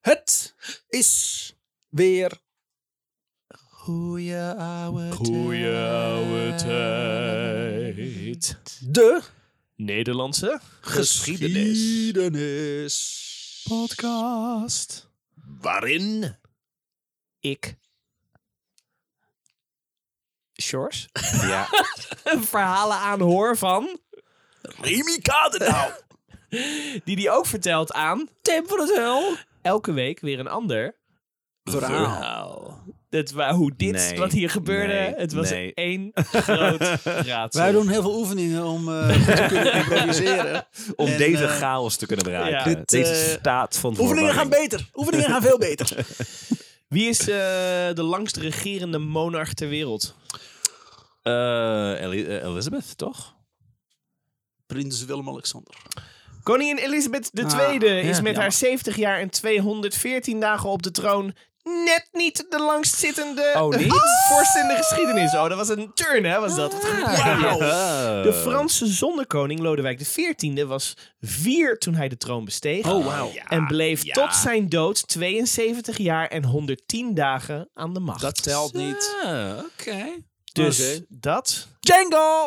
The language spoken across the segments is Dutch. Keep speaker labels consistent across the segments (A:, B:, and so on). A: Het is weer
B: Goeie ouwe
C: Goeie ouwe tijd.
A: de
C: Nederlandse
A: geschiedenis.
C: podcast. Waarin
B: Ik.
C: Shores
B: Ja. Verhalen aanhoor van.
C: Remy Kadenau.
B: Die die ook vertelt aan. Tim van het Hul. Elke week weer een ander.
A: Verhaal.
C: Oh.
B: Dat wa- hoe dit,
C: Nee,
B: wat hier gebeurde.
C: nee,
B: het was
C: nee.
B: één groot raadsel.
A: Wij doen heel veel oefeningen om eh, te kunnen improviseren.
D: Om
A: En,
D: deze
A: eh,
D: chaos te kunnen bereiken.
B: ja.
A: Dit,
D: deze
A: eh,
D: staat van
A: Oefeningen gaan
D: verwarring.
A: beter. Oefeningen gaan veel beter.
B: Wie is eh, de langst regerende monarch ter wereld?
D: Eh, Eli- eh, Elizabeth, toch?
A: Prins Willem-Alexander.
B: Koningin Elizabeth II is
D: ja,
B: met haar 70 jaar en 214 dagen op de troon net niet de langstzittende
D: Oh, niet?
B: vorst in de geschiedenis. Oh, dat was een turn, hè? Was dat? Wat goed.
A: Wauw.
D: Eh,
B: De Franse zonnekoning Lodewijk XIV was vier toen hij de troon besteeg.
A: Oh, wauw. Ja,
B: en bleef
C: ja.
B: tot zijn dood 72 jaar en 110 dagen aan de macht.
A: Dat telt niet.
D: Ah, Oké.
B: Dus
A: Oké.
B: dat...
A: Django!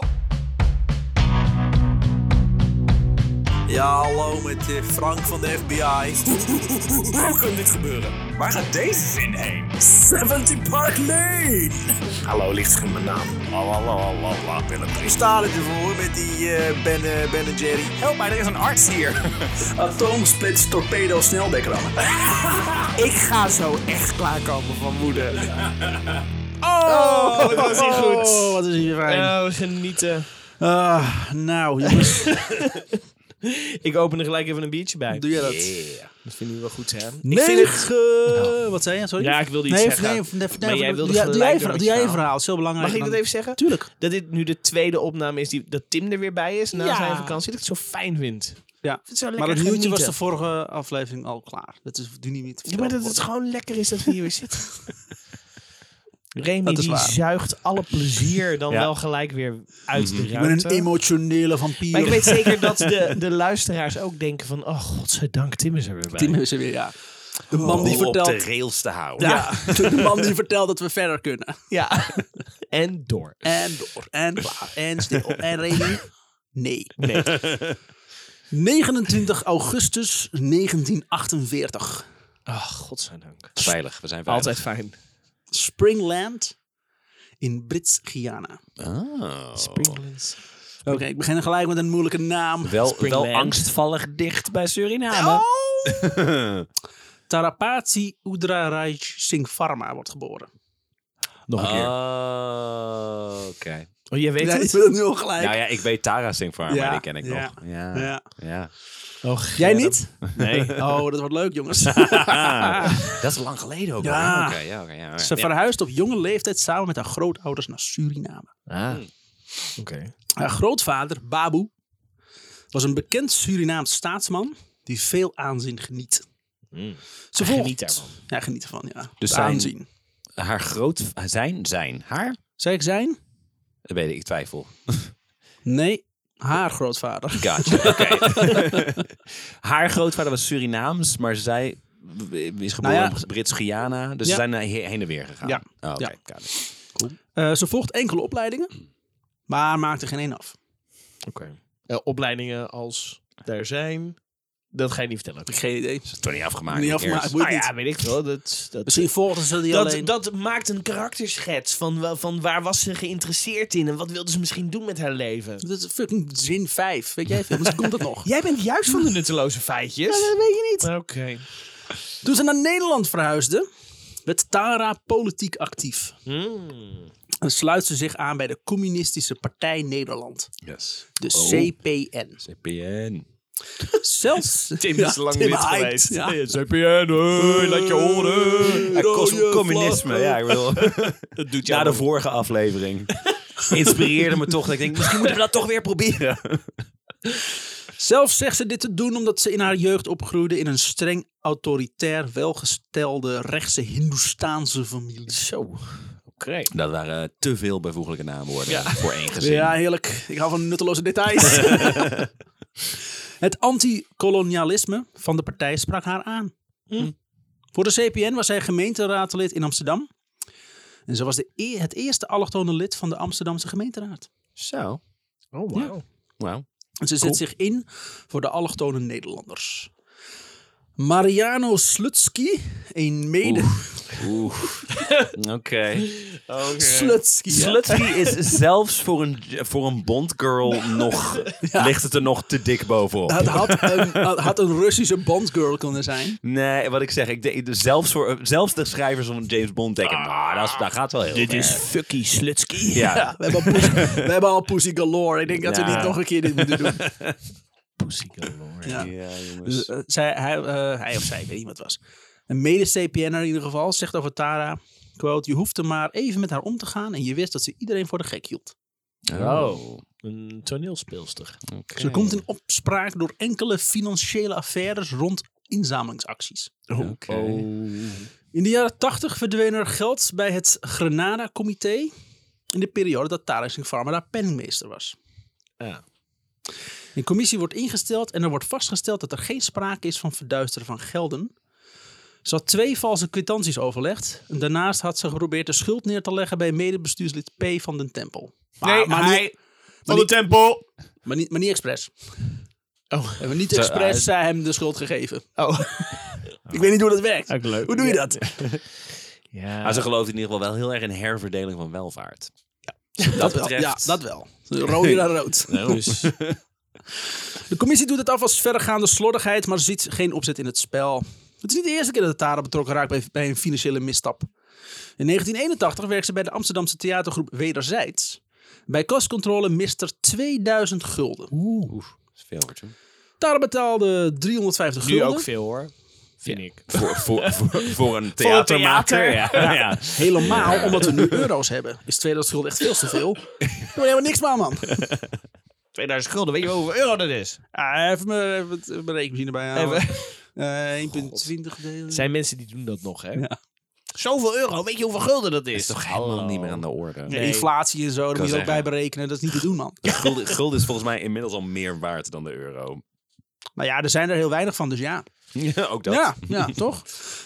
A: Ja, hallo met eh, Frank van de FBI.
C: Hoe kan dit gebeuren? Waar gaat deze zin heen? 70 Park Lane. Hallo, licht in mijn naam. Lalalala, Willem
A: We
C: Priest.
A: staan ervoor met die eh, ben, eh, ben en Jerry.
C: Help mij, er is een arts hier.
A: Atomsplits torpedo sneldekker
C: Ik ga zo echt klaarkomen van moeder.
B: Oh, dat was niet goed.
A: wat is hier fijn.
B: Oh, genieten.
A: Ah, nou, jongens,
B: Ik open er gelijk even een biertje bij.
A: doe je dat?
B: Dat vinden we wel goed, hè?
A: Nee,
B: vind het- Nou.
A: Wat zei je? Sorry?
B: Ja, ik wilde iets
A: nee,
B: zeggen.
A: Nee, nee, nee,
B: Maar jij wilde
A: doe, jij- doe
B: gelijk
A: jij,
B: door
A: verhaal,
B: met
A: doe
B: je
A: jij je
B: verhaal.
A: verhaal, is heel belangrijk.
B: Mag ik dat
A: Dan-
B: even zeggen?
A: Tuurlijk.
B: Dat dit nu de tweede opname is die, dat Tim er weer bij is na
A: Ja.
B: zijn vakantie. Dat ik het zo fijn vind. Ik vind
A: Ja.
B: het zo lekker
A: Maar het nieuwtje was
B: genieten.
A: de vorige aflevering al klaar. Dat is nu niet meer te
B: Ja, maar dat
A: vertellen
B: het gewoon lekker is dat we hier weer zitten. Remy
A: Dat is
B: die
A: waar.
B: zuigt alle plezier dan
D: Ja.
B: wel gelijk weer uit de
A: worden. Ik
B: ruimte.
A: ben een emotionele vampier.
B: maar ik weet zeker dat de, de luisteraars ook denken van... Oh, godzijdank, Tim is er weer bij.
A: Tim is er weer, ja. De man die
B: Oh,
D: Om op de
A: vertelt...
D: rails te houden.
A: Ja, de man die vertelt dat we verder kunnen.
B: Ja. en door.
A: En door, en klaar, en stil, en reden. Nee.
B: Nee.
A: 29 augustus 1948.
B: Oh, godzijdank.
D: Veilig, we zijn veilig.
B: Altijd fijn.
A: Springland in Brits-Guyana.
D: Oh.
B: Springlands.
A: Oké, ik begin gelijk met een moeilijke naam. Oh!
D: Wel,
B: Springland.
D: wel angstvallig dicht bij Suriname.
A: Tarapati Udraraj Singh Farma wordt geboren.
B: Nog een keer.
D: Oh, Oké.
B: Oh, jij weet
A: Ja, ik
B: het?
A: wil het nu al gelijk.
D: Nou ja, ik weet Tara Singh Farmer,
A: Ja,
D: die ken ik
A: ja,
D: nog. Ja. Ja.
A: Ja.
B: Oh,
A: Jij niet?
D: Nee.
A: Oh, dat wordt leuk, jongens.
D: dat is lang geleden ook.
A: Ja.
D: al. Oké, ja, oké, ja, oké.
A: Ze verhuist op jonge leeftijd samen met haar grootouders naar Suriname.
D: Ah.
B: Oké.
A: Haar grootvader, Babu, was een bekend Surinaams staatsman die veel aanzien geniet. Ze volgt...
B: Geniet daarvan.
A: Ja, geniet ervan, ja.
D: Hmm.
A: Het
D: Dus zijn-
A: aanzien.
D: Haar groot... Zijn, zijn. Haar?
A: Zeg ik zijn?
D: Dat weet ik, ik twijfel.
A: Nee, haar grootvader.
D: Gotcha, oké. Haar grootvader was Surinaams, maar zij is geboren
A: Nou ja.
D: in Brits-Guyana. Dus
A: Ja.
D: ze zijn naar he- heen en weer gegaan.
A: Ja.
D: Oh, oké.
A: Ja.
D: got it.
A: Eh, ze volgt enkele opleidingen, maar maakte geen één af.
B: Oké. Eh, opleidingen als daar zijn, dat ga je niet vertellen.
A: Ik geen idee.
D: Is het toch niet afgemaakt?
A: Niet
D: who cares?
A: afgemaakt. Moet
B: Nou
A: niet.
B: ja, weet ik veel. Dat, dat,
A: Misschien volgden ze die
B: Dus dat,
A: alleen.
B: dat maakt een karakterschets van, wel- van waar was ze geïnteresseerd in en wat wilde ze misschien doen met haar leven.
A: Dat is fucking zin 5. Weet jij veel? Misschien komt dat nog.
B: Jij bent juist van de nutteloze feitjes.
A: weet je niet.
B: Oké.
A: Toen ze naar Nederland verhuisde, werd Tara politiek actief.
B: Hmm.
A: En sluit ze zich aan bij de Communistische Partij Nederland.
D: Yes.
A: De
D: Oh.
A: CPN.
D: CPN.
A: Zelfs...
B: Tim
A: Ja,
B: is lang
A: Tim
B: lid
A: hyped,
B: geweest.
A: ja.
B: CPN, hoi, laat je horen.
D: Ja, cos-
A: Rode
D: communisme,
A: vlaggen.
D: ja, ik wil.
B: Dat doet
D: Na de vorige aflevering inspireerde me toch dat ik denk, misschien moeten we dat toch weer proberen.
A: Zelf zegt ze dit te doen omdat ze in haar jeugd opgroeide in een streng autoritair welgestelde rechtse Hindoestaanse familie.
B: Zo. Oké.
D: Dat waren te veel bijvoeglijke naamwoorden voor één gezin.
A: Ja, heerlijk. Ik hou van nutteloze details.
B: Hm?
A: het anticolonialisme van de partij sprak haar aan. Hm? Voor de CPN was hij gemeenteraadlid in Amsterdam. En ze was de e- het eerste allochtone lid van de Amsterdamse gemeenteraad.
D: Zo.
B: Oh,
A: wauw.
D: Wauw.
A: En ze zet zich in voor de allochtone Nederlanders. Mariano Slutsky, een mede...
D: Oeh. Oké.
A: Slutsky. ja.
D: Slutsky is zelfs voor een, voor een Bondgirl nog... ligt het er nog te dik bovenop.
A: Het had een, het had een Russische Bondgirl kunnen zijn.
D: Nee, wat ik zeg. Ik denk- zelfs, voor, zelfs de schrijvers van James Bond denken... Nou, dat, is- dat gaat wel heel
B: Dit
D: ver."
B: is fucky Slutsky.
D: Ja.
A: Ja, we, hebben al Pussy- we hebben al Pussy Galore. Ik denk dat we
D: Nou.
A: niet nog een keer dit moeten doen.
B: Pussy galore.
A: Ja.
D: jongens.
A: Dus, eh, zij, hij, eh, hij of zij, ik weet niet wat het was. Een mede-CPN'er in ieder geval, zegt over Tara... Quote, je hoefde maar even met haar om te gaan... en je wist dat ze iedereen voor de gek hield.
D: Dus,
B: Oh, een toneelspeelster.
D: Oké.
A: Ze komt in opspraak door enkele financiële affaires rond inzamelingsacties. Oh.
D: Oké.
A: In de jaren 80 verdween er geld bij het Grenada-comité... in de periode dat Tara Singh Pharma daar penningmeester was.
B: Ja.
A: Een commissie wordt ingesteld en er wordt vastgesteld dat er geen sprake is van verduisteren van gelden. Ze had twee valse kwitanties overlegd. En daarnaast had ze geprobeerd de schuld neer te leggen bij medebestuurslid P van den Tempel. Maar,
B: Nee,
A: maar,
B: hij...
A: niet,
B: Van de tempel.
A: maar, niet, maar niet expres.
B: Oh.
A: En niet
D: Zo,
A: expres
D: ah,
A: zij hem de schuld gegeven.
B: Oh.
A: Ik weet niet hoe dat werkt.
B: Ook leuk.
A: Hoe doe je dat?
B: Ja.
D: Maar ze gelooft in ieder geval wel heel erg in herverdeling van welvaart.
A: Dat, wel.
D: betreft-
A: Ja, dat wel. Rode naar rood.
B: Dus,
A: De commissie doet het af als verregaande slordigheid, maar ziet geen opzet in het spel. Het is niet de eerste keer dat Tara betrokken raakt bij, bij een financiële misstap. In 1981 werkt ze bij de Amsterdamse theatergroep Wederzijds. Bij kostcontrole mist er 2000 gulden.
D: Oeh, dat is veel hoor.
A: Tara betaalde 350
B: nu
A: gulden.
B: ook veel hoor. Vind ik.
D: Voor, voor, voor, voor een
B: theater.
D: theatermaker. Ja. Ja.
A: Helemaal omdat we nu euro's hebben. Is 2000 gulden echt veel te veel? Daar word je helemaal niks van, man.
B: 2000 gulden, weet je wel hoeveel euro dat is?
A: Ah, even mijn even mijn rekenmachine bij houden. Eh, 1,20 delen.
B: Er zijn mensen die doen dat nog, hè?
A: Ja.
B: Zoveel euro, weet je hoeveel gulden dat is?
D: Is toch helemaal niet meer aan de orde.
A: De Inflatie en zo, daar moet je ook bij
D: zeggen.
A: berekenen. Dat is niet te doen, man.
D: Gulden, gulden is volgens mij inmiddels al meer waard dan de euro.
A: Nou ja, er zijn er heel weinig van, dus ja.
D: Ja, ook dat.
A: Ja, ja, toch?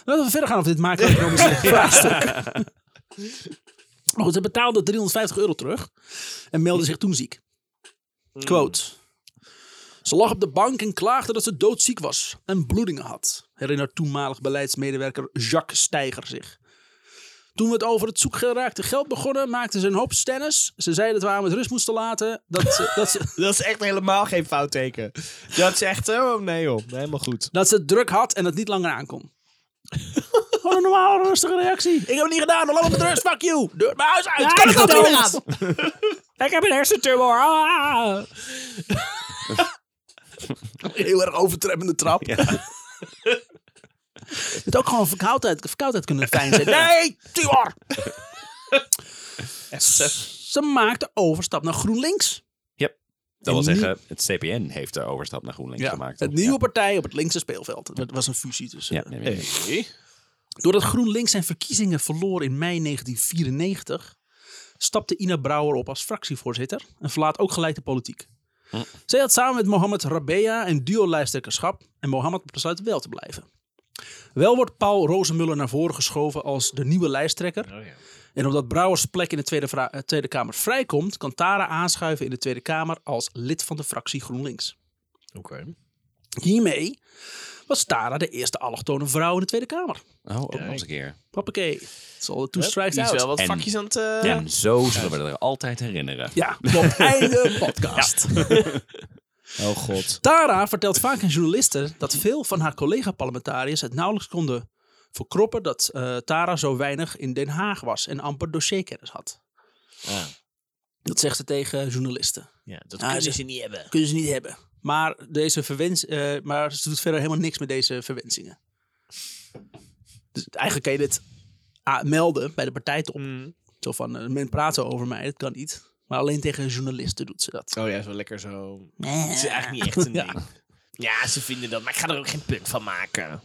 A: Laten we verder gaan over dit macro-economische vraagstuk. Maar goed, ze betaalde 350 euro terug en meldde zich toen ziek.
D: Hmm.
A: Quote. Ze lag op de bank en klaagde dat ze doodziek was en bloedingen had. Herinnert toenmalig beleidsmedewerker Jacques Steiger zich. Toen we het over het zoekgeraakte geld begonnen, maakten ze een hoop stennis. Ze zeiden dat we haar met rust moesten laten. Dat ze, dat ze,
B: Dat is echt helemaal geen fout teken. Dat is echt, oh nee joh, helemaal goed.
A: Dat ze het druk had en het niet langer aankon. Gewoon een normale, rustige reactie. Ik heb het niet gedaan, maar laat me met rust, fuck you. Deur mijn huis uit. kan ik ook niet aan.
B: Ik heb een hersentumor. Ah.
A: Heel erg overtreffende trap. Het ook gewoon verkoudheid, verkoudheid kunnen fijn zijn. Nee, Timor! Ze maakte overstap naar GroenLinks.
D: Dat wil
A: En nu-
D: zeggen, het CPN heeft de overstap naar GroenLinks gemaakt.
A: Het nieuwe partij op het linkse speelveld. Het was een fusie tussen.
D: Ja, nee, nee, nee.
A: Doordat GroenLinks zijn verkiezingen verloor in mei 1994, stapte Ina Brouwer op als fractievoorzitter en verlaat ook gelijk de politiek.
B: Hm.
A: Zij had samen met Mohammed Rabea een duo-lijsttrekkerschap en Mohammed besluit wel te blijven. Wel wordt Paul Rozemuller naar voren geschoven als de nieuwe lijsttrekker.
B: Oh,
A: En omdat Brouwers plek in de Tweede, Vra- eh, Tweede Kamer vrijkomt, kan Tara aanschuiven in de Tweede Kamer als lid van de fractie GroenLinks.
B: Oké.
A: Hiermee was Tara de eerste allochtone vrouw in de Tweede Kamer.
D: Oh, ook nog eens een keer.
A: Hoppakee. Het is al de two strikes
B: Die is
A: out.
B: wel wat
D: En-
B: vakjes aan het... eh,
D: En zo zullen we er altijd herinneren.
A: Ja, klopt. Einde podcast.
B: Oh god.
A: Tara vertelt vaak aan journalisten dat veel van haar collega-parlementariërs het nauwelijks konden verkroppen dat eh, Tara zo weinig in Den Haag was en amper dossierkennis had.
B: Ah.
A: Dat zegt ze tegen journalisten.
B: Ja, dat
A: Ah, ze-
B: kunnen ze niet hebben.
A: Kunnen ze niet hebben. Maar, deze verwens, eh, maar ze doet verder helemaal niks met deze verwensingen. Dus eigenlijk kan je dit ah, melden bij de partijtop. Zo van, eh, men praat zo over mij, dat kan niet. Maar alleen tegen journalisten doet ze dat. Eh.
B: Oh ja, is wel lekker zo. Het is eigenlijk niet echt een
A: Ja.
B: ding. Ja, ze vinden dat, maar ik ga er ook geen punt van maken.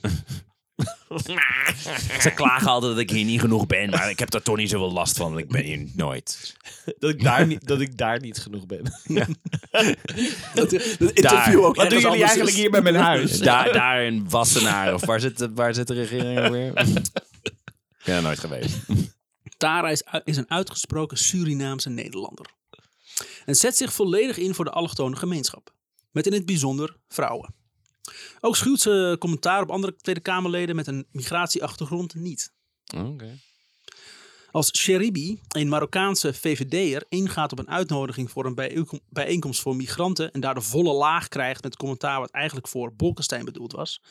D: Ze klagen altijd dat ik hier niet genoeg ben, maar ik heb daar toch niet zoveel last van. want Ik ben hier nooit.
B: Dat ik daar niet, dat ik daar niet genoeg ben.
A: Dat, dat interview ook
B: Wat doen
A: ergens
B: jullie
A: anders is.
B: eigenlijk hier bij mijn huis?
D: Daar, daar in Wassenaar, of waar zit, de- waar zit de regering alweer? Ik ben er nooit geweest.
A: Tara is, u- is een uitgesproken Surinaamse Nederlander. En zet zich volledig in voor de allochtone gemeenschap. Met in het bijzonder vrouwen. Ook schuwt ze commentaar op andere Tweede Kamerleden met een migratieachtergrond niet. Als Sheribi, een Marokkaanse VVD'er, ingaat op een uitnodiging voor een bijeenkom- bijeenkomst voor migranten en daar de volle laag krijgt met commentaar wat eigenlijk voor Bolkestein bedoeld was,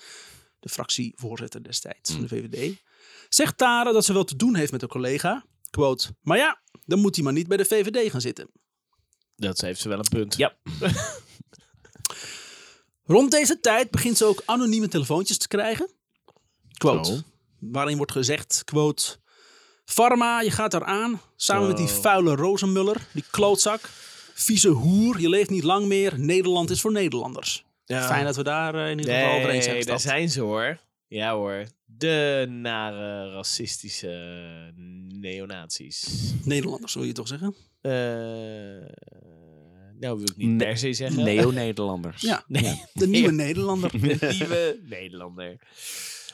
A: de fractievoorzitter destijds van de VVD, zegt Tara dat ze wel te doen heeft met een collega. Quote, maar ja, dan moet hij maar niet bij de VVD gaan zitten.
B: Dat heeft ze wel een punt.
D: Ja.
A: Rond deze tijd begint ze ook anonieme telefoontjes te krijgen. Quote.
B: Oh.
A: Waarin wordt gezegd, quote... Pharma, je gaat eraan. Samen met die
B: Oh.
A: vuile Rozenmuller. Die klootzak. Vieze hoer. Je leeft niet lang meer. Nederland is voor Nederlanders.
B: Ja.
A: Fijn dat we daar eh, in ieder geval over
B: Nee,
A: eens zijn
B: daar
A: gestapt.
B: zijn ze hoor. Ja hoor. De nare racistische neonazies.
A: Nederlanders, wil je toch zeggen?
B: Eh, nou wil ik niet
D: Ne-
B: per se zeggen.
D: Neo-Nederlanders.
A: Ja.
B: Nee.
A: De nieuwe Nederlander.
B: Een nieuwe Nederlander.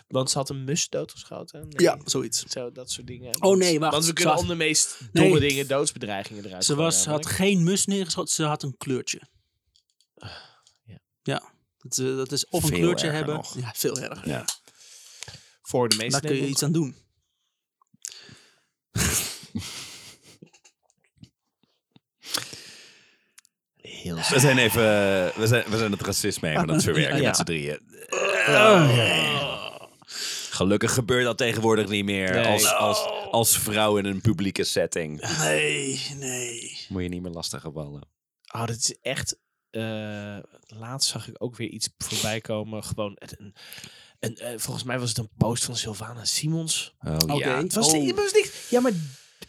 B: Want ze had een mus doodgeschoten. Nee.
A: Ja, zoiets.
B: Zo, dat soort dingen.
A: Oh, nee, wacht.
B: Want we
A: Ze
B: kunnen
A: had-
B: om de meest domme
A: Nee.
B: dingen doodsbedreigingen eruit
A: Ze
B: gooien,
A: was, had
B: namelijk.
A: geen mus neergeschoten. Ze had een kleurtje.
B: ja.
A: Ja. Dat, eh, dat is of een
D: Ah, Veel
A: kleurtje
D: erger
A: hebben.
D: nog.
A: Ja, veel erger.
D: Ja.
B: Voor de meeste
A: Daar kun je
B: Nederlanders.
A: iets aan doen.
B: Heel
D: We zijn even, we zijn, we zijn het racisme even aan het verwerken
A: Ja.
D: met z'n drieën. Oh,
A: Oh,
D: Gelukkig gebeurt dat tegenwoordig niet meer
B: Nee.
D: als, als, als vrouw in een publieke setting.
A: Nee, nee.
D: Moet je niet meer lastig vallen.
B: Oh, dat is echt. eh, laatst zag ik ook weer iets voorbij komen. Gewoon het- een. een eh, volgens mij was het een post van Sylvana Simons.
D: Oh
A: Oké.
D: ja.
B: Het was,
A: Oh.
B: het was niks. Ja, maar.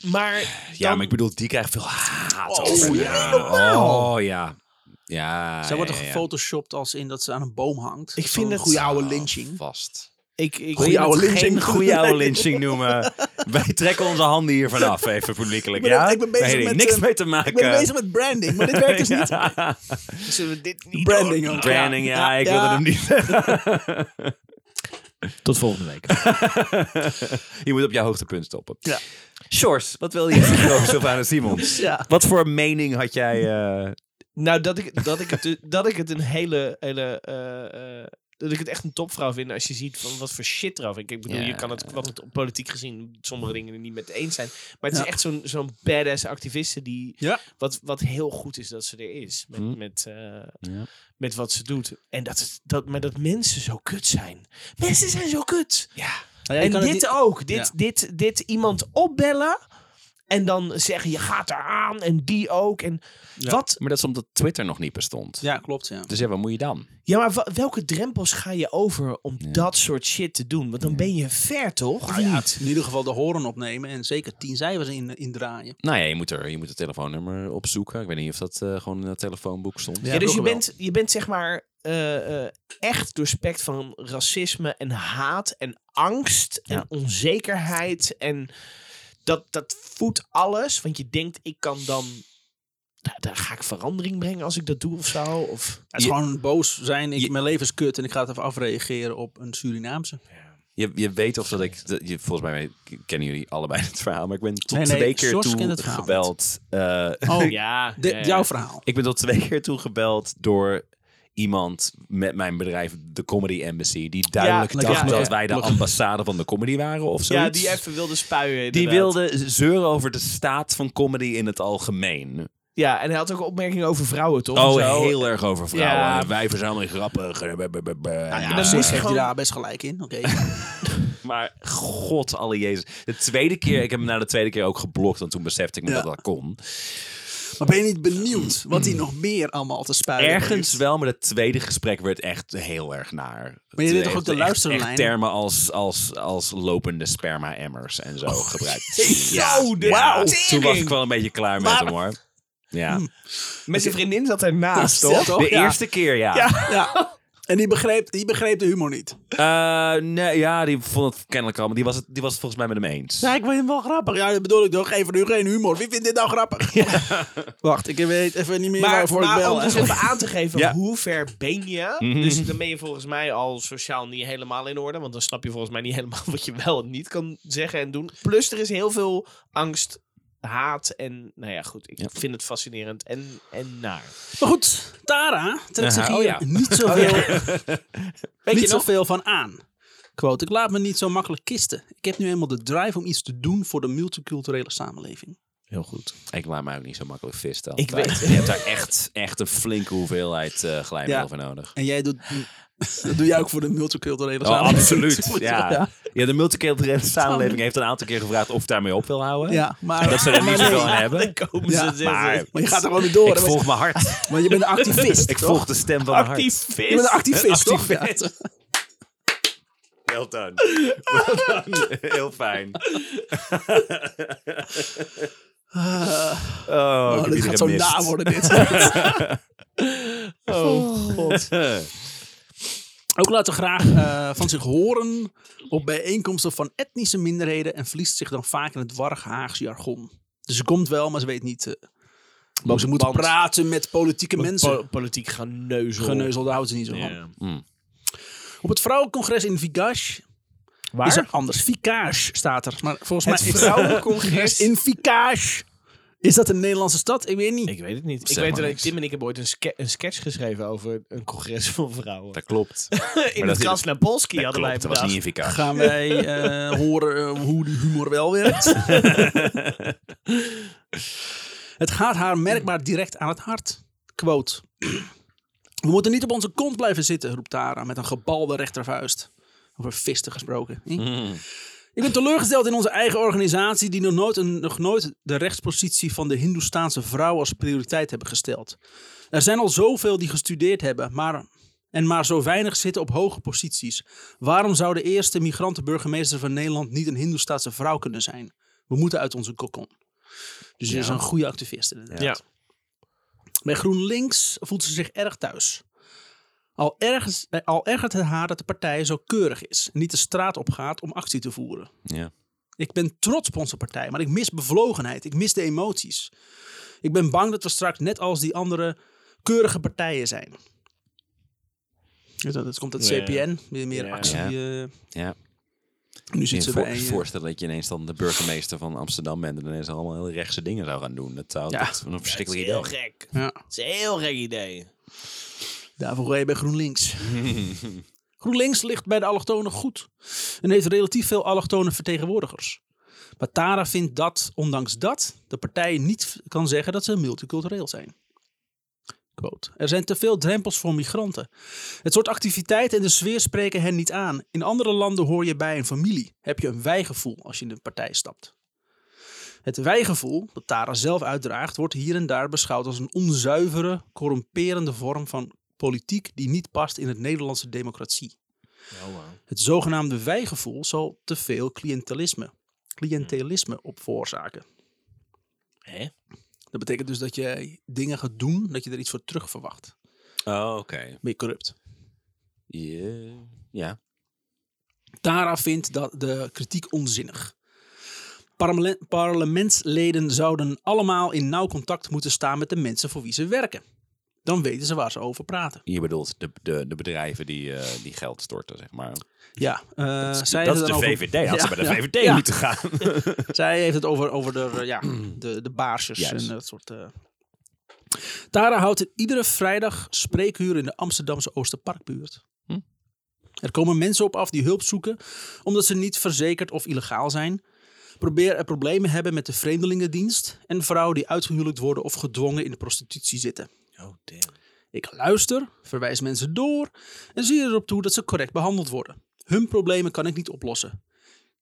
B: Maar.
D: Ja, maar ik bedoel, die krijgt veel haat
B: Oh,
D: over.
B: ja,
D: Oh ja. Ja.
A: Zij wordt er
D: Ah, ja, ja. Ah,
A: gefotoshopt als in dat ze aan een boom hangt.
B: Ik
A: Zo'n
B: vind het-
A: goede oude lynching.
D: Oh, Vast.
B: Ik, ik
A: Goeie
B: vind
A: oude
B: het
A: lynching.
B: geen-
D: Geen goede oude lynching noemen. Wij trekken onze handen hier vanaf, even publiekelijk.
A: Ik ben-
D: ja?
A: ik ben bezig
D: Daar heeft
A: met,
D: niks
A: eh,
D: mee te maken.
A: Ik ben bezig met branding, maar dit werkt dus niet.
D: Ja.
B: Zullen we dit niet
A: Branding ook.
D: Branding, ja, ik wilde
A: Ja.
D: hem niet
B: Tot volgende week.
D: Je moet op jouw hoogtepunt stoppen.
A: Ja.
D: Sjors, wat wil je zeggen over Sylvana Simons?
A: Ja.
D: Wat voor mening had jij? eh,
B: Nou, dat ik, dat ik, het, dat ik het een hele. hele eh, eh, dat ik het echt een topvrouw vind als je ziet van wat voor shit eraf. Ik bedoel,
D: Ja.
B: je kan het, wat het op politiek gezien sommige dingen er niet mee eens zijn. Maar het
A: Ja.
B: is echt zo'n zo'n badass activiste die.
A: Ja.
B: Wat, wat heel goed is dat ze er is. Met,
D: Hm.
B: met, eh,
D: Ja.
B: met wat ze doet. En dat, het- dat, maar dat mensen zo kut zijn. Mensen zijn zo kut.
A: je
B: en
A: kan
B: dit
A: het niet-
B: ook. Dit,
A: Ja.
B: dit, dit iemand opbellen. En dan zeggen je gaat eraan. En die ook. En
A: Ja.
B: wat,
D: Maar dat is omdat Twitter nog niet bestond.
A: Ja, klopt. Ja.
D: Dus ja, wat moet je dan?
B: Ja, maar wa- welke drempels ga je over om dat soort shit te doen? Want dan ben je ver, toch?
D: Ah,
B: Of
A: Nou Ja,
B: niet?
A: in ieder geval de horen opnemen en zeker tien cijfers in, in draaien.
D: Nou ja, je moet, er, je moet het telefoonnummer opzoeken. Ik weet niet of dat eh, gewoon in het telefoonboek stond.
B: Ja,
A: Ja,
B: dus
A: ook
B: je
A: wel.
B: bent, je bent zeg maar eh, eh, echt doorspekt van racisme en haat en angst en onzekerheid. En dat, dat voedt alles. Want je denkt, ik kan dan... Daar, daar ga ik verandering brengen als ik dat doe of zo. Of,
A: Het is
D: Je-
A: gewoon boos zijn. Ik,
D: je-
A: mijn leven is kut en ik ga het even afreageren op een Surinaamse.
D: Je, je weet of dat ik... dat je, volgens mij kennen jullie allebei het verhaal. Maar ik ben tot
A: Nee, nee,
D: twee keer
A: Sjors kent
D: toe
A: het verhaal
D: gebeld. eh,
A: Oh,
B: ja,
A: dit- jouw verhaal.
D: ik ben tot twee keer toe gebeld door iemand met mijn bedrijf, de Comedy Embassy. Die duidelijk
B: Ja,
D: dacht
B: ja,
D: dat
B: ja.
D: wij de ambassade van de comedy waren of zoiets.
B: ja, die even wilde spuien.
D: Die
B: inderdaad.
D: wilde zeuren over de staat van comedy in het algemeen.
B: Ja, en hij had ook een opmerking over vrouwen, toch?
D: Oh,
B: Of zo.
D: heel erg over vrouwen.
B: Ja.
D: Wijven zijn allemaal grappig. Nou
B: dan
A: Dan
B: Ja.
A: moest je
B: Gewoon-
A: daar best gelijk in. Oké.
D: Maar god alle jezus. De tweede keer, ik heb hem na de tweede keer ook geblokt. Want toen besefte ik me
A: Ja.
D: dat dat kon.
A: maar ben je niet benieuwd wat
D: Hmm.
A: hij nog meer allemaal te spuien
D: Ergens
A: heeft?
D: wel, maar het tweede gesprek werd echt heel erg naar.
A: Maar je deed
D: Het
A: toch ook de
D: heeft echt-
A: luisterlijn?
D: Echt termen als, als, als lopende sperma-emmers en
A: Oh,
D: zo gebruikt.
B: Zo, de
D: Ja,
B: tering.
D: toen was ik wel een beetje klaar met
A: Maar-
D: hem hoor. Ja.
B: Met zijn vriendin zat hij naast,
A: Ja,
B: toch?
A: toch?
D: De
A: Ja.
D: eerste keer, ja.
A: Ja. En die begreep, die begreep de humor niet.
D: Eh, nee, ja, die vond het kennelijk allemaal. Die was het, die was het volgens mij met hem eens.
A: ik vind hem wel grappig. Ja, dat bedoel ik toch. Geef nu geen humor. Wie vindt dit nou grappig? Wacht, ik weet even niet meer
B: Maar,
A: waarvoor ik
B: maar
A: bel.
B: om dus even aan te geven
D: Ja.
B: hoe ver ben je.
D: Mhm.
B: Dus dan ben je volgens mij al sociaal niet helemaal in orde. Want dan snap je volgens mij niet helemaal wat je wel en niet kan zeggen en doen. Plus er is heel veel angst, haat en... Nou ja, goed. Ik
D: Ja.
B: vind het fascinerend en, en naar.
A: Maar goed, Tara trekt zich
D: Ja,
A: hier
D: oh ja.
A: niet zoveel,
B: Weet
A: niet
B: je nog?
A: zoveel van aan. Quote, ik laat me niet zo makkelijk kisten. Ik heb nu eenmaal de drive om iets te doen voor de multiculturele samenleving.
B: Heel goed.
D: Ik laat mij ook niet zo makkelijk visten.
B: Ik
D: altijd.
B: weet het.
D: Je hebt daar echt, echt een flinke hoeveelheid eh glijmiddel
A: Ja.
D: voor nodig.
A: En jij doet... dat doe jij ook voor de multiculturele
D: Oh,
A: samenleving.
D: absoluut.
A: Moet je-
B: nou-
D: Ja. ja, de multiculturele samenleving heeft een aantal keer gevraagd of ik daarmee op wil houden.
A: Ja, maar...
D: Dat ze er niet zoveel aan hebben.
B: Komen
A: Ja,
B: ze dus
D: maar-
B: zeggen.
A: Maar je gaat er gewoon niet door.
D: Ik
A: hè?
D: volg mijn hart.
A: Want je bent een activist,
D: Ik
A: toch?
D: volg de stem van mijn hart.
A: Je bent een
B: Activist.
A: activist, toch? Ja.
D: Heel done. Heel fijn.
B: Ah. Ah,
D: oh, ik
A: Oh,
D: heb
A: dit
D: jullie
A: gaat zo
D: gemist.
A: na worden, dit.
B: Oh, god.
A: Ook laat ze graag eh, van zich horen op bijeenkomsten van etnische minderheden en verliest zich dan vaak in het warrig Haagse jargon. Dus ze komt wel, maar ze weet niet. eh, hoe ze moet
B: band.
A: praten met politieke mensen.
B: Po- politiek gaan neuzen.
A: Geneuzel, daar houdt ze niet zo van.
B: Ja.
D: Hm.
A: Op het vrouwencongres in Vigage
B: Waar?
A: is er anders. Vicage staat er. Maar volgens
B: het
A: mij is
B: vrouwencongres
A: in Vicage. Is dat een Nederlandse stad? Ik weet niet.
B: Ik weet het niet.
D: Zeg
B: ik weet
D: maar
B: dat
D: niks.
B: Tim en ik hebben ooit een, ske- een sketch geschreven over een congres van vrouwen.
D: Dat klopt.
B: in
D: dat
B: het
D: is-
B: Krasnapolski
D: Dat
B: hadden
D: klopt.
B: wij
D: Dat was
B: bedacht.
D: niet in VK.
A: Gaan wij eh, horen eh, hoe die humor wel werkt. het gaat haar merkbaar direct aan het hart. Quote. We moeten niet op onze kont blijven zitten, roept Tara met een gebalde rechtervuist. Over visten gesproken. Hm? Ik ben teleurgesteld in onze eigen organisatie, die nog nooit, een, nog nooit de rechtspositie van de Hindoestaanse vrouw als prioriteit hebben gesteld. Er zijn al zoveel die gestudeerd hebben, maar, en maar zo weinig zitten op hoge posities. Waarom zou de eerste migrantenburgemeester van Nederland niet een Hindoestaanse vrouw kunnen zijn? We moeten uit onze kokon. Dus ze is een goede activist inderdaad.
B: Ja.
A: Bij GroenLinks voelt ze zich erg thuis. Al, ergens, eh, al ergert het haar dat de partij zo keurig is en niet de straat op gaat om actie te voeren.
D: Ja.
A: Ik ben trots op onze partij, maar ik mis bevlogenheid. Ik mis de emoties. Ik ben bang dat we straks net als die andere keurige partijen zijn. Dus Dat, dat komt uit
B: Ja.
A: CPN, weer meer
B: Ja.
A: actie. eh,
D: Ja.
A: nu zit
D: Je
A: ze
D: voor,
A: bij... eh,
D: voorstellen dat je ineens dan de burgemeester van Amsterdam bent en ineens allemaal hele rechtse dingen zou gaan doen. Dat zou
A: Ja.
D: dat is een
B: Dat is
D: verschrikkelijk
B: heel
D: idee.
B: gek.
A: ja,
B: Dat is een heel gek idee.
A: daarvoor ga je bij GroenLinks. GroenLinks ligt bij de allochtonen goed en heeft relatief veel allochtone vertegenwoordigers. Maar Tara vindt dat, ondanks dat, de partij niet v- kan zeggen dat ze multicultureel zijn. Quote. Er zijn te veel drempels voor migranten. Het soort activiteit en de sfeer spreken hen niet aan. In andere landen hoor je bij een familie. Heb je een wijgevoel als je in de partij stapt. Het wijgevoel dat Tara zelf uitdraagt, wordt hier en daar beschouwd als een onzuivere, corrumperende vorm van politiek die niet past in het Nederlandse democratie. Het zogenaamde wijgevoel zal te veel cliëntelisme, cliëntelisme
D: Hmm.
A: op veroorzaken.
B: Hè?
A: Dat betekent dus dat je dingen gaat doen, dat je er iets voor terug verwacht.
D: Oh, oké.
A: Ben je corrupt.
D: Ja. Ja.
A: Tara vindt dat de kritiek onzinnig. Parle- Parlementsleden zouden allemaal in nauw contact moeten staan met de mensen voor wie ze werken. Dan weten ze waar ze over praten.
D: Je bedoelt de, de, de bedrijven die, eh, die geld storten, zeg maar.
A: Ja, eh, zij
D: dat
A: heeft
D: is
A: het
D: de
A: dan over-
D: VVD. Had ze
A: Ja,
D: bij de
A: ja.
D: VVD
A: Ja.
D: moeten gaan.
A: Zij heeft het over, over de, eh, ja, de, de baarsjes
D: Juist.
A: en dat soort... eh. Tara houdt het iedere vrijdag spreekuur in de Amsterdamse Oosterparkbuurt.
D: Hm.
A: Er komen mensen op af die hulp zoeken omdat ze niet verzekerd of illegaal zijn. Probeer er problemen hebben met de vreemdelingendienst en vrouwen die uitgehuwelijkd worden of gedwongen in de prostitutie zitten.
B: Oh, damn.
A: Ik luister, verwijs mensen door en zie erop toe dat ze correct behandeld worden. Hun problemen kan ik niet oplossen.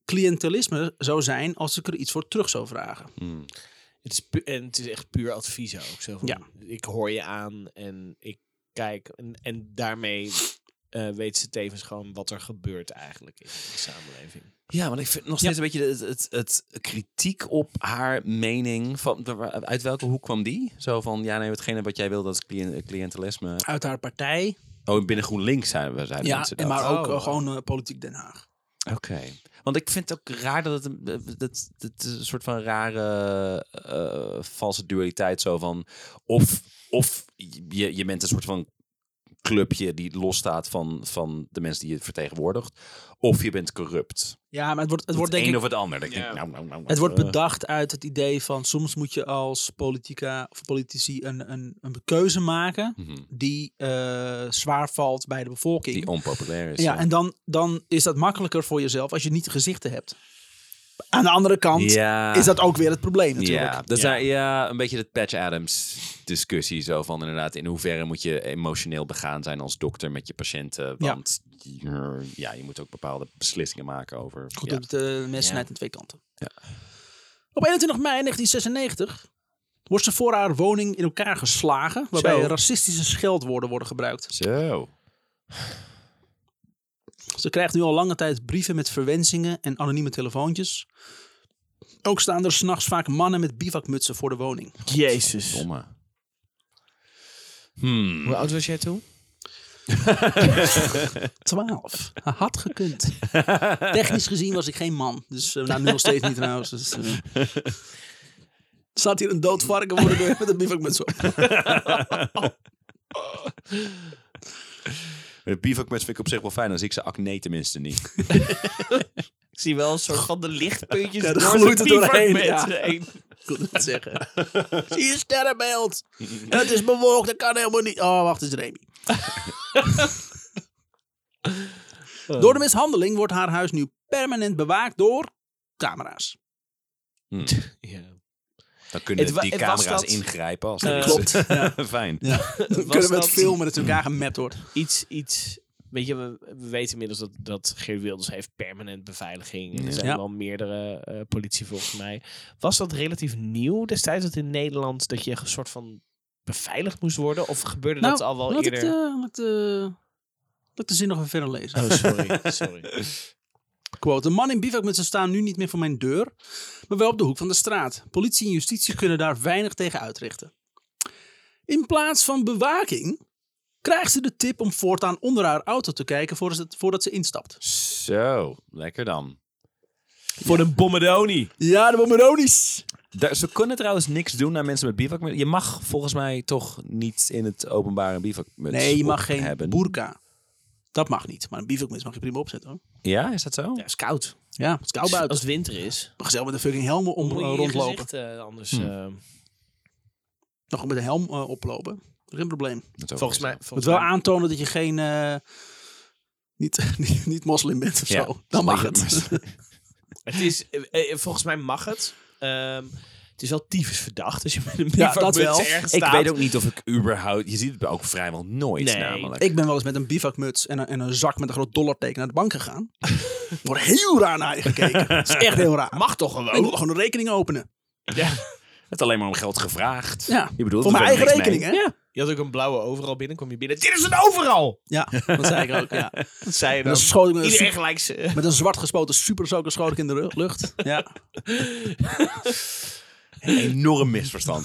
A: Cliëntelisme zou zijn als ik er iets voor terug zou vragen.
B: Het is, pu- en het is echt puur advies ook. Zo van,
A: Ja.
B: Ik hoor je aan en ik kijk. En, en daarmee eh weet ze tevens gewoon wat er gebeurt eigenlijk in de samenleving.
D: Ja, want ik vind nog steeds een beetje het, het, het kritiek op haar mening. Van, uit welke hoek kwam die? Zo van, ja nee, hetgene wat jij wil, dat is cliënt, cliëntelisme.
A: Uit haar partij
D: Oh, binnen GroenLinks zijn we zijn
A: Ja,
D: mensen
A: en
D: dat.
A: maar ook
B: Oh.
A: eh, gewoon eh, politiek Den Haag.
D: Oké. Want ik vind het ook raar dat het een, dat, dat is een soort van rare eh, valse dualiteit zo van... Of, of je, je bent een soort van clubje die losstaat van, van de mensen die je vertegenwoordigt. Of je bent corrupt.
A: Ja, maar het wordt, het
D: Het,
A: wordt
D: een
A: denk ik
D: of het ander. Dat ik
B: Ja.
D: denk, nou, nou, nou,
A: Het wordt
D: eh,
A: bedacht uit het idee van soms moet je als politica of politici een, een, een keuze maken
D: mhm,
A: die eh, zwaar valt bij de bevolking.
D: Die onpopulair is.
A: ja, en dan, dan is dat makkelijker voor jezelf als je niet de gezichten hebt. Aan de andere kant
D: Ja.
A: is dat ook weer het probleem natuurlijk.
D: Ah. Ja, dat is
B: Ja.
D: daar- ja, een beetje de Patch Adams discussie zo van inderdaad. In hoeverre moet je emotioneel begaan zijn als dokter met je patiënten?
A: Ja.
D: Want ja, je moet ook bepaalde beslissingen maken over.
A: Goed,
D: ja.
A: dat eh, de mes
D: Ja.
A: snijdt aan twee kanten. Op 21 mei 1996 wordt ze voor haar woning in elkaar geslagen, waarbij
B: Zo.
A: racistische scheldwoorden worden gebruikt.
D: Zo.
A: Ze krijgt nu al lange tijd brieven met verwensingen en anonieme telefoontjes. Ook staan er s'nachts vaak mannen met bivakmutsen voor de woning.
B: Jezus.
D: Domme. Hmm.
B: Hoe oud was jij toen?
A: 12. Had gekund. Technisch gezien was ik geen man. Dus eh, nou, nu nog steeds niet trouwens. Dus, eh. Staat hier een dood varken voor de deur met een bivakmuts op.
D: De bivakmuts vind ik op zich wel fijn, dan zie ik ze acne tenminste niet.
B: Ik zie wel een soort van de lichtpuntjes
A: Ja,
B: ja,
A: er
B: door
A: gloeit er
B: zijn
A: doorheen,
B: bivakmuts
A: ja.
B: heen.
A: Ik wilde het zeggen. Zie je sterrenbeeld. En het is bewolkt, dat kan helemaal niet. Oh, wacht, het is Remy. Door de mishandeling wordt haar huis nu permanent bewaakt door camera's.
D: Hmm.
B: Ja.
D: Dan kunnen
B: Het wa-
D: die
B: het was
D: camera's
B: dat-
D: ingrijpen als
B: Eh,
D: dat
A: klopt,
D: fijn.
A: Dan
B: Was
A: kunnen we het
B: dat-
A: filmen dat het in elkaar gemapt wordt.
B: Iets, iets... Weet je, we, we weten inmiddels dat, dat Geert Wilders heeft permanent beveiliging. En
D: Ja.
B: er zijn
A: Ja.
B: wel meerdere eh, politie volgens mij. Was dat relatief nieuw destijds dat in Nederland dat je een soort van beveiligd moest worden? Of gebeurde dat al wel
A: laat
B: eerder?
A: Nou, Ik de, laat, ik de, laat ik de zin nog even verder lezen.
B: Oh, sorry. sorry.
A: Quote, de man in bivakmutsen staan nu niet meer voor mijn deur, maar wel op de hoek van de straat. Politie en justitie kunnen daar weinig tegen uitrichten. In plaats van bewaking krijgt ze de tip om voortaan onder haar auto te kijken voordat ze, voordat ze instapt.
D: Zo, lekker dan.
B: Voor de Bommedoni.
A: Ja, de Bomeronies.
D: Daar, ze kunnen trouwens niks doen aan mensen met bivakmuts. Je mag volgens mij toch niet in het openbaar een bivakmuts
A: Nee, je
D: op
A: mag geen
D: hebben.
A: burka. Dat mag niet, maar een bivakmuts mag je prima opzetten hoor.
D: Ja, is dat zo?
B: Ja, is koud.
A: Ja, het is koud buiten.
B: Als het winter is.
A: Mag zelf met een fucking helm om,
B: Moet je je
A: rondlopen.
B: gezicht, eh, anders...
D: Hmm.
B: eh,
A: Nog met een helm eh, oplopen. Geen probleem.
D: Dat is ook
B: volgens
D: weer
B: mij...
D: zo.
A: moet
B: Volgens
A: wel
B: mij-
A: aantonen dat je geen. eh, niet, niet, niet moslim bent of
D: Ja,
A: zo. Dan mag
D: dat
A: het.
B: Het is, eh, eh, volgens mij mag het. Ehm, het is wel tyfus verdacht als je met een
A: Ja,
B: bivakmuts
A: dat wel.
B: ergens
D: Ik
B: staat.
D: weet ook niet of ik überhaupt... Je ziet het ook vrijwel nooit
B: Nee.
D: namelijk.
A: Ik ben wel eens met een bivakmuts en een, en een zak met een groot dollarteken naar de bank gegaan. Wordt heel raar naar je gekeken. Dat is echt heel raar.
B: Mag toch
A: Ik wil
B: gewoon?
A: gewoon een rekening openen.
B: Ja.
D: Het alleen maar om geld gevraagd.
A: Ja,
D: Je bedoelt,
A: voor
D: er
A: mijn eigen
D: verder niks
A: rekening, hè?
D: mee.
A: Ja.
B: Je had ook een blauwe overal binnen, kom je binnen. Dit is een overal!
A: dat zei ik ook. Ja. En
B: Dat zei je
A: dan
B: dan.
A: schoot ik met een,
B: Iedereen
A: super-
B: gelijk ze.
A: met een zwart gespoten superzoker schoot ik in de ru- lucht. Ja.
D: Enorm misverstand.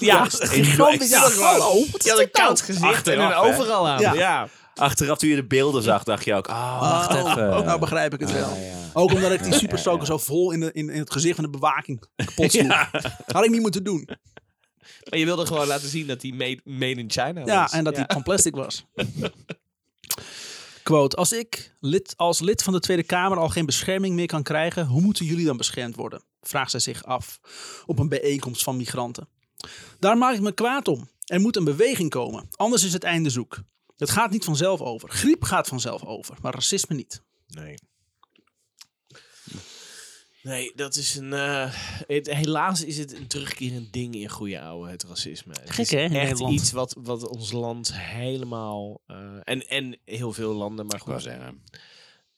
B: Ja,
A: gigantisch. Ja, hallo, wat is
B: Je had een
A: dit nou?
B: koud gezicht en
D: Achteraf,
B: een
D: hè?
B: overal aan.
A: Ja.
B: Ja.
D: Achteraf toen je de beelden zag, dacht je ook... Ah, wacht
A: Oh,
D: even. Ah,
A: nou begrijp ik het wel. Ook omdat ik die superstoker zo vol in, de, in, in het gezicht van de bewaking kapot sloeg. Had ik niet moeten doen.
B: Maar je wilde gewoon laten zien dat die made, made in China was.
A: Ja, en dat die van plastic was. Quote, als ik lid, als lid van de Tweede Kamer al geen bescherming meer kan krijgen, hoe moeten jullie dan beschermd worden? Vraagt zij zich af op een bijeenkomst van migranten. Daar maak ik me kwaad om. Er moet een beweging komen, anders is het einde zoek. Het gaat niet vanzelf over. Griep gaat vanzelf over, maar racisme niet.
B: Nee. Nee, dat is een... eh, het, helaas is het een terugkerend ding in goede oude, het racisme. Het
A: Gek,
B: is
A: hè, in
B: echt
A: Nederland.
B: iets wat, wat ons land helemaal... eh, en, en heel veel landen, maar
D: Ik wou
B: goed.
D: zeggen.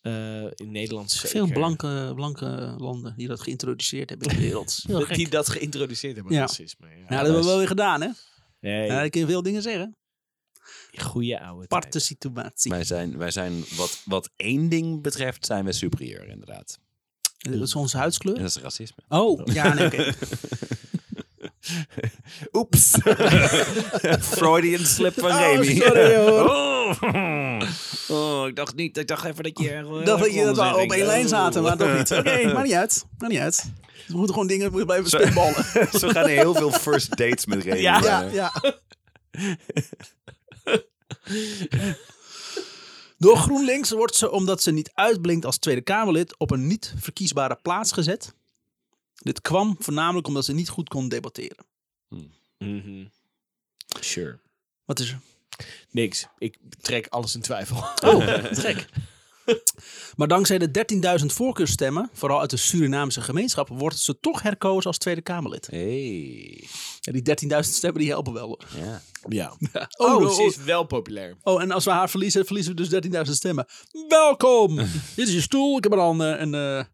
B: eh, in Nederland zeker.
A: Veel blanke, blanke landen die dat geïntroduceerd hebben in de wereld. Heel gek.
B: Die dat geïntroduceerd hebben,
A: Ja.
B: racisme. Ja.
A: Nou, dat hebben we wel weer gedaan, hè?
B: Nee,
A: Ja, ik kan veel dingen zeggen.
B: goede oude tijd.
A: Aparte situatie.
D: Wij zijn, wij zijn wat, wat één ding betreft, zijn we superieur inderdaad.
A: Dat is onze
D: En
A: huidskleur.
D: dat is racisme.
A: Oh, ja, nee, oké.
D: Oeps. Freudian slip van
A: Oh,
D: Remy.
A: sorry, hoor.
D: Oh. Oh, ik dacht niet. Ik dacht even dat je... eh,
A: dacht dat je dat
D: anders
A: we op
D: ging.
A: één lijn zaten, maar toch niet. Oké, maakt niet uit. Maakt niet uit. We moeten gewoon dingen we moeten blijven
D: Sorry.
A: spitballen.
E: Zo gaan er heel veel first dates met Remy.
B: Ja.
A: Ja,
E: eh.
A: ja. Door GroenLinks wordt ze, omdat ze niet uitblinkt als Tweede Kamerlid, op een niet verkiesbare plaats gezet. Dit kwam voornamelijk omdat ze niet goed kon debatteren.
D: Mhm.
B: Sure.
A: Wat is er?
B: Niks. Ik trek alles in twijfel.
A: Oh, gek. Maar dankzij de 13.000 voorkeursstemmen, vooral uit de Surinaamse gemeenschap, wordt ze toch herkozen als Tweede Kamerlid.
D: Hey.
A: En die 13.000 stemmen die helpen wel. hoor.
D: Ja.
B: Ja.
A: Oh,
B: Oh,
A: oh,
B: ze is wel populair.
A: Oh, en als we haar verliezen, verliezen we dus 13.000 stemmen. Welkom! Dit is je stoel. Ik heb er al een, eh, een eh,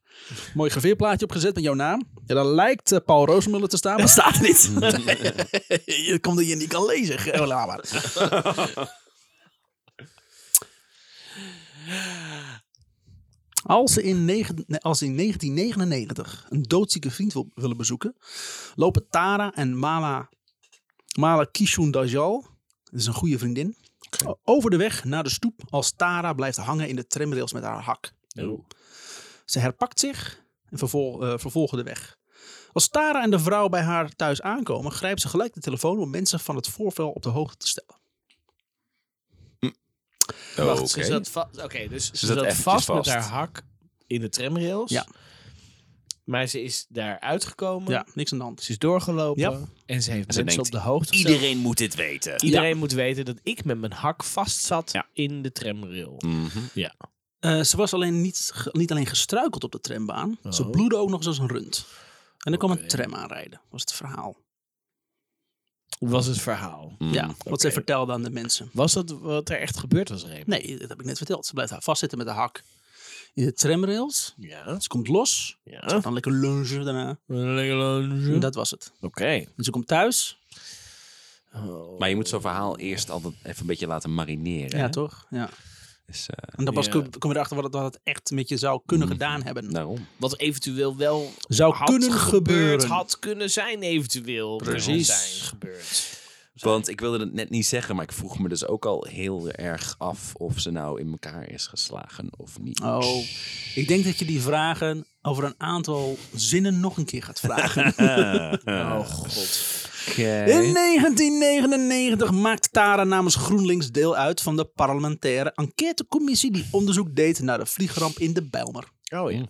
A: mooi graveerplaatje op gezet met jouw naam. Ja, daar lijkt eh, Paul Roosmuller te staan, maar staat er niet. je komt dat je niet kan lezen. Ge- oh, laat maar. Als ze in, negen- nee, als ze in 1999 een doodzieke vriend wil, willen bezoeken, lopen Tara en Mala, Mala Kishun Dajal, dat is een goede vriendin, over de weg naar de stoep als Tara blijft hangen in de tramrails met haar hak. Ze herpakt zich en vervol, eh, vervolgen de weg. Als Tara en de vrouw bij haar thuis aankomen, grijpt ze gelijk de telefoon om mensen van het voorval op de hoogte te stellen.
D: Wacht,
B: Ze zat, va- oké, dus ze
D: zat
B: zat
D: eventjes
B: vast, met
D: vast.
B: haar hak in de tramrails.
A: Ja.
B: Maar ze is daar uitgekomen.
A: Ja, niks aan de hand.
B: Ze is doorgelopen.
A: Ja.
B: En ze heeft
D: ze
B: mensen
D: denkt,
B: op de hoogte gesteld.
D: Iedereen moet dit weten.
B: Iedereen moet weten dat ik met mijn hak vast zat
D: Ja.
B: in de tramrail.
E: Mhm,
A: Eh, ze was alleen niet, ge- niet alleen gestruikeld op de trambaan, ze
B: Oh.
A: bloedde ook nog eens als een rund. En er kwam
B: Oké.
A: een tram aanrijden, was het verhaal.
B: Was het verhaal.
E: mhm.
D: Mm.
A: ja, wat zij
B: Hmm, oké.
A: vertelde aan de mensen.
B: Was dat wat er echt gebeurd was, Reem?
A: Nee, dat heb ik net verteld. Ze blijft haar vastzitten met haar hak in de tramrails.
B: Ja.
A: Ze komt los,
B: ja.
A: dan lekker lunchen daarna.
D: Hm?
A: En
B: Oké.
A: dat was het. En ze komt thuis.
B: Oh.
D: Maar je moet zo'n verhaal eerst altijd even een beetje laten marineren.
A: Ja,
D: hè?
A: toch? Ja.
D: Dus, eh, Hm.
A: En dan pas
B: Ja.
A: kom kom je erachter wat het, wat het echt met je zou kunnen gedaan hebben.
D: daarom.
B: Wat eventueel wel
A: Zou
B: had
A: kunnen
B: gebeurd,
A: gebeuren.
B: had kunnen zijn eventueel. kunnen
A: Precies.
B: Zijn gebeurd.
D: Want ik wilde het net niet zeggen, maar ik vroeg me dus ook al heel erg af of ze nou in elkaar is geslagen of niet.
A: Oh, ik denk dat je die vragen over een aantal zinnen nog een keer gaat vragen.
D: Eh,
B: Oh god.
A: In 1999 maakt Tara namens GroenLinks deel uit van de parlementaire enquêtecommissie die onderzoek deed naar de vliegramp in de Bijlmer.
B: Oh ja.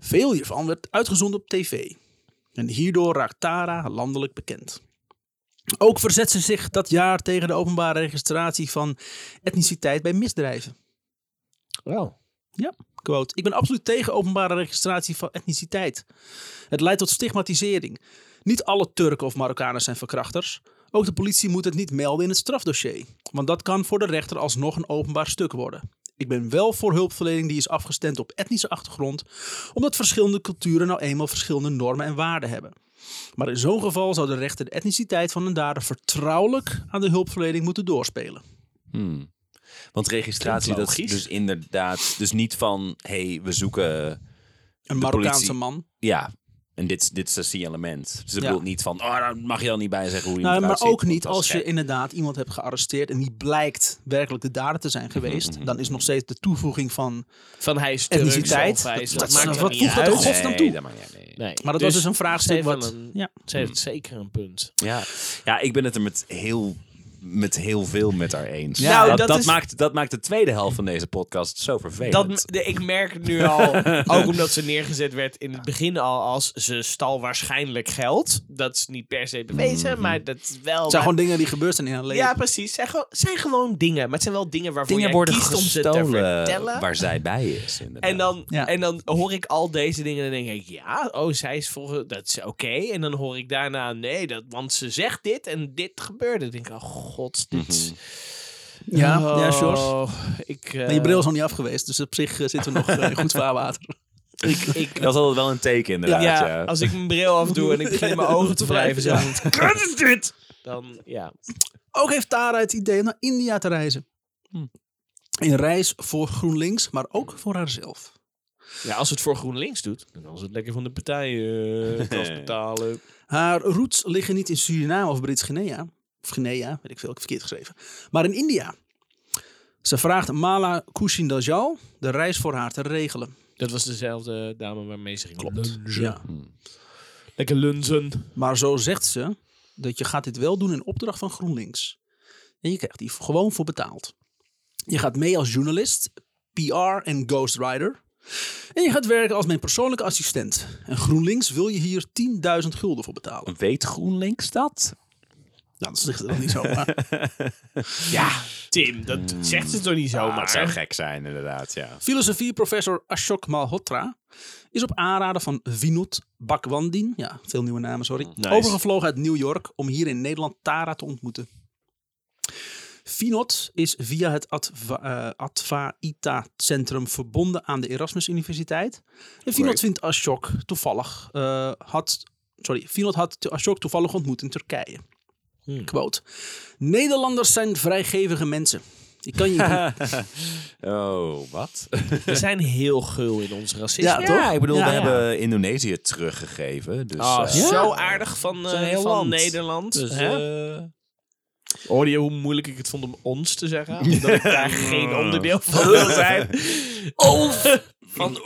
A: Veel hiervan werd uitgezonden op tv. En hierdoor raakt Tara landelijk bekend. Ook verzet ze zich dat jaar tegen de openbare registratie van etniciteit bij misdrijven.
B: Wel.
A: Quote, ik ben absoluut tegen openbare registratie van etniciteit. Het leidt tot stigmatisering. Niet alle Turken of Marokkanen zijn verkrachters. Ook de politie moet het niet melden in het strafdossier. Want dat kan voor de rechter alsnog een openbaar stuk worden. Ik ben wel voor hulpverlening die is afgestemd op etnische achtergrond, omdat verschillende culturen nou eenmaal verschillende normen en waarden hebben. Maar in zo'n geval zou de rechter de etniciteit van een dader vertrouwelijk aan de hulpverlening moeten doorspelen.
D: Hmm. Want registratie,
B: Klinkt
D: dat is
B: logisch.
D: dus inderdaad, dus niet van, hé, hey, we zoeken,
A: Een
D: politie-
A: Marokkaanse man.
D: ja, en dit, is- dit is een signalement. Dus ik
A: Ja.
D: bedoel niet van, oh, daar mag je dan niet bij zeggen hoe je
A: Nou, maar
D: eruit ziet,
A: ook
D: want
A: niet
D: dat is
A: als je
D: gek.
A: inderdaad iemand hebt gearresteerd en die blijkt werkelijk de dader te zijn geweest. Dan is nog steeds de toevoeging van.
B: Van hij is Turks
A: Etniciteit.
B: of hij is...
A: Dat- dat-
B: maakt
A: dat-
B: er
A: wat
B: niet
A: voegt dat
B: uit.
A: toch gods dan toe?
D: Nee, dat maakt niet uit, nee.
B: Nee.
A: Maar dat was dus een vraagstuk
B: ze heeft
A: wat-
B: wel een-
A: Ja.
B: Ze heeft zeker een punt.
D: Ja. ja, ik ben het er met heel, met heel veel met haar eens.
B: Ja. Nou,
D: dat,
B: dat
D: dat,
B: is-
D: maakt, dat maakt de tweede helft van deze podcast zo vervelend.
B: Dat, de- ik merk het nu al, ook omdat ze neergezet werd in het begin al als ze stal waarschijnlijk geld. Dat is niet per se bewezen, maar dat is wel...
A: Het zijn
B: maar-
A: gewoon dingen die gebeurd zijn in haar leven.
B: ja, precies. Het zijn, gewoon- zijn gewoon dingen. Maar het zijn wel dingen waarvoor
D: dingen
B: jij
D: worden
B: kiest om ze te
D: gestolen
B: vertellen.
D: waar zij bij is. Inderdaad.
B: En dan,
A: Ja.
B: en dan hoor ik al deze dingen en dan denk ik, ja, oh, zij is volgens dat is oké. En dan hoor ik daarna, nee, dat, want ze zegt dit en dit gebeurde. Dan denk ik, oh god, dit is-
D: Mhm.
A: ja, ja
B: Oh,
A: George.
B: Ik,
A: En je
B: eh,
A: bril is nog niet af geweest, dus op zich eh, zitten we nog eh, in goed vaarwater.
B: eh, Ik, ik,
D: dat is altijd wel een teken,
B: ja,
D: inderdaad. Ja,
B: als ik mijn bril afdoe en ik begin mijn ogen te wrijven, zo,
A: Ja.
B: van, "Wat is dit? Dan, ja.
A: Ook heeft Tara het idee om naar India te reizen. Een reis voor GroenLinks, maar ook voor haarzelf.
B: ja, als het voor GroenLinks doet, dan is het lekker van de partij eh, kas betalen.
A: Haar roots liggen niet in Suriname of Brits-Guinea. Of Guinea, weet ik veel, ik heb verkeerd geschreven. Maar in India. Ze vraagt Mala Kusindajal de reis voor haar te regelen.
B: Dat was dezelfde dame waarmee ze ging lunchen.
A: Ja.
B: Lekker lunzen.
A: Maar zo zegt ze dat je gaat dit wel doen in opdracht van GroenLinks. En je krijgt die gewoon voor betaald. Je gaat mee als journalist, PR en ghostwriter. En je gaat werken als mijn persoonlijke assistent. En GroenLinks wil je hier 10.000 gulden voor betalen.
D: Weet GroenLinks dat?
A: Nou, dat zegt ze dan niet zo. Maar
B: Ja, Tim, dat zegt ze toch niet
D: Ah,
B: zomaar.
D: het zou gek zijn, inderdaad. Ja.
A: filosofieprofessor Ashok Malhotra is op aanraden van Vinod Bakwandin, ja, veel nieuwe namen, sorry, overgevlogen uit New York om hier in Nederland Tara te ontmoeten. Vinod is via het Adva, eh, Adva Ita Centrum verbonden aan de Erasmus Universiteit. En Vinod vindt Ashok toevallig eh, had, sorry, Vinod had to- Ashok toevallig ontmoet in Turkije. Quote: Nederlanders zijn vrijgevige mensen. Ik kan je
D: Oh, wat?
B: We zijn heel geul in ons racisme.
A: Ja, toch?
D: ik bedoel,
B: Ja,
D: we
B: ja.
D: hebben Indonesië teruggegeven. Dus,
B: Ah,
D: eh,
B: Zo aardig van,
D: Zo'n
B: eh,
D: heel
B: van
D: land.
B: Nederland.
D: Dus,
B: hè?
D: eh,
B: Hoorde je hoe moeilijk ik het vond om ons te zeggen? Omdat ik daar geen onderdeel van wil zijn.
A: Van,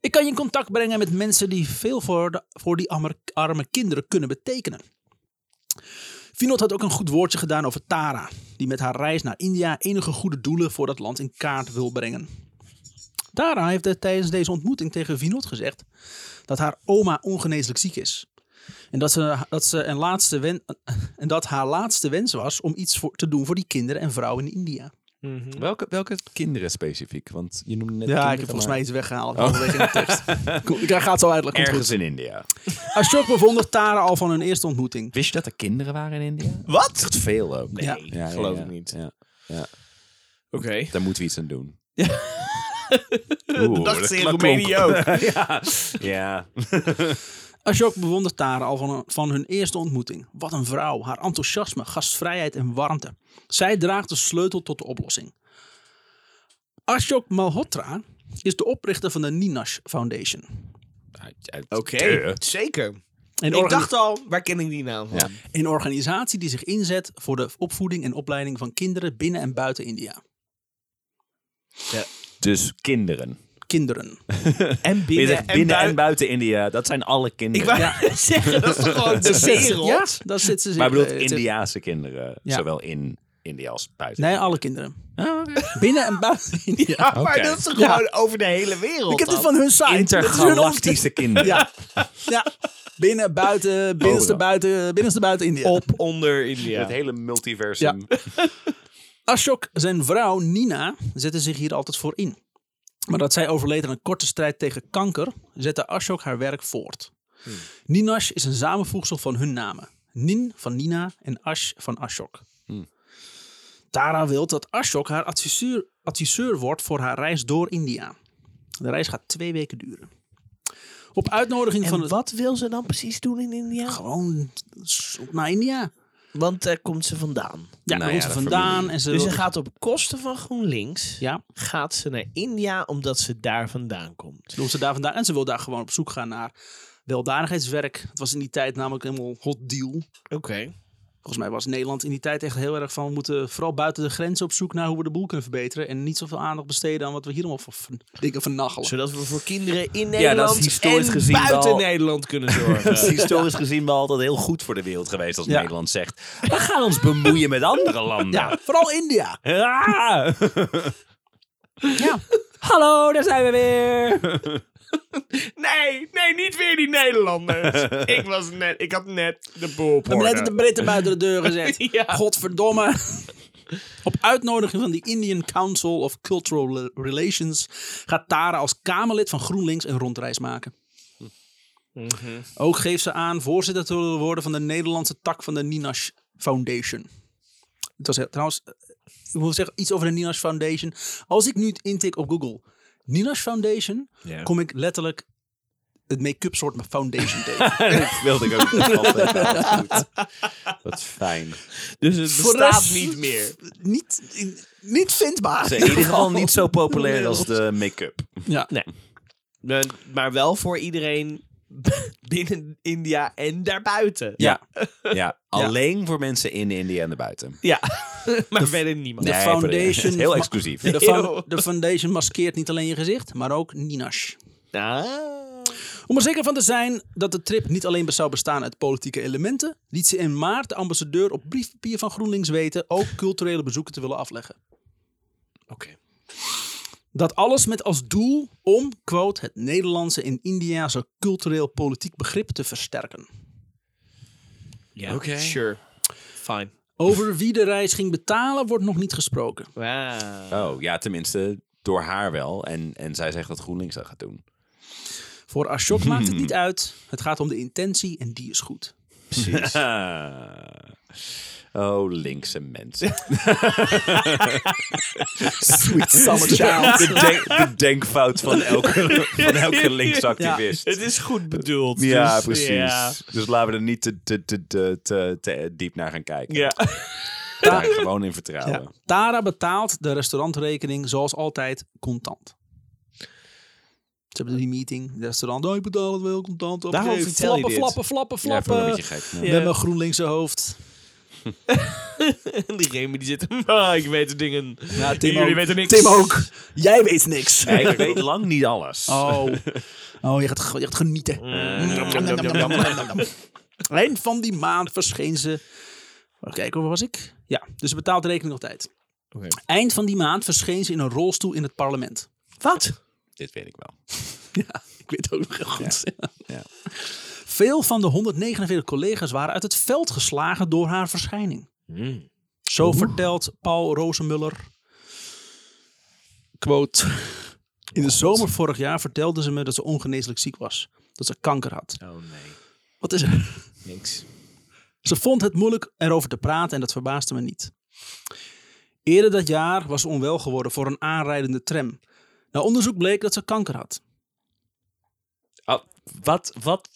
A: ik kan je in contact brengen met mensen die veel voor, de, voor die arme, arme kinderen kunnen betekenen. Vinod had ook een goed woordje gedaan over Tara, die met haar reis naar India enige goede doelen voor dat land in kaart wil brengen. Tara heeft er tijdens deze ontmoeting tegen Vinod gezegd dat haar oma ongeneeslijk ziek is. En dat, ze, dat, ze een laatste wen, en dat haar laatste wens was om iets voor, te doen voor die kinderen en vrouwen in India.
D: welke, welke kinderen specifiek? Want je noemde net
A: Ja,
D: kinderen,
A: ik heb Oh. volgens
D: maar-
A: mij iets weggehaald. halverwege in de tekst. Cool, ik ga het zo uitleggen. komt
D: Ergens in India.
A: goed. Ashok bevond Tara al van hun eerste ontmoeting.
D: Wist je dat er kinderen waren in India?
B: Wat?
D: Echt veel ook.
A: Ja.
D: Ja, ja,
B: geloof
D: ja.
B: ik niet.
D: Ja.
B: Oké.
D: Daar moeten we iets aan doen.
B: Dat
D: Oeh,
B: dacht ze in
D: klonk-
B: Roemenië ook.
D: Ja.
A: Ashok bewondert Tara al van hun, van hun eerste ontmoeting. Wat een vrouw. Haar enthousiasme, gastvrijheid en warmte. Zij draagt de sleutel tot de oplossing. Ashok Malhotra is de oprichter van de Ninash Foundation.
B: Oké, zeker.
A: Een,
B: Ik
A: orga-
B: dacht al, waar ken ik die naam van?
A: een organisatie die zich inzet voor de opvoeding en opleiding van kinderen binnen en buiten India.
D: Dus kinderen.
A: Kinderen.
B: En
D: Je
B: binnen,
D: zegt binnen
B: bui-
D: en buiten India, dat zijn alle
B: Ik
D: kinderen.
B: wou zeggen, dat is toch gewoon de wereld?
A: Ja, daar zitten ze. zich-
D: maar ik bedoel
A: eh, te-
D: Indiaanse kinderen,
A: Ja.
D: zowel in India Ah, als buiten.
A: Nee, alle kinderen. Binnen en buiten India.
B: Ja, maar
D: Oké.
B: dat is toch
A: Ja.
B: gewoon over de hele wereld
A: Ik heb dit
B: dan?
A: van hun site. Dit is hun
D: Intergalactische kinderen.
A: Ja. ja. Binnen, buiten, binnenste
D: Oh,
A: buiten, binnenste buiten India.
B: Op, onder, India.
D: Het hele multiversum.
A: Ashok, zijn vrouw Nina, zette zich hier altijd voor in. Maar dat zij overleed aan een korte strijd tegen kanker, zette Ashok haar werk voort.
B: Hmm.
A: Ninash is een samenvoegsel van hun namen. Nin van Nina en Ash van Ashok.
B: Hmm.
A: Tara wil dat Ashok haar adviseur, adviseur wordt voor haar reis door India. De reis gaat twee weken duren. Op uitnodiging van
B: En
A: het...
B: wat wil ze dan precies doen in India?
A: Gewoon s- op naar India.
B: Want daar komt ze vandaan.
A: Ja,
D: Nou
A: daar
D: ja,
A: komt ze
D: de
A: vandaan.
D: familie.
A: En ze
B: Dus
A: wil-
B: ze gaat op kosten van GroenLinks...
A: Ja,
B: gaat ze naar India omdat ze daar vandaan komt.
A: doen ze daar vandaan. En ze wil daar gewoon op zoek gaan naar weldadigheidswerk. Het was in die tijd namelijk helemaal hot deal.
B: Oké.
A: Volgens mij was Nederland in die tijd echt heel erg van... we moeten vooral buiten de grenzen op zoek naar hoe we de boel kunnen verbeteren. En niet zoveel aandacht besteden aan wat we hier allemaal voor van- dingen van naggelen.
B: Zodat we voor kinderen in
D: is
B: Nederland
D: historisch
B: en
D: gezien
B: buiten
D: wel-
B: Nederland kunnen
D: Dat is
B: zorgen.
D: historisch gezien wel altijd heel goed voor de wereld geweest als
A: Ja.
D: Nederland zegt. We gaan ons bemoeien met andere landen.
A: Ja, vooral India.
D: Ah!
A: Ja.
D: Hallo, daar zijn we weer.
B: nee, nee, niet weer die Nederlanders. ik, was net, ik had net de boel op
A: We hebben
B: orde.
A: net de Britten buiten de deur gezet.
B: Ja.
A: Godverdomme. Op uitnodiging van de Indian Council of Cultural Rel- Relations gaat Tara als Kamerlid van GroenLinks een rondreis maken. Ook geeft ze aan voorzitter te willen worden van de Nederlandse tak van de Ninash Foundation. Het was heel- trouwens, eh, ik wil zeggen iets over de Ninash Foundation. Als ik nu het intik op Google, Ninash Foundation, kom ik letterlijk het make-up soort foundation tegen.
D: dat wilde ik ook niet altijd. Wat fijn.
B: Dus het
A: Voor de
B: bestaat
A: rest-
B: niet meer.
A: niet, in- niet vindbaar.
D: Ze in ieder geval niet zo populair als de make-up.
A: Ja.
B: Nee. Maar wel voor iedereen binnen India en daarbuiten.
D: Ja. ja, alleen voor mensen in India en erbuiten.
B: Ja, maar verder niemand.
A: de
D: Nee, voor
A: foundation-
D: Heel exclusief.
A: De, fo-
B: Eeuw.
A: de foundation maskeert niet alleen je gezicht, maar ook Ninash.
B: Ah.
A: Om er zeker van te zijn dat de trip niet alleen zou bestaan uit politieke elementen, liet ze in maart de ambassadeur op briefpapier van GroenLinks weten ook culturele bezoeken te willen afleggen.
B: Oké.
A: Dat alles met als doel om, quote, het Nederlandse en Indiase cultureel politiek begrip te versterken.
B: Ja.
D: Oké.
B: Sure. Fine.
A: Over wie de reis ging betalen wordt nog niet gesproken.
B: Wow.
D: Oh, ja, tenminste door haar wel. En, en zij zegt dat GroenLinks dat gaat doen.
A: Voor Ashok maakt het niet uit. Het gaat om de intentie en die is goed.
E: Precies.
D: oh, linkse mensen.
E: Sweet summer child.
D: de, denk- de denkfout van elke, van elke linksactivist.
B: Het is goed bedoeld.
E: Ja,
B: dus,
E: precies.
B: Ja.
E: Dus laten we er niet te, te, te, te, te, te diep naar gaan kijken.
B: Ja.
D: Daar gewoon in vertrouwen.
A: Tara betaalt de restaurantrekening zoals altijd contant. Ze hebben die meeting, het restaurant. Oh, ik betaal het wel contant.
B: Daarom
A: Oké,
B: vertel je
A: flappen,
B: dit.
A: flappen, flappen,
D: Ja, ik vond het
A: flappen.
D: een beetje gek. ja.
A: Met mijn GroenLinkse hoofd.
B: En die Remy die zit... Ah, ik weet de dingen.
A: Ja, Tim
B: Jullie
A: ook.
B: weten niks.
A: Tim ook. Jij weet niks.
D: Nee, ik weet lang niet alles.
A: Oh, oh je, gaat, ge- je gaat genieten. Mm. Eind van die maand verscheen ze. Even kijken, waar was ik? Ja, dus ze betaalt de rekening nog tijd.
B: Oké.
A: Eind van die maand verscheen ze in een rolstoel in het parlement.
B: Wat?
D: Dit weet ik wel.
A: Ja, ik weet het ook nog heel goed.
D: Ja.
A: Veel van de 149 collega's waren uit het veld geslagen door haar verschijning.
B: Hmm.
A: Zo vertelt Paul Rosemuller. Quote. In de zomer vorig jaar vertelde ze me dat ze ongeneeslijk ziek was. Dat ze kanker had.
B: Oh nee,
A: Wat is er?
B: niks.
A: Ze vond het moeilijk erover te praten en dat verbaasde me niet. Eerder dat jaar was ze onwel geworden voor een aanrijdende tram. Na onderzoek bleek dat ze kanker had.
D: Ah, wat, wat,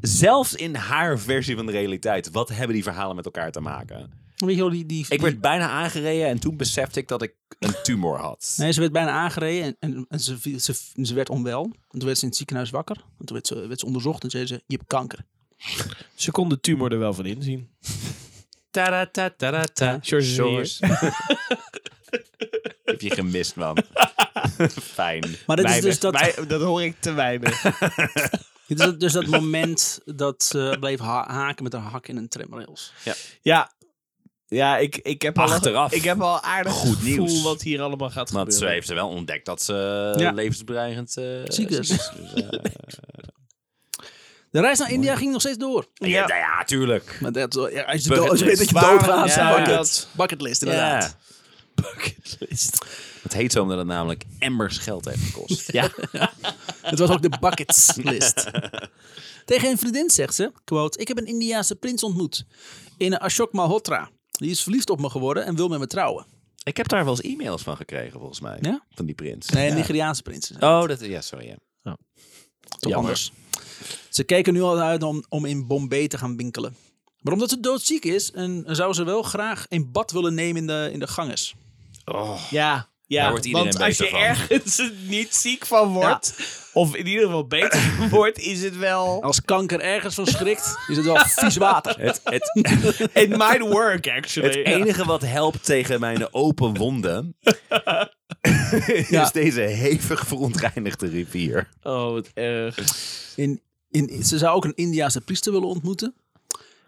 D: zelfs in haar versie van de realiteit, wat hebben die verhalen met elkaar te maken?
A: Weet je wel, die, die,
D: Ik werd bijna aangereden en toen besefte ik dat ik een tumor had.
A: Nee, ze werd bijna aangereden en, en, en ze, viel- ze, ze werd onwel. En toen werd ze in het ziekenhuis wakker. En toen werd ze, werd ze onderzocht en zei ze, je hebt kanker.
B: Ze kon de tumor er wel van inzien.
D: Tada, ta, tada, ta.
B: George is
D: George. Heb je gemist, man. Fijn.
A: Maar dit is
B: Weinig.
A: dus dat,
B: Wij- dat hoor ik te weinig.
A: dit is dus dat moment dat ze bleef ha- haken met haar hak in een tramrails.
B: ja. Ja, ik, ik heb
D: Achteraf.
B: al... Ik heb al aardig
D: Goed
B: gevoel
D: nieuws.
B: wat hier allemaal gaat
D: Want ze
B: gebeuren.
D: heeft wel ontdekt dat ze
A: Ja.
D: levensbedreigend eh,
A: Ziek is.
D: Dus, eh,
A: De reis naar India ging nog steeds door.
D: ja. nou ja, tuurlijk.
A: Maar dat, ja, als, je
D: Bucket
A: dood- als je weet dat
D: list.
A: je
B: Waarom-
A: doodgaat,
B: ja,
A: bucket,
B: dat-
A: bucketlist inderdaad.
D: Ja. Het heet zo omdat het namelijk emmers geld heeft gekost.
B: Ja.
A: Het was ook de bucketlist. Tegen een vriendin zegt ze, quote, ik heb een Indiase prins ontmoet. In een Ashok Malhotra. Die is verliefd op me geworden en wil met me trouwen.
D: Ik heb daar wel eens e-mails van gekregen, volgens mij.
A: Ja?
D: Van die prins.
A: Nee,
D: Ja.
A: een Nigeriaanse prins.
D: Oh, dat, ja, sorry. Ja.
A: Toch anders. Ze kijken nu al uit om, om in Bombay te gaan winkelen. Maar omdat ze doodziek is, en zou ze wel graag een bad willen nemen in de, in de ganges.
B: Oh, Ja, ja.
D: Daar wordt iedereen
B: want als je
D: beter van.
B: ergens niet ziek van wordt, of in ieder geval beter van wordt, is het wel...
A: Als kanker ergens van schrikt, is het wel vies water.
D: Het, het,
B: It might work, actually.
D: het enige wat helpt tegen mijn open wonden...
A: Ja.
D: is deze hevig verontreinigde rivier.
B: Oh, wat erg.
A: In, in, ze zou ook een Indiase priester willen ontmoeten.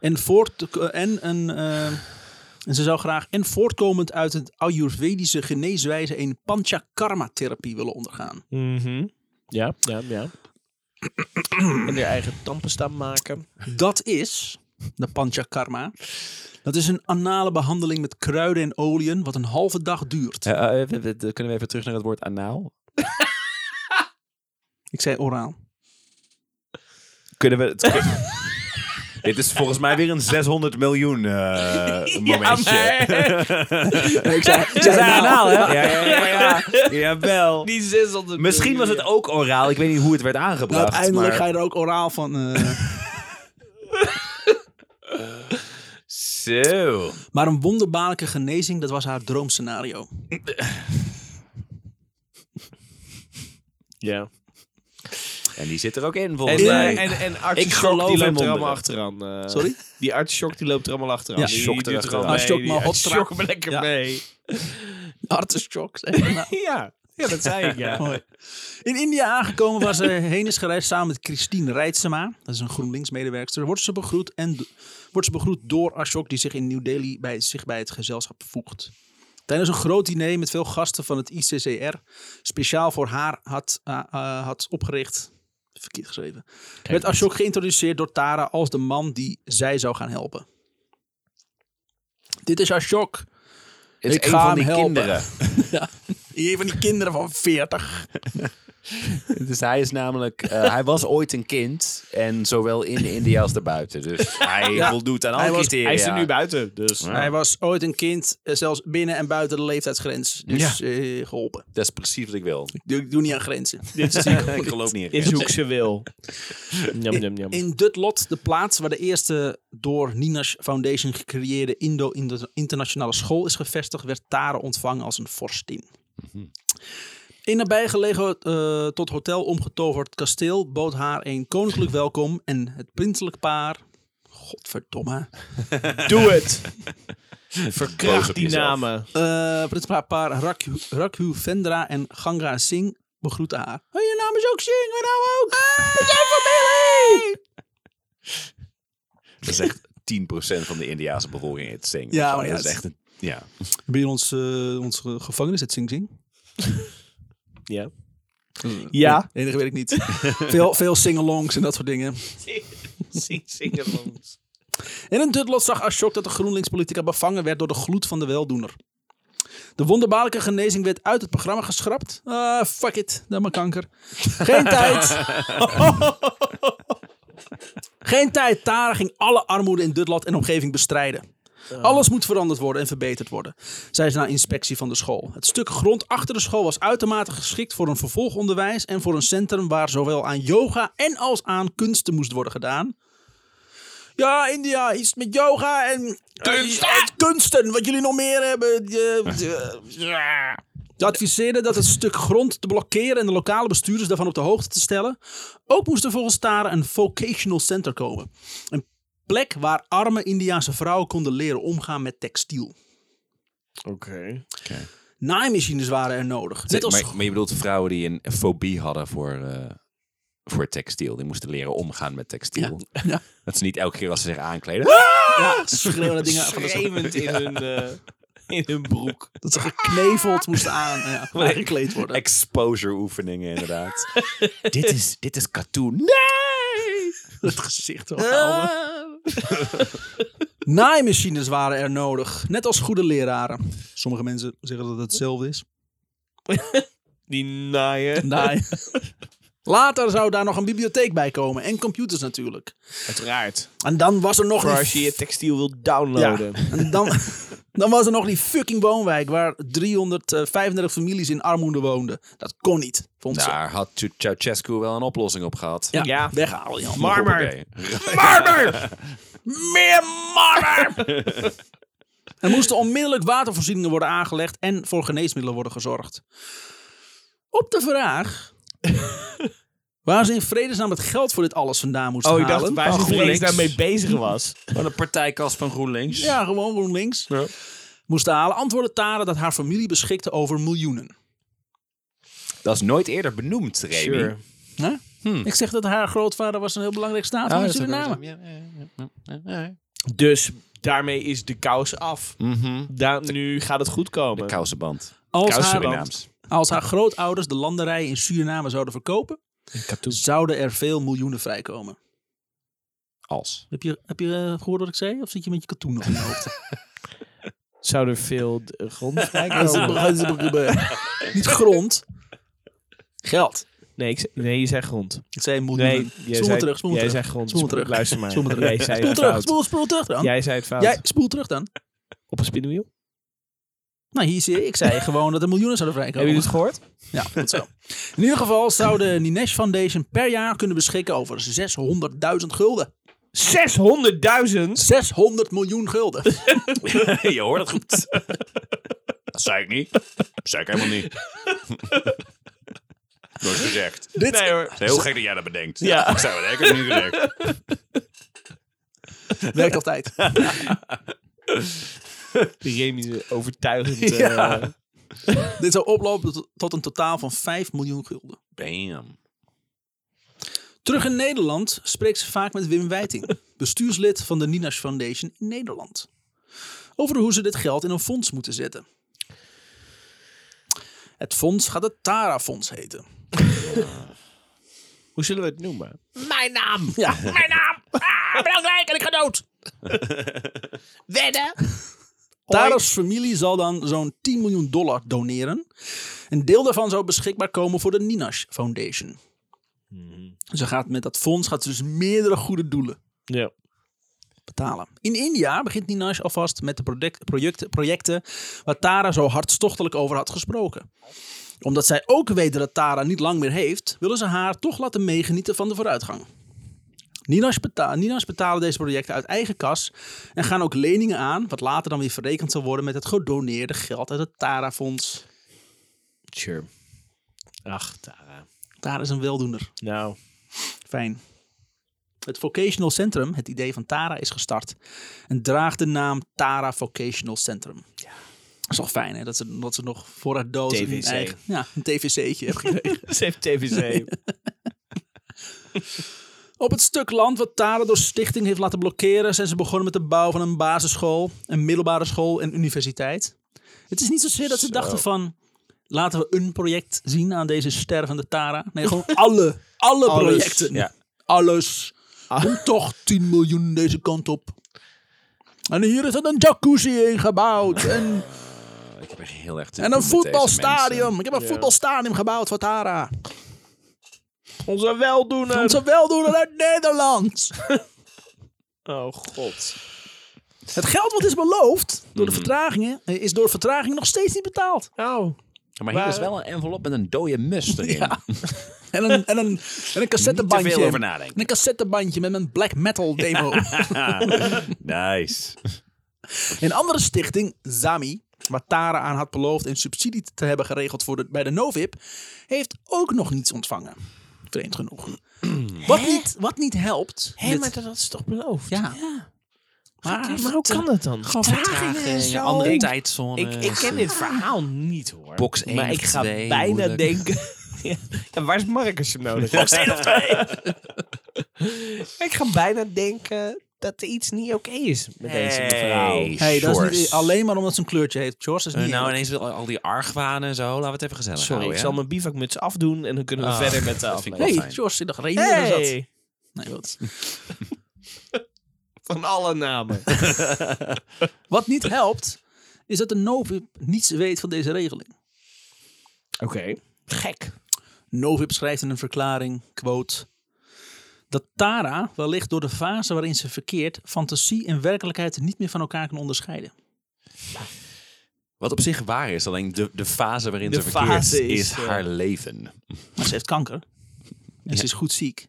A: En, voort, en, een, eh, en ze zou graag en voortkomend uit het Ayurvedische geneeswijze een panchakarma-therapie willen ondergaan.
B: Mhm. Ja, ja, ja. en haar eigen tampenstam maken.
A: Dat is de panchakarma. Dat is een anale behandeling met kruiden en oliën, wat een halve dag duurt.
D: kunnen Eh, we even terug naar het woord anaal?
A: Ik zei oraal.
D: Kunnen we... Het, Dit is volgens mij weer een 600 miljoen eh momentje.
A: ik zei, ik zei oraal.
D: Ja, anaal, hè? Ja, ja, ja, ja. Jawel.
B: Die 600
D: Misschien was het ook oraal. Ik weet niet hoe het werd
A: Nou,
D: aangebracht.
A: uiteindelijk
D: maar-
A: ga je er ook oraal van. eh.
D: Zo.
A: maar een wonderbaarlijke genezing, dat was haar droomscenario.
B: Ja.
D: En die zit er ook in,
B: En,
D: volgens
B: eh,
D: mij.
B: en, en
D: Ik
B: Artichok, die
D: geloof in
B: loopt er
D: wonderen.
B: allemaal achteraan. eh.
A: Sorry?
B: Die Artichok, die loopt er allemaal achteraan.
A: Ja.
B: die
D: Shock er
B: doet
D: achteraan.
B: mee,
A: Artichok,
B: die
A: maar hotstra-
B: Artichok me lekker
A: Ja.
B: mee.
A: Artischok, zeg je nou.
B: Ja. ja, dat zei ik, ja.
A: Mooi. In India aangekomen waar ze heen is gereisd samen met Christine Reitsema. Dat is een GroenLinks-medewerkster. Wordt ze begroet en do- wordt ze begroet door Ashok die zich in New Delhi bij, zich bij het gezelschap voegt. Tijdens een groot diner met veel gasten van het ICCR, speciaal voor haar had, ah, ah, had opgericht, verkeerd geschreven, werd Ashok geïntroduceerd door Tara als de man die zij zou gaan helpen. Dit is Ashok.
D: Het is
A: ik
D: een
A: ga
D: van die
A: hem helpen.
D: kinderen.
A: Een van die kinderen van 40.
D: Dus hij is namelijk... eh, hij was ooit een kind. En zowel in India als daarbuiten. Dus hij voldoet aan alle
A: was-
D: criteria.
B: Hij is er nu buiten, dus...
A: Hij was ooit een kind, eh, zelfs binnen en buiten de leeftijdsgrens. Dus eh, geholpen.
D: Dat is precies wat ik wil.
A: Ik doe, ik doe niet aan grenzen.
D: ik geloof niet.
B: In zoek ze wil. Njam, njam, njam.
A: In Dutlot, de plaats waar de eerste door Ninash Foundation gecreëerde Indo-internationale school is gevestigd, werd Tara ontvangen als een vorstin. In nabijgelegen eh tot hotel omgetoverd kasteel bood haar een koninklijk welkom en het prinselijk paar. Godverdomme.
B: Doe het!
D: Boos
B: Verkracht
D: op
B: die
D: jezelf.
B: namen.
A: Eh prinspaar Rakhu, Rakhu Vendra en Ganga Singh begroeten haar. Hey, je naam is ook Singh, mijn naam ook. We zijn familie!
D: Dat is echt 10% van de Indiaanse bevolking het zingen.
A: Ja,
D: Gewoon,
A: maar ja,
D: dat is
A: het-
D: echt een... Ja.
A: Binnen ons, eh, onze gevangenis, het Sing Sing.
B: Ja. Ja.
A: Enige weet ik niet. veel veel sing-alongs en dat soort dingen. En in Dutlot zag Ashok dat de GroenLinks-politica bevangen werd door de gloed van de weldoener. De wonderbaarlijke genezing werd uit het programma geschrapt. Ah, fuck it, dan maar kanker. Geen tijd. Geen tijd. Tara ging alle armoede in Dutland en omgeving bestrijden. Alles moet veranderd worden en verbeterd worden, zei ze na inspectie van de school. Het stuk grond achter de school was uitermate geschikt voor een vervolgonderwijs en voor een centrum waar zowel aan yoga en als aan kunsten moest worden gedaan. Ja, India, iets met yoga en kunsten. kunsten wat jullie nog meer hebben. eh, Ja. Ze adviseerden dat het stuk grond te blokkeren en de lokale bestuurders daarvan op de hoogte te stellen. Ook moest er volgens Tara een vocational center komen. Een plek waar arme Indiaanse vrouwen konden leren omgaan met textiel.
B: Oké.
A: Naaimachines waren er nodig. Net als...
D: maar, maar je bedoelt vrouwen die een fobie hadden voor, eh, voor textiel. Die moesten leren omgaan met textiel.
A: Ja.
D: Dat ze niet elke keer als ze zich aankleden...
A: Ja, schreeuwende dingen. van dat ze-
B: Schreeuwend in hun, eh, in hun broek.
A: Dat ze gekneveld moesten aan, ja, aangekleed Ah, worden.
D: Exposure oefeningen, inderdaad. dit, is, dit is katoen. Nee!
A: Het gezicht wel. Naaimachines waren er nodig. Net als goede leraren. Sommige mensen zeggen dat het hetzelfde is.
B: Die naaien.
A: Nee. Later zou daar nog een bibliotheek bij komen. En computers natuurlijk.
B: Uiteraard.
A: En dan was er nog...
B: Voor
A: die-
B: als je je textiel wilt downloaden.
A: En dan, dan was er nog die fucking woonwijk waar 335 families in armoede woonden. Dat kon niet, vond ze.
D: Daar had Ceau- Ceausescu wel een oplossing op gehad.
A: Ja,
B: Ja.
A: weghalen, Jan.
B: Marmer.
D: Hoppakee.
B: Marmer!
A: Meer mannen! er moesten onmiddellijk watervoorzieningen worden aangelegd en voor geneesmiddelen worden gezorgd. Op de vraag waar ze in vredesnaam het geld voor dit alles vandaan moesten
B: Oh, ik
A: halen.
B: dacht waar
D: Van
B: ze
D: GroenLinks.
B: ineens daarmee bezig was.
D: Van de partijkast van GroenLinks.
A: Ja, gewoon GroenLinks.
B: Ja.
A: Moesten halen. Antwoordde Tara dat haar familie beschikte over miljoenen.
D: Dat is nooit eerder benoemd, Remy.
B: Sure.
A: Hè?
B: Hmm.
A: Ik zeg dat haar grootvader was een heel belangrijk staat van Suriname.
B: Dus daarmee is de kous af. Daar, nu gaat het goed komen.
D: Kousenband.
A: Als
B: Kous
A: haar,
D: Surinaams.
A: als haar grootouders de landerijen in Suriname zouden verkopen, zouden er veel miljoenen vrijkomen.
D: Als.
A: Heb je, heb je eh, gehoord wat ik zei? Of zit je met je katoen nog in je hoofd?
B: Zou er veel d- grond
A: Dat is-
B: vrijkomen?
A: dat is- dat is- Niet grond. Geld.
B: Nee, ik, ze- nee, je zei grond.
A: Ik zei miljoenen.
B: Nee,
A: Nee,
B: jij
A: spoel
B: zei,
A: maar terug, spoel maar
B: jij
A: terug.
B: zei grond.
A: Spoel maar terug.
B: Luister maar.
A: Spoel maar terug.
B: Jij zei
A: Spoel
B: het
A: terug,
B: fout.
A: spoel, spoel terug dan.
B: Jij zei het fout.
A: Jij, spoel terug dan.
B: Op een spinnenwiel?
A: Nou, hier zie je, ik zei gewoon dat er miljoenen zouden
B: Hebben
A: vrijkomen.
B: jullie het gehoord?
A: Ja, goed zo. In ieder geval zou de Ninesh Foundation per jaar kunnen beschikken over 600.000 gulden.
B: 600.000!
A: 600 miljoen gulden.
D: je hoort het goed. Dat zei ik niet. Dat zei ik helemaal niet.
E: Nooit gezegd. Het
B: Dit... Nee hoor.
E: is heel gek dat jij dat bedenkt.
B: Ja.
E: Ik zei wel, ik heb het niet gezegd.
A: Werkt altijd.
B: Remy overtuigend. eh,
A: Ja. Dit zou oplopen tot- tot een totaal van 5 miljoen gulden.
D: Bam.
A: Terug in Nederland spreekt ze vaak met Wim Wijting, bestuurslid van de Ninas Foundation in Nederland. Over hoe ze dit geld in een fonds moeten zetten. Het fonds gaat het Tara Fonds heten.
B: Hoe zullen we het noemen?
A: Mijn naam! Ja, mijn naam! Ah, belangrijk en ik ga dood!
B: Wedden?
A: Tara's familie zal dan zo'n 10 miljoen dollar doneren. Een deel daarvan zou beschikbaar komen voor de Ninas Foundation. Ze gaat met dat fonds gaat ze dus meerdere goede doelen
B: Ja.
A: betalen. In India begint Ninash alvast met de product- projecten, projecten waar Tara zo hartstochtelijk over had gesproken. Omdat zij ook weten dat Tara niet lang meer heeft, willen ze haar toch laten meegenieten van de vooruitgang. Ninash, beta Ninash betalen deze projecten uit eigen kas en gaan ook leningen aan, wat later dan weer verrekend zal worden met het gedoneerde geld uit het Tara-fonds.
B: Sure. Ach, Tara.
A: Tara is een weldoener.
B: Nou.
A: Fijn. Het Vocational Centrum, het idee van Tara, is gestart. En draagt de naam Tara Vocational Centrum. Ja. Dat is toch fijn, hè? Dat ze, dat ze nog voor haar doos een
B: TVC.
A: eigen... Ja, een tvc'tje heeft gekregen.
B: Ze heeft TVC.
A: Op het stuk land wat Tara door stichting heeft laten blokkeren... zijn ze begonnen met de bouw van een basisschool, een middelbare school en universiteit. Het is niet zozeer dat ze dachten van... Laten we een project zien aan deze stervende Tara. Nee, gewoon alle, alle
B: Alles,
A: projecten.
D: ja. Ah.
A: Alles. Om toch 10 miljoen deze kant op. En hier is er een jacuzzi in gebouwd. En,
D: Ik heb echt heel erg te
A: en
D: doen
A: een
D: met deze
A: voetbalstadion.
D: mensen.
A: Ik heb een voetbalstadion gebouwd voor Tara.
B: Onze weldoener.
A: Onze weldoener uit Nederland.
B: Oh, god.
A: Het geld wat is beloofd door
D: Mhm.
A: de vertragingen... eh, is door vertragingen nog steeds niet betaald.
B: Nou.
D: Maar hier is
B: Waar-
D: wel een envelop met een dode mus erin.
A: En een, en een, en een cassettebandje.
D: Niet te veel over nadenken.
A: En een cassettebandje met een black metal demo.
D: Nice.
A: Een andere stichting, Zami, waar Tara aan had beloofd een subsidie te hebben geregeld voor de, bij de Novib, heeft ook nog niets ontvangen. Vreemd genoeg. wat, niet, wat niet helpt.
B: Hé,
A: met-
B: maar dat is toch beloofd?
A: ja. Maar,
B: Maar hoe kan dat dan?
D: Vertragingen en zo. Andere tijdzone.
B: Ik, ik ken dit verhaal niet hoor.
D: Box één
B: maar
D: of
B: ik ga
D: twee,
B: bijna
D: moeilijk.
B: denken. ja, ja, waar is Marcus hem nodig? ik ga bijna denken dat er iets niet oké is met deze mevrouw.
A: Hey, dat is niet, alleen maar omdat ze een kleurtje heeft, George. Dat is
D: Eh,
A: niet
D: nou,
A: eerlijk.
D: ineens wil al die argwanen en zo. Laten we het even gezellig
B: Sorry,
D: houden.
B: ik
D: ja?
B: zal mijn bivakmuts afdoen en dan kunnen we
D: Ah,
B: verder met de
D: dat vind
B: aflevering.
D: ik wel
A: hey,
D: fijn.
A: George, in de gereden
B: Hey,
A: zat. Nee, wat.
B: van alle namen.
A: wat niet helpt, is dat de Novib niets weet van deze regeling.
B: Oké. Gek.
A: Novib schrijft in een verklaring, quote... Dat Tara wellicht door de fase waarin ze verkeert... fantasie en werkelijkheid niet meer van elkaar kan onderscheiden.
D: Wat op zich waar is, alleen de, de fase waarin
B: De
D: ze verkeert is,
B: fase is, eh,
D: haar leven.
A: Maar ze heeft kanker. En ze is goed ziek.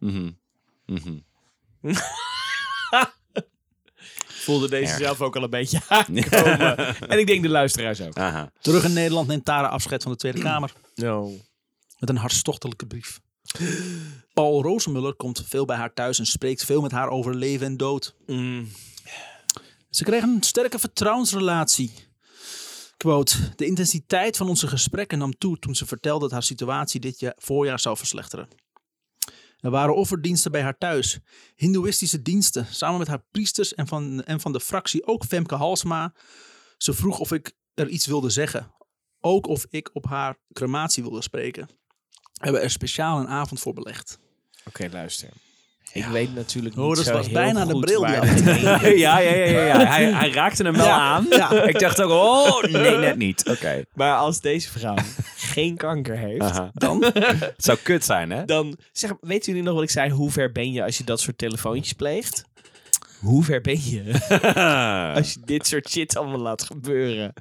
B: Voelde deze
D: Erg.
B: zelf ook al een beetje aankomen. en ik denk de luisteraars ook.
D: Aha.
A: Terug in Nederland neemt Tara afscheid van de Tweede Kamer...
B: No.
A: met een hartstochtelijke brief. Paul Rozenmuller komt veel bij haar thuis... en spreekt veel met haar over leven en dood.
B: Mm.
A: Ze kregen een sterke vertrouwensrelatie. Quote, de intensiteit van onze gesprekken nam toe toen ze vertelde dat haar situatie dit ja- voorjaar zou verslechteren. Er waren offerdiensten bij haar thuis, hindoeïstische diensten, samen met haar priesters en van, en van de fractie ook Femke Halsma. Ze vroeg of ik er iets wilde zeggen, ook of ik op haar crematie wilde spreken. We hebben er speciaal een avond voor belegd.
B: Oké, luister. Ik weet natuurlijk niet
A: Oh, dat
B: zo
A: was
B: heel
A: bijna de
B: goed
A: bril die
B: waar
A: af-
B: dit heen
D: ja, ja, ja, ja, ja. Hij, hij raakte hem wel aan.
A: ja.
D: Ik dacht ook, oh, nee, net niet. Oké.
B: Maar als deze vrouw geen kanker heeft,
D: Dan? Het zou kut zijn, hè?
B: dan zeg, weten jullie nog wat ik zei? Hoe ver ben je als je dat soort telefoontjes pleegt? Hoe ver ben je als je dit soort shit allemaal laat gebeuren?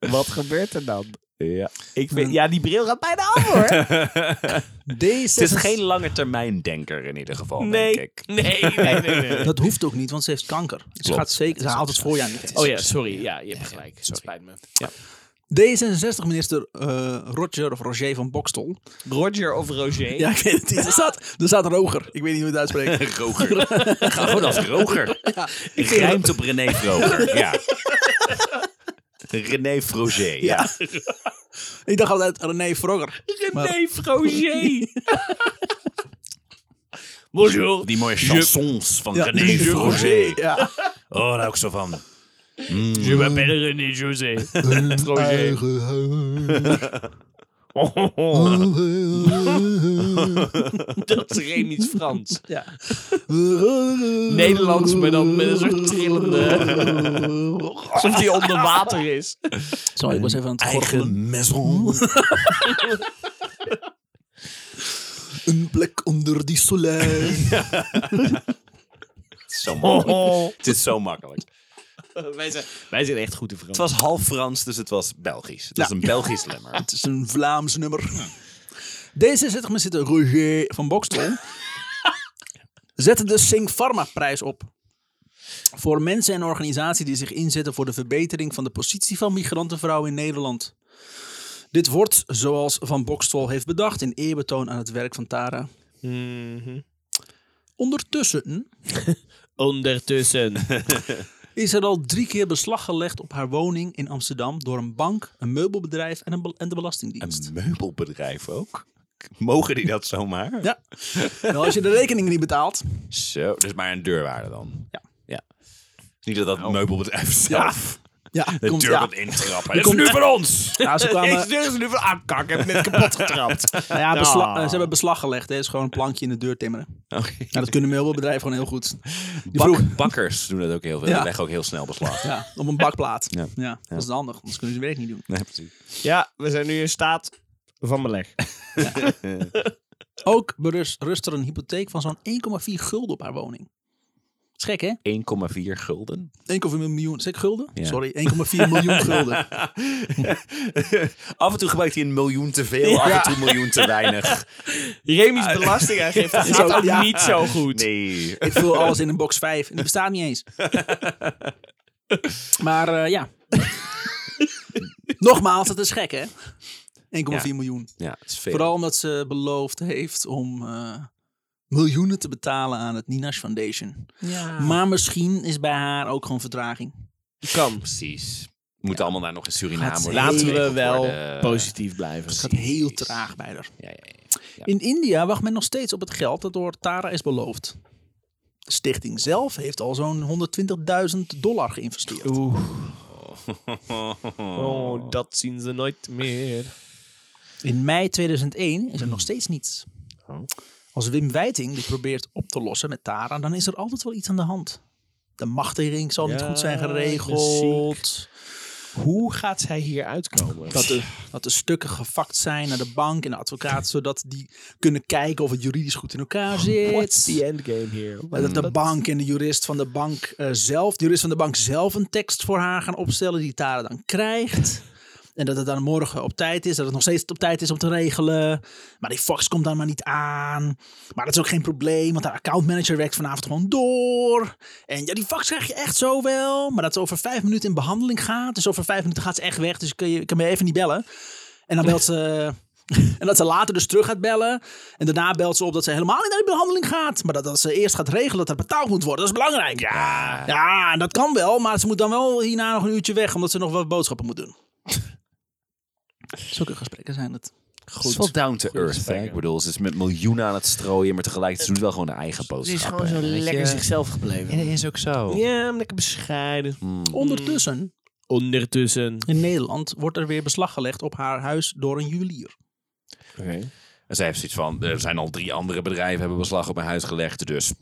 B: Wat gebeurt er dan?
D: ja.
B: Ik vind, ja, die bril gaat bijna af hoor.
A: Deze
D: Het is geen lange termijn denker in ieder geval,
B: Nee,
D: Oh, denk ik.
B: nee, nee, nee. nee.
A: Dat hoeft ook niet, want ze heeft kanker. Ze,
D: Klopt.
A: gaat zeker, ze haalt het voorjaar niet.
B: Oh ja, sorry. Ja, je hebt gelijk. Het spijt me.
A: D66-minister eh, Roger of Roger van Bokstel.
B: Roger of Roger?
A: Ja, ik weet het niet. Er staat, er staat Roger. Ik weet niet hoe je het uitspreekt.
D: Roger. Ga gewoon als Roger. Ik rijmt op René Vroger. Ja.
E: René Froger. Ja.
A: Ja. ik dacht altijd René Vroger.
B: René Roger. Bonjour.
D: Die mooie chansons van
A: Ja.
D: René Vroger.
A: Ja.
D: Oh, daar hou ik zo van.
B: Je m'appelle René José. Roger. Dat is niet Frans.
A: Ja.
B: Nederlands, maar dan met een soort trillende... Alsof die onder water is.
A: Zo, ik was even aan het gorgelen.
E: Eigen maison.
A: Een plek onder die soleil.
E: Zo makkelijk. Het is zo makkelijk.
B: Wij zijn, wij zijn echt goed in Frans.
E: Het was half Frans, dus het was Belgisch. Het was een Belgisch lemmer.
A: Het is een Vlaams nummer. D66 met zitten Roger van Bokstel. Zette de Sing Pharma prijs op. Voor mensen en organisaties die zich inzetten voor de verbetering van de positie van migrantenvrouwen in Nederland. Dit wordt, zoals Van Bokstel heeft bedacht, in eerbetoon aan het werk van Tara.
B: Mhm.
A: Ondertussen
B: Ondertussen.
A: is er al drie keer beslag gelegd op haar woning in Amsterdam door een bank, een meubelbedrijf en, een bel- en de Belastingdienst.
E: Een meubelbedrijf ook. Mogen die dat zomaar?
A: Ja. Nou, als je de rekening niet betaalt.
E: Zo, dus maar een deurwaarde dan.
A: Ja.
E: ja. Niet dat dat meubelbedrijf zelf
A: Ja,
E: de
A: komt,
E: deur
A: ja.
E: gaat intrappen. Dat is
A: komt-
E: nu van ons!
A: Ja, ze, kwamen,
B: Deze deur is nu van aankak. Ik heb net kapot getrapt.
A: nou ja, besla-
B: Ah.
A: eh, ze hebben beslag gelegd. Het is gewoon een plankje in de deur timmeren.
E: Oké.
A: Nou, dat kunnen meubelbedrijven gewoon heel goed. Die
D: Bak-
A: vroeg,
D: bakkers doen dat ook heel veel.
A: Ja.
D: Die leggen ook heel snel beslag.
A: ja, op een bakplaat. Ja,
E: Ja.
A: dat is handig. Anders kunnen ze hun werk niet doen.
E: Nee, precies.
B: Ja, we zijn nu in staat van beleg.
A: Ook berust, rust er een hypotheek van zo'n 1,4 gulden op haar woning. Dat is gek, hè?
D: 1,4 gulden.
A: 1,4 miljoen. Zeg ik gulden?
D: Ja.
A: Sorry, 1,4 miljoen gulden.
E: af en toe gebruikt hij een miljoen te veel, af en toe een miljoen te weinig.
B: Remy's belastingaangifte gaat ook
A: Ja.
B: niet zo goed.
E: Nee.
A: Ik vul alles in een box 5 en die bestaat niet eens. Maar eh, ja. Nogmaals, dat is gek, hè? 1,4 miljoen.
D: Ja, dat is veel.
A: Vooral omdat ze beloofd heeft om eh, miljoenen te betalen aan het Ninash Foundation. Maar misschien is bij haar ook gewoon vertraging.
B: Kan.
D: Precies. We moeten allemaal daar nog in Suriname
A: Gaat ze-
D: worden
B: Laten we
D: geregeld
B: wel
D: worden.
B: positief blijven.
A: Het gaat heel traag bij haar.
D: Ja, ja, ja.
A: In India wacht men nog steeds op het geld dat door Tara is beloofd. De stichting zelf heeft al zo'n 120.000 dollar geïnvesteerd.
B: Oeh. Oh, dat zien ze nooit meer.
A: In mei 2001 is er nog steeds niets.
B: Oh.
A: Als Wim Wijting dit probeert op te lossen met Tara, dan is er altijd wel iets aan de hand. De machtiging zal niet
B: Ja,
A: goed zijn geregeld.
B: Hoe gaat zij hier uitkomen?
A: Dat de, dat de stukken gevakt zijn naar de bank en de advocaat, zodat die kunnen kijken of het juridisch goed in elkaar
B: What's
A: zit.
B: Oh, the endgame here?
A: Maar Eh, Dat de bank en de jurist van de bank eh, zelf, de jurist van de bank zelf een tekst voor haar gaan opstellen die Tara dan krijgt. En dat het dan morgen op tijd is, dat het nog steeds op tijd is om te regelen. Maar die fax komt dan maar niet aan. Maar dat is ook geen probleem, want haar accountmanager werkt vanavond gewoon door. En ja, die fax krijg je echt zo wel. Maar dat ze over vijf minuten in behandeling gaat. Dus over vijf minuten gaat ze echt weg, dus kun je, kan me even niet bellen. En dan belt ze... En dat ze later dus terug gaat bellen. En daarna belt ze op dat ze helemaal niet naar die behandeling gaat. Maar dat, dat ze eerst gaat regelen dat er betaald moet worden. Dat is belangrijk. Ja. ja, en dat kan wel. Maar ze moet dan wel hierna nog een uurtje weg. Omdat ze nog wat boodschappen moet doen. Zulke gesprekken zijn het.
D: Het is wel down to earth. hè? Ik bedoel, ze is met miljoenen aan het strooien, maar tegelijkertijd doen ze wel gewoon de eigen boodschappen. weet je.
B: zichzelf gebleven.
D: Ja, dat is ook zo.
B: Ja, lekker bescheiden.
A: Ondertussen,
B: Ondertussen.
A: in Nederland, wordt er weer beslag gelegd op haar huis door een juwelier.
D: En zij heeft zoiets van, er zijn al drie andere bedrijven hebben beslag op mijn huis gelegd, dus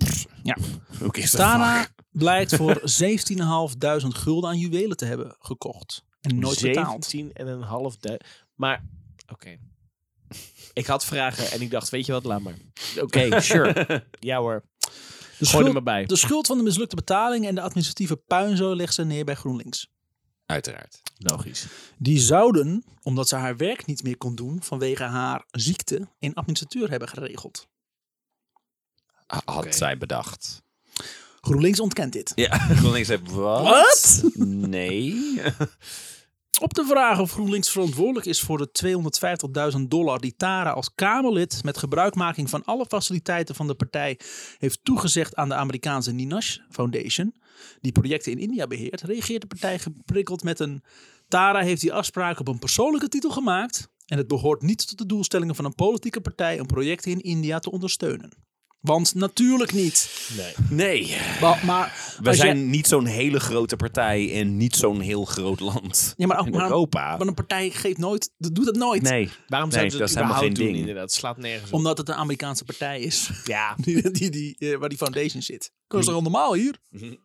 A: Ja.
D: ook is dat
A: Tana blijkt voor 17.500 gulden aan juwelen te hebben gekocht. En nooit betaald.
B: 17 en een half du- Maar, oké. Ik had vragen en ik dacht, weet je wat, laat maar. Oké, sure. ja hoor.
A: De
B: Gooi er
A: schuld,
B: maar bij.
A: de schuld van de mislukte betaling en de administratieve puinzooi legt ze neer bij GroenLinks.
D: Uiteraard.
B: Logisch.
A: Die zouden, omdat ze haar werk niet meer kon doen vanwege haar ziekte, een administratuur hebben geregeld.
D: Ha- Had zij bedacht.
A: GroenLinks ontkent dit.
D: Ja, GroenLinks heeft wat?
A: Wat?
D: Nee.
A: Op de vraag of GroenLinks verantwoordelijk is voor de 250.000 dollar die Tara als Kamerlid met gebruikmaking van alle faciliteiten van de partij heeft toegezegd aan de Amerikaanse Ninash Foundation, die projecten in India beheert, reageert de partij geprikkeld met een Tara heeft die afspraak op een persoonlijke titel gemaakt en het behoort niet tot de doelstellingen van een politieke partij om projecten in India te ondersteunen. Want natuurlijk niet.
D: Nee,
A: Wa- maar
D: we
A: als
D: zijn
A: jij-
D: niet zo'n hele grote partij en niet zo'n heel groot land.
A: ja, maar, ook-
D: in
A: maar,
D: Europa.
A: maar een partij geeft nooit, doet dat nooit.
D: Nee,
B: Waarom zouden
D: nee,
B: ze
D: dat
B: dat
D: is helemaal geen
B: überhaupt doen?
D: ding.
B: Inderdaad, Het slaat nergens op.
A: Omdat het een Amerikaanse partij is.
B: Ja.
A: Die, die, die, eh, waar die foundation zit. Dat is toch heel normaal hier?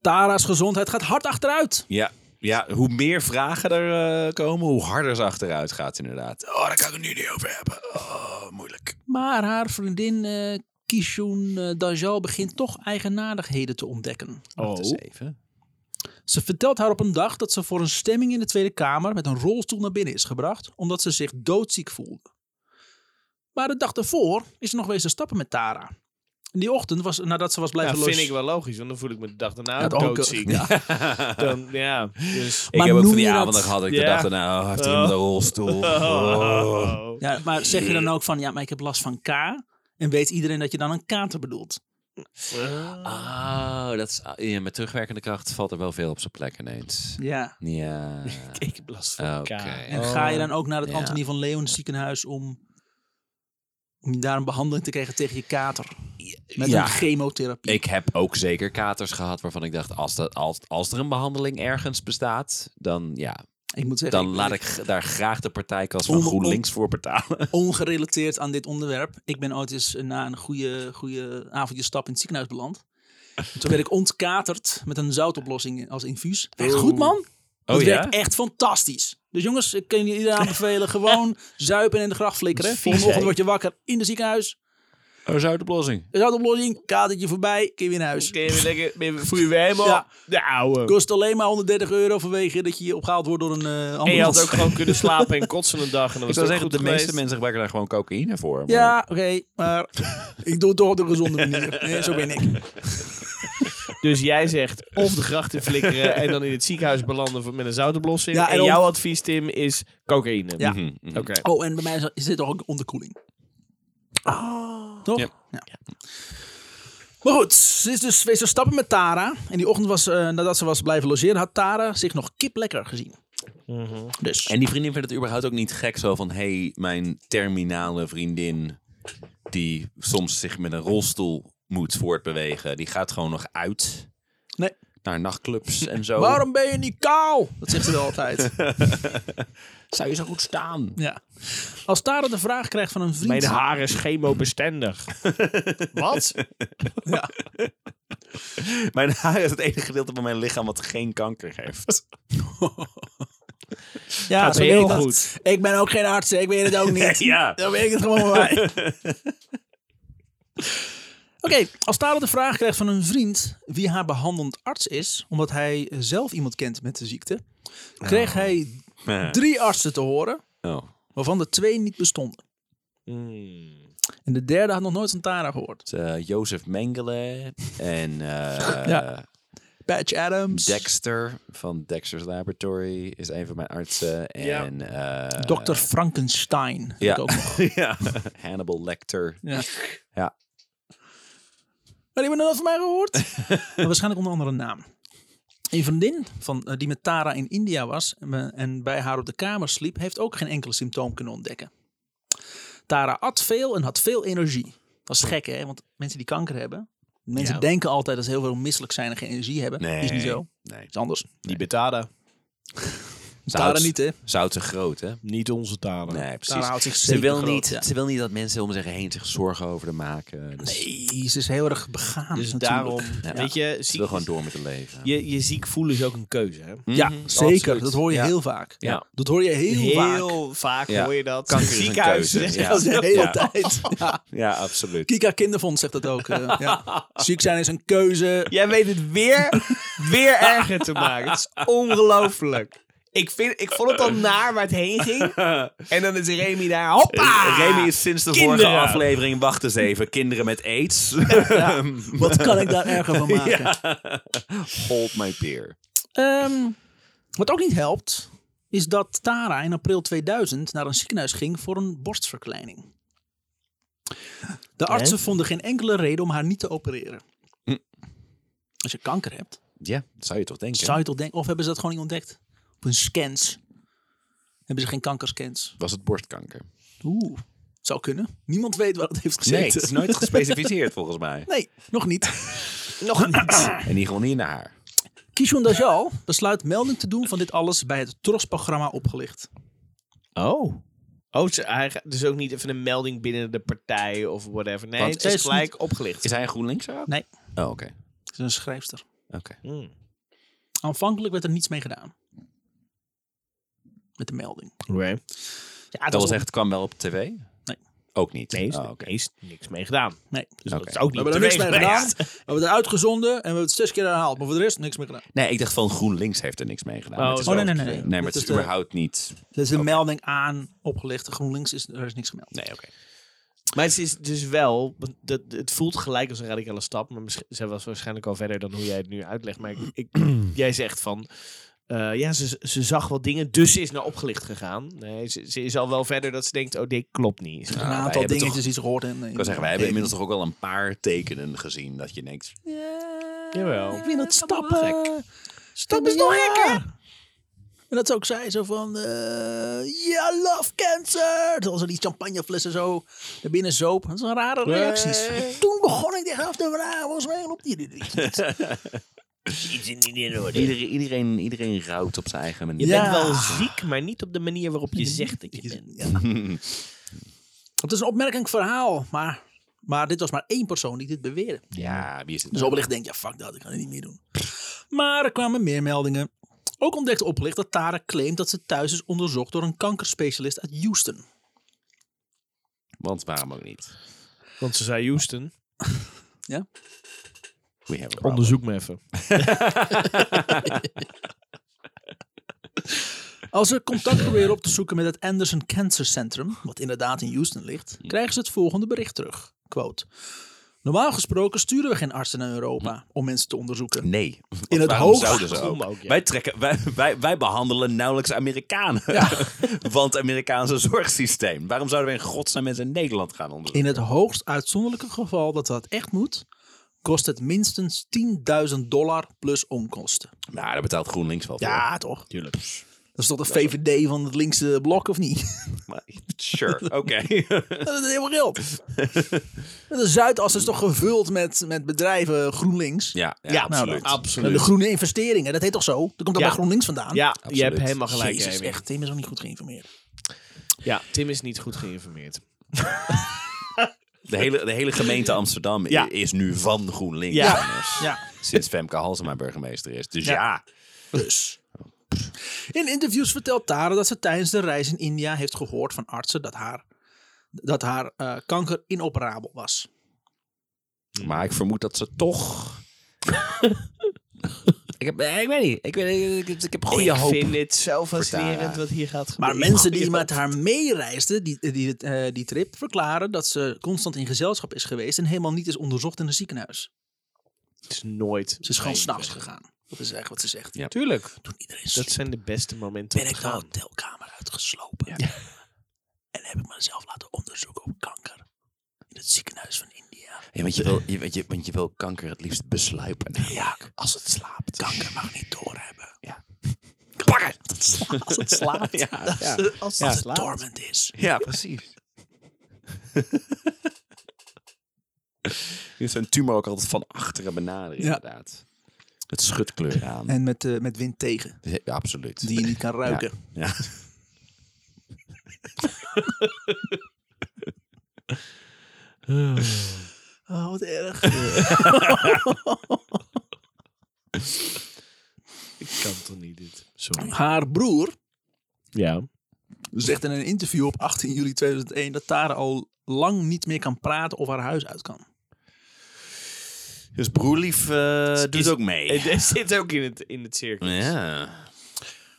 A: Tara's gezondheid gaat hard achteruit.
D: Ja. ja, hoe meer vragen er eh, komen, hoe harder ze achteruit gaat inderdaad. Oh, daar kan ik het nu niet over hebben. Oh, moeilijk.
A: Maar haar vriendin eh Kishun eh, Dajal begint toch eigenaardigheden te ontdekken.
D: Wacht
B: Oh.
D: eens even.
A: Ze vertelt haar op een dag dat ze voor een stemming in de Tweede Kamer met een rolstoel naar binnen is gebracht, omdat ze zich doodziek voelde. Maar de dag daarvoor is ze nog wezen stappen met Tara. En die ochtend, was, nadat ze was
B: Dat
A: blijven
B: vind
A: los-
B: ik wel logisch, want dan voel ik me de dag daarna
A: Ja,
B: ook
A: dat ook, eh,
B: doodziek.
A: ja.
B: Dan, ja, dus...
D: Ik
A: Maar
D: heb ook
A: noem
D: van die
A: je dat-
D: avonden gehad dat ik
B: Ja.
D: dacht, nou, heeft er iemand een rolstoel? Oh.
A: Ja, maar zeg je dan ook van, ja, maar ik heb last van K? En weet iedereen dat je dan een kater bedoelt?
D: Ah, dat is, ja, met terugwerkende kracht valt er wel veel op zijn plek ineens.
A: Ja.
D: Ja.
B: Ik heb last van
D: Oké.
B: elkaar.
A: En ga
D: Oh,
A: je dan ook naar het
D: ja.
A: Antonie van Leeuwen ziekenhuis om, om daar een behandeling te krijgen tegen je kater? Met
D: Ja.
A: een chemotherapie.
D: Ik heb ook zeker katers gehad waarvan ik dacht, als, dat, als, als er een behandeling ergens bestaat, dan, ja,
A: Ik moet zeggen,
D: dan laat ik g- daar graag de partijkas
A: On-
D: van
A: on-
D: GroenLinks voor betalen.
A: ongerelateerd aan dit onderwerp. Ik ben ooit eens eh, na een goede, goede avondje stap in het ziekenhuis beland. Toen werd ik ontkaterd met een zoutoplossing als infuus. Werkt goed, man. Dat
D: Oh, ja?
A: werkt echt fantastisch. Dus jongens, ik kan je iedereen aanbevelen. Gewoon zuipen en in de gracht flikkeren.
D: Dat is vies,
A: Volgende
D: hè?
A: word je wakker in het ziekenhuis.
D: Oh, is uit de oplossing.
A: De zoutoplossing, katertje voorbij, kun je weer naar huis.
B: Kun je weer lekker... ben je- Voel je weer helemaal...
A: Ja.
B: De ouwe.
A: Kost alleen maar 130 euro vanwege dat je hier opgehaald wordt door een eh
B: En je had
A: ambulance.
B: ook gewoon kunnen slapen en kotsen een dag. En dan
D: Ik
B: was het ook
D: zou zeggen,
B: goed
D: de
B: geweest.
D: meeste mensen gebruiken daar gewoon cocaïne voor. maar-
A: Ja, oké, maar ik doe het toch op de gezonde manier. Nee, zo ben ik.
B: Dus jij zegt of de gracht in flikkeren en dan in het ziekenhuis belanden voor- met een zoutoplossing.
A: Ja, en
B: en
A: om-
B: jouw advies, Tim, is cocaïne.
A: Ja.
D: Mhm, mhm.
B: Oké.
A: Oh, en bij mij is- is dit toch ook onderkoeling. Toch?
D: Ja.
A: Maar goed, ze is dus wees zo stappen met Tara. En die ochtend was, eh, nadat ze was blijven logeren, had Tara zich nog kiplekker gezien. Dus.
D: En die vriendin vindt het überhaupt ook niet gek zo van... hey, mijn terminale vriendin die soms zich met een rolstoel moet voortbewegen... die gaat gewoon nog uit
A: Nee.
D: naar nachtclubs en zo.
A: Waarom ben je niet kaal? Dat zegt ze wel altijd.
D: zou je zo goed staan?
A: ja. Als Tara de vraag krijgt van een
B: Mijn
A: vriend...
B: haar is chemobestendig. Wat?
A: Ja.
D: Mijn haar is het enige gedeelte van mijn lichaam wat geen kanker heeft.
A: Ja,
B: Gaat
A: zo
B: heel
A: werkt dat.
B: goed.
A: Ik ben ook geen arts, ik weet het ook niet.
D: Ja.
A: Dan weet ik het gewoon maar bij. Oké, als Tara de vraag krijgt van een vriend wie haar behandelend arts is, omdat hij zelf iemand kent met de ziekte, kreeg hij drie artsen te horen,
D: Oh,
A: waarvan de twee niet bestonden. En de derde had nog nooit van Tara gehoord.
D: het, eh, Jozef Mengele en eh,
A: Ja. Patch Adams,
D: Dexter van Dexter's Laboratory is een van mijn artsen.
B: Ja.
D: En, eh,
A: Dr. Frankenstein.
D: Ja.
A: Ik ook nog.
D: ja. Hannibal Lecter.
A: Ja.
D: Ja.
A: Maar die hebben nooit van mij gehoord. maar waarschijnlijk onder andere naam. Een vriendin van, eh, die met Tara in India was eh, en bij haar op de kamer sliep, heeft ook geen enkele symptoom kunnen ontdekken. Tara at veel en had veel energie. Dat is gek, hè? Want mensen die kanker hebben, mensen
B: Ja.
A: denken altijd dat ze heel veel misselijk zijn en geen energie hebben. Is niet zo.
D: Nee.
A: Is anders.
B: Die betalen.
A: Tara niet, hè?
D: Zout te groot, hè?
B: Niet onze talen.
D: Nee, precies.
A: Tara houdt zich
D: ze,
A: Oh, nou, zeker
D: wil
A: groot,
D: niet,
A: ja.
D: ze wil niet dat mensen om zich heen zich zorgen over de maken. Dus
A: Nee, ze is heel erg begaan.
B: Dus
A: natuurlijk.
B: daarom,
D: Ja.
B: weet je,
D: Ze
B: ziek,
D: wil gewoon door met het leven. Mhm.
B: je, je ziek voelen is ook een keuze. Hè?
A: Ja, zeker.
B: absoluut.
A: Dat hoor je
B: Ja.
A: heel vaak.
D: Ja.
A: Dat hoor je heel, vaak.
B: Heel vaak,
D: Ja.
B: hoor je dat.
D: Kanker is een
B: Ziekenhuis
D: keuze,
B: zeggen
D: ja.
B: dat
A: De
B: heel
A: hele
D: Ja.
A: tijd. Ja.
D: Ja, absoluut.
A: Kika Kinderfonds zegt dat ook. eh, ja. Ziek zijn is een keuze.
B: Jij weet het weer, weer erger te maken. Het is ongelooflijk. Ik, vind, ik vond het al naar waar het heen ging. En dan is Remy daar. Hoppa!
D: Remy is sinds de
B: Kinderen.
D: vorige aflevering, wacht eens even, kinderen met aids.
A: Wat kan ik daar erger van maken?
D: Hold my peer.
A: Ehm, Wat ook niet helpt, is dat Tara in april 2000 naar een ziekenhuis ging voor een borstverkleining. De artsen vonden geen enkele reden om haar niet te opereren. Als je kanker hebt,
D: Ja, dat zou je toch denken?
A: zou je toch denken, of hebben ze dat gewoon niet ontdekt? Op hun scans. Hebben ze geen kankerscans?
D: Was het borstkanker?
A: Oeh, zou kunnen. Niemand weet waar het heeft
D: Nee, het is
A: gezeten.
D: nooit gespecificeerd volgens mij.
A: nee nog niet. nog niet.
D: En die gewoon niet naar haar.
A: Kishon Dajal besluit melding te doen van dit alles bij het TROS-programma opgelicht.
B: Oh. Oh, ze- hij gaat dus ook niet even een melding binnen de partij of whatever. Nee,
D: Want
B: het is,
A: is
B: gelijk opgelicht.
D: Is hij een GroenLinks ook?
A: Nee.
D: Oh, oké. oké
A: Ze is een schrijfster. Aanvankelijk werd er niets mee gedaan. Met de melding.
B: Oké.
A: Ja, het
D: Dat was
A: on-
D: echt, het kwam wel op tv? Nee. Ook niet?
B: Nee, is,
D: Oh, oké.
B: nee, is niks mee gedaan.
A: Nee.
B: Dus
D: Oké.
B: dat is ook
A: We
B: niet
A: hebben er niks mee
B: teweeggebracht.
A: gedaan. We hebben het uitgezonden en we hebben het zes keer herhaald. Maar voor de rest niks meer gedaan.
D: Nee, ik dacht van GroenLinks heeft er niks mee
B: Oh,
D: gedaan. Maar het is
B: oh,
D: wel
A: nee,
D: op
A: nee,
D: tv.
A: nee.
D: Nee, maar
A: Dat
D: het is
A: is de-
D: überhaupt niet...
A: Er is een melding aan opgelicht. GroenLinks is, er is niks gemeld.
D: Nee, oké.
B: Maar het is dus wel, want dat, het voelt gelijk als een radicale stap, maar misschien, zij was waarschijnlijk al verder dan hoe jij het nu uitlegt. Maar ik, ik- jij zegt van, eh, ja, ze, ze zag wel dingen, dus ze is naar opgelicht gegaan. Nee, ze, ze is al wel verder dat ze denkt, oh, dit klopt niet.
A: een
D: Ah, wij
A: aantal
D: hebben
A: dingetjes die ze gehoord hebben.
D: Ik wil zeggen, wij hebben inmiddels toch ook al een paar tekenen gezien dat je denkt...
B: Jawel.
A: Ik vind dat stappen. Stappen is nog gekker. En dat ze ook zei zo van, eh yeah, I love cancer. Terwijl ze die champagneflessen zo naar binnen zoop. Dat zijn rare reacties. Toen begon ik echt af te vragen, volgens mij op die... die- die-
D: Iedereen, iedereen, iedereen rouwt op zijn eigen
B: Je
D: manier.
B: bent wel ziek, maar niet op de manier waarop je zegt dat je bent.
A: Ja. Het is een opmerkelijk verhaal, maar, maar dit was maar één persoon die dit beweerde.
D: Ja, wie is het? nou?
A: Dus oplicht denkt, ja fuck dat, ik kan het niet meer doen. Maar er kwamen meer meldingen. Ook ontdekte oplicht dat Tara claimt dat ze thuis is onderzocht door een kankerspecialist uit Houston.
D: Want waarom ook niet?
B: Want ze zei, Houston,
D: We have a problem.
B: onderzoek me even.
A: Als ze contact proberen op te zoeken met het Anderson Cancer Centrum, wat inderdaad in Houston ligt, krijgen ze het volgende bericht terug. Quote. Normaal gesproken sturen we geen artsen naar Europa om mensen te onderzoeken.
D: Nee.
A: In het
D: Waarom
A: hoogst-
D: zouden ze ook?
B: Waarom ook, ja.
D: Wij, trekken, wij, wij, wij behandelen nauwelijks Amerikanen. Want Amerikaanse zorgsysteem. Waarom zouden wij in godsnaam mensen in Nederland gaan onderzoeken?
A: In het hoogst uitzonderlijke geval dat dat echt moet, kost het minstens 10.000 dollar plus onkosten.
D: Nou, daar betaalt GroenLinks wel voor.
A: Ja, toch?
D: tuurlijk.
A: Dat is toch de VVD van het linkse blok, of niet?
D: Maar, sure, oké.
A: dat is helemaal geld. De Zuidas is toch gevuld met, met bedrijven GroenLinks?
D: ja, ja,
B: Ja,
D: absoluut.
B: nou, absoluut.
A: De groene investeringen, dat heet toch zo? Dat komt toch
B: Ja.
A: bij GroenLinks vandaan?
B: Ja,
D: Absoluut.
B: je hebt helemaal gelijk.
A: Jezus,
B: Jamie.
A: echt. Tim is nog niet goed geïnformeerd.
B: Ja, Tim is niet goed geïnformeerd.
D: de, hele, de hele gemeente Amsterdam i-
B: Ja.
D: is nu van GroenLinks.
B: Ja.
D: jongens.
A: Ja.
D: Sinds Femke Halsema burgemeester is. Dus ja.
A: Dus. In interviews vertelt Tara dat ze tijdens de reis in India heeft gehoord van artsen dat haar, dat haar eh, kanker inoperabel was.
D: Maar ik vermoed dat ze toch... ik, heb, eh, ik weet niet. Ik, weet, ik, ik- ik heb goede
B: ik
D: hoop.
B: vind dit zo
D: Tara.
B: fascinerend wat hier gaat
A: Maar
B: gebeuren.
A: mensen die met haar meereisden, die, die, eh, die trip, verklaren dat ze constant in gezelschap is geweest en helemaal niet is onderzocht in een ziekenhuis.
B: Het is nooit...
A: Ze is gewoon s'nachts gegaan. Dat is echt wat ze zegt.
D: Ja.
B: Tuurlijk.
A: Toen iedereen
B: Dat
A: sliep,
B: zijn de beste momenten.
A: ben
B: om
A: ik
B: te
A: de
B: gaan.
A: hotelkamer uitgeslopen. En heb ik mezelf laten onderzoeken op kanker. In het ziekenhuis van India.
D: Ja, want, je wil, je, want, je, want je wil kanker het liefst besluipen.
A: Ja, als het slaapt. Kanker mag niet doorhebben.
D: Ja.
A: Pak het! Als het slaapt.
D: Ja, ja.
B: Als
A: Als het dormant is.
D: ja precies. Je zijn tumor ook altijd van achteren benaderen,
A: Ja.
D: inderdaad. Het schudt kleur aan.
A: En met, eh, met wind tegen,
D: Ja, absoluut.
A: die je niet kan ruiken.
D: Ja.
A: Oh, wat erg.
B: Ik kan toch niet dit. Sorry.
A: Haar broer
B: Ja.
A: zegt Dus in een interview op 18 juli 2001 dat Tara al lang niet meer kan praten of haar huis uit kan.
D: Dus broerlief eh, doet ook mee.
B: Het zit ook in het, in het cirkel.
D: Ja.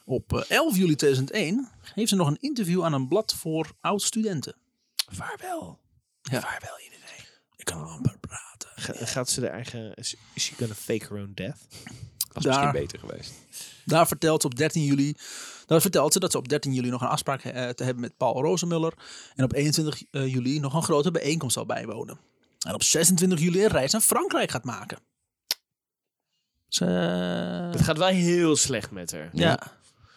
A: Op eh, 11 juli 2001 geeft ze nog een interview aan een blad voor oud-studenten. Vaarwel. Ja. Vaarwel iedereen. Ik kan amper praten.
B: Ga- Gaat ze de eigen... Is is she gonna fake her own death?
D: Was
A: Daar.
D: misschien beter geweest.
A: Daar vertelt ze op 13 juli. Daar vertelt ze dat ze op 13 juli nog een afspraak eh, te hebben met Paul Rozemuller. En op 21 eh, juli nog een grote bijeenkomst zal bijwonen. En op 26 juli een reis naar Frankrijk gaat maken. Ze.
B: Het gaat wel heel slecht met haar.
A: ja.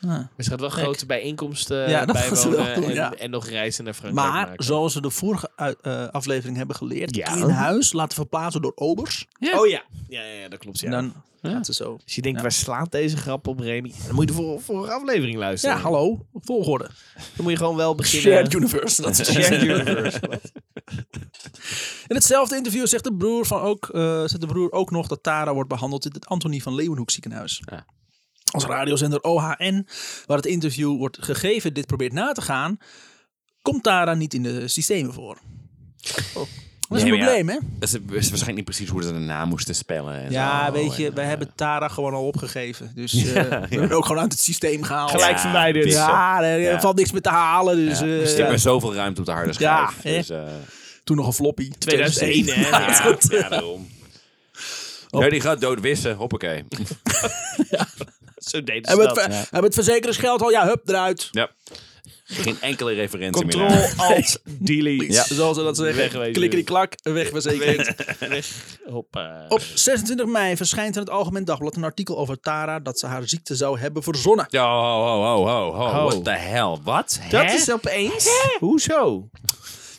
A: Ja.
B: Maar ze gaat wel
A: Gek.
B: grote bijeenkomsten
A: Ja,
B: ja,
A: dat gaat ze wel
B: bijwonen
A: doen,
B: en,
A: ja.
B: en nog reizen naar Frankrijk
A: Maar
B: maken.
A: zoals we de vorige uit- eh, aflevering hebben geleerd,
B: Ja.
A: in huis laten verplaatsen door obers.
B: Oh ja. Ja, ja, ja, dat klopt. Ja.
A: En dan
B: Ja.
A: gaat ze zo.
B: Als Dus je denkt, waar slaat deze grap op, Remy? Dan moet je de vor- vorige aflevering luisteren.
A: Ja, hallo, volgorde. eh,
B: Dan moet je gewoon wel beginnen.
A: Shared universe. Dat is
B: Shared universe.
A: In hetzelfde interview zegt de broer, van ook, eh, zegt de broer ook nog dat Tara wordt behandeld in het Antonie van Leeuwenhoek ziekenhuis.
D: Ja.
A: Als radiozender OHN, waar het interview wordt gegeven, dit probeert na te gaan, komt Tara niet in de systemen voor. Dat is
D: Nee,
A: een
D: maar ja,
A: probleem, hè?
D: Ze wisten waarschijnlijk niet precies hoe ze de naam moesten spellen. En
A: Ja,
D: zo.
A: weet je,
D: En,
A: wij
D: eh,
A: hebben Tara gewoon al opgegeven. Dus eh, we hebben haar ook gewoon uit het systeem gehaald.
B: Gelijk
D: Ja,
B: verwijderd.
D: precies.
A: Ja, er
D: Ja.
A: valt niks meer te halen. Dus,
D: Ja,
A: eh,
D: er zit maar zoveel ruimte op de harde
A: Ja,
D: schijf.
A: hè?
D: dus, eh,
A: Toen nog een floppy.
B: 2001, hè?
A: Ja,
B: Ja.
A: goed.
D: ja, daarom. Nee, die gaat dood wissen. Hoppakee.
B: Zo deden ze
A: Hebben we
B: dat.
A: het, ver- hebben we het verzekeringsgeld al? Ja, hup, eruit.
D: Ja. Geen enkele referentie meer. aan.
B: Control, alt, delete.
D: Ja.
A: Zoals ze dat zeggen.
B: Wegwezen.
A: Klikkerieklak, weg verzekering.
B: Hoppa.
A: Op 26 mei verschijnt in het Algemeen Dagblad een artikel over Tara dat ze haar ziekte zou hebben verzonnen.
D: Oh, oh, oh, oh, oh.
B: Oh.
D: What the hell? Wat?
B: Dat
D: Hè?
B: is opeens... Hoezo?